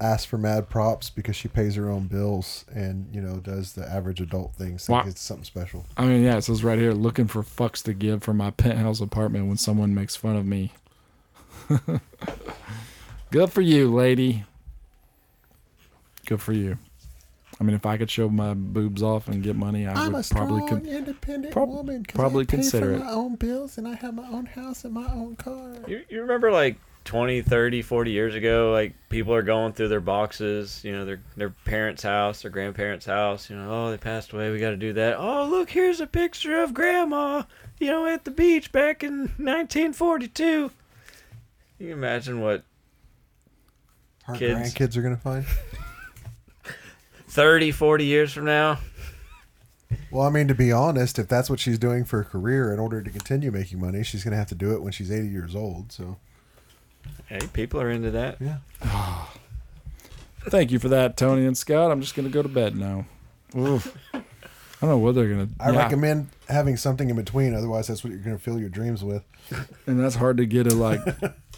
Speaker 6: asks for mad props because she pays her own bills and you know does the average adult thing. So
Speaker 4: Wow.
Speaker 6: it's something special.
Speaker 4: I mean, yeah, it says right here, looking for fucks to give for my penthouse apartment when someone makes fun of me. Good for you, lady. Good for you. I mean, if I could show my boobs off and get money, I would probably could.
Speaker 6: independent
Speaker 4: prob- woman 'cause I probably pay for consider it. my
Speaker 6: own bills and I have my own house and my own car.
Speaker 8: You, you remember like 20, 30, 40 years ago, like people are going through their boxes, you know, their their parents' house, their grandparents' house, you know, oh, they passed away, we got to do that. Oh, look, here's a picture of grandma, you know, at the beach back in 1942. You can imagine what
Speaker 6: Her
Speaker 8: Kids.
Speaker 6: grandkids are gonna find.
Speaker 8: 30, 40 years from now.
Speaker 6: Well, I mean, to be honest, if that's what she's doing for a career in order to continue making money, she's gonna have to do it when she's 80 years old. So
Speaker 8: Hey, people are into that.
Speaker 6: yeah,
Speaker 4: Thank you for that, Tony and Scott. I'm just gonna go to bed now. Oof. I don't know what they're gonna.
Speaker 6: I
Speaker 4: yeah.
Speaker 6: recommend having something in between. Otherwise, that's what you're going to fill your dreams with.
Speaker 4: and that's hard to get it like,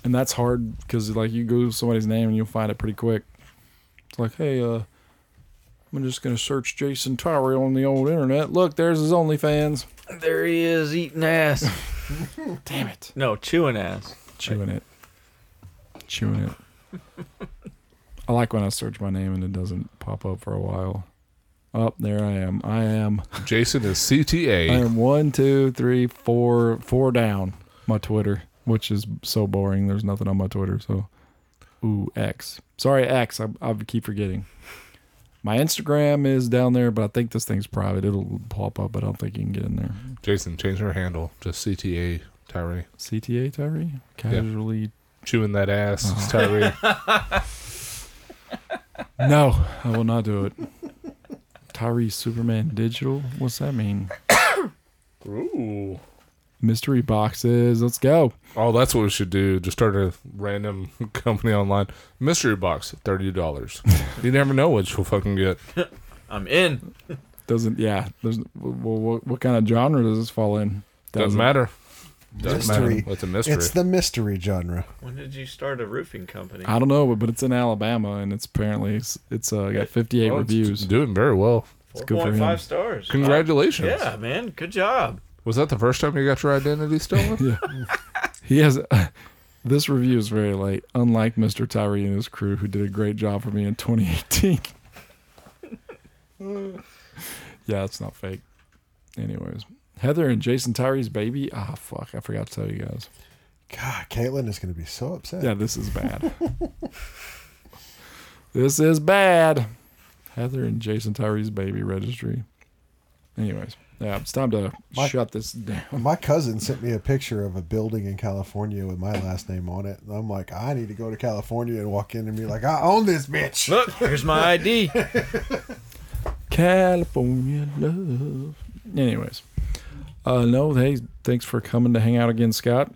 Speaker 4: and that's hard because like you Google somebody's name and you'll find it pretty quick. It's like, hey, uh, I'm just gonna search Jason Tyrell on the old internet. Look, there's his OnlyFans.
Speaker 8: There he is eating ass.
Speaker 4: Damn it,
Speaker 8: no, chewing ass.
Speaker 4: chewing it, chewing it. I like when I search my name and it doesn't pop up for a while. Up oh, there I am. I am.
Speaker 5: Jason is
Speaker 4: I
Speaker 5: CTA.
Speaker 4: am one, two, three, four, four down. My Twitter, which is so boring. There's nothing on my Twitter. So, ooh, X. Sorry, X. I, I keep forgetting. My Instagram is down there, but I think this thing's private. It'll pop up, but I don't think you can get in there.
Speaker 5: Jason, change her handle to CTA Tyree.
Speaker 4: CTA Tyree casually.
Speaker 5: Chewing that ass, it's Tyree.
Speaker 4: No, I will not do it. Tyree Superman Digital. What's that mean?
Speaker 2: Ooh.
Speaker 4: Mystery boxes. Let's go.
Speaker 5: Oh, that's what we should do. Just start a random company online. Mystery box, thirty dollars. you never know what you'll fucking get.
Speaker 8: I'm in.
Speaker 4: Doesn't yeah. There's well, what, what kind of genre does this fall in?
Speaker 5: Doesn't matter. Doesn't
Speaker 6: Mystery.
Speaker 5: matter. It's a mystery.
Speaker 6: It's the mystery genre.
Speaker 8: When did you start a roofing company?
Speaker 4: I don't know, but, but it's in Alabama, and it's apparently it's, it's uh, got 58
Speaker 5: Well, Oh, it's
Speaker 4: reviews.
Speaker 5: Doing very well.
Speaker 4: It's good for
Speaker 8: 4.5
Speaker 4: him.
Speaker 8: stars.
Speaker 5: Congratulations.
Speaker 8: Uh, Yeah, man. Good job.
Speaker 5: Was that the first time you got your identity stolen?
Speaker 4: He has this review is very late, unlike Mr. Tyree and his crew, who did a great job for me in 2018. yeah, it's not fake. Anyways, Heather and Jason Tyree's baby. Ah, fuck, I forgot to tell you guys.
Speaker 6: God, Caitlin is going to be so upset.
Speaker 4: Yeah, this is bad. this is bad. Heather and Jason Tyree's baby registry. Anyways, yeah, it's time to
Speaker 6: My-
Speaker 4: shut this down.
Speaker 6: My cousin sent me a picture of a building in California with my last name on it. And I'm like, I need to go to California and walk in and be like, I own this bitch.
Speaker 8: Look, here's my ID.
Speaker 4: California love. Anyways, uh, no, hey, thanks for coming to hang out again, Scott.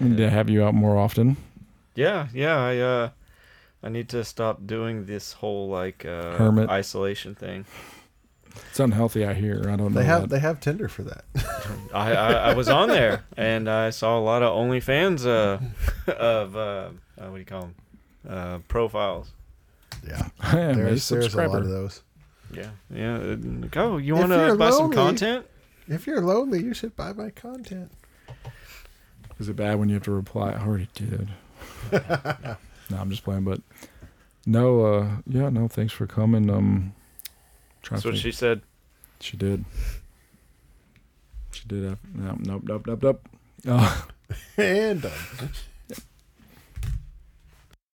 Speaker 4: We need to have you out more often.
Speaker 8: Yeah, yeah. I uh, I need to stop doing this whole like uh,
Speaker 4: Hermit.
Speaker 8: isolation thing.
Speaker 4: It's unhealthy out here. I don't know.
Speaker 6: They have
Speaker 4: that.
Speaker 6: they have Tinder for that.
Speaker 8: I, I, I was on there and I saw a lot of OnlyFans uh, of uh, uh, what do you call them? Uh, profiles.
Speaker 6: Yeah,
Speaker 4: I am a
Speaker 6: there's, there's a lot of
Speaker 4: subscriber.
Speaker 6: those.
Speaker 8: Yeah, yeah. uh, Go. You
Speaker 6: If
Speaker 8: want to
Speaker 6: you're
Speaker 8: buy some
Speaker 6: lonely-
Speaker 8: content?
Speaker 6: If you're lonely, you should buy my content.
Speaker 4: Is it bad when you have to reply? I already did. no, I'm just playing, but no, uh, yeah, no, thanks for coming. Um, trying
Speaker 8: That's
Speaker 4: to
Speaker 8: what
Speaker 4: think.
Speaker 8: she said.
Speaker 4: She did. She did. Have, no, nope, nope, nope, nope. Uh,
Speaker 6: and uh,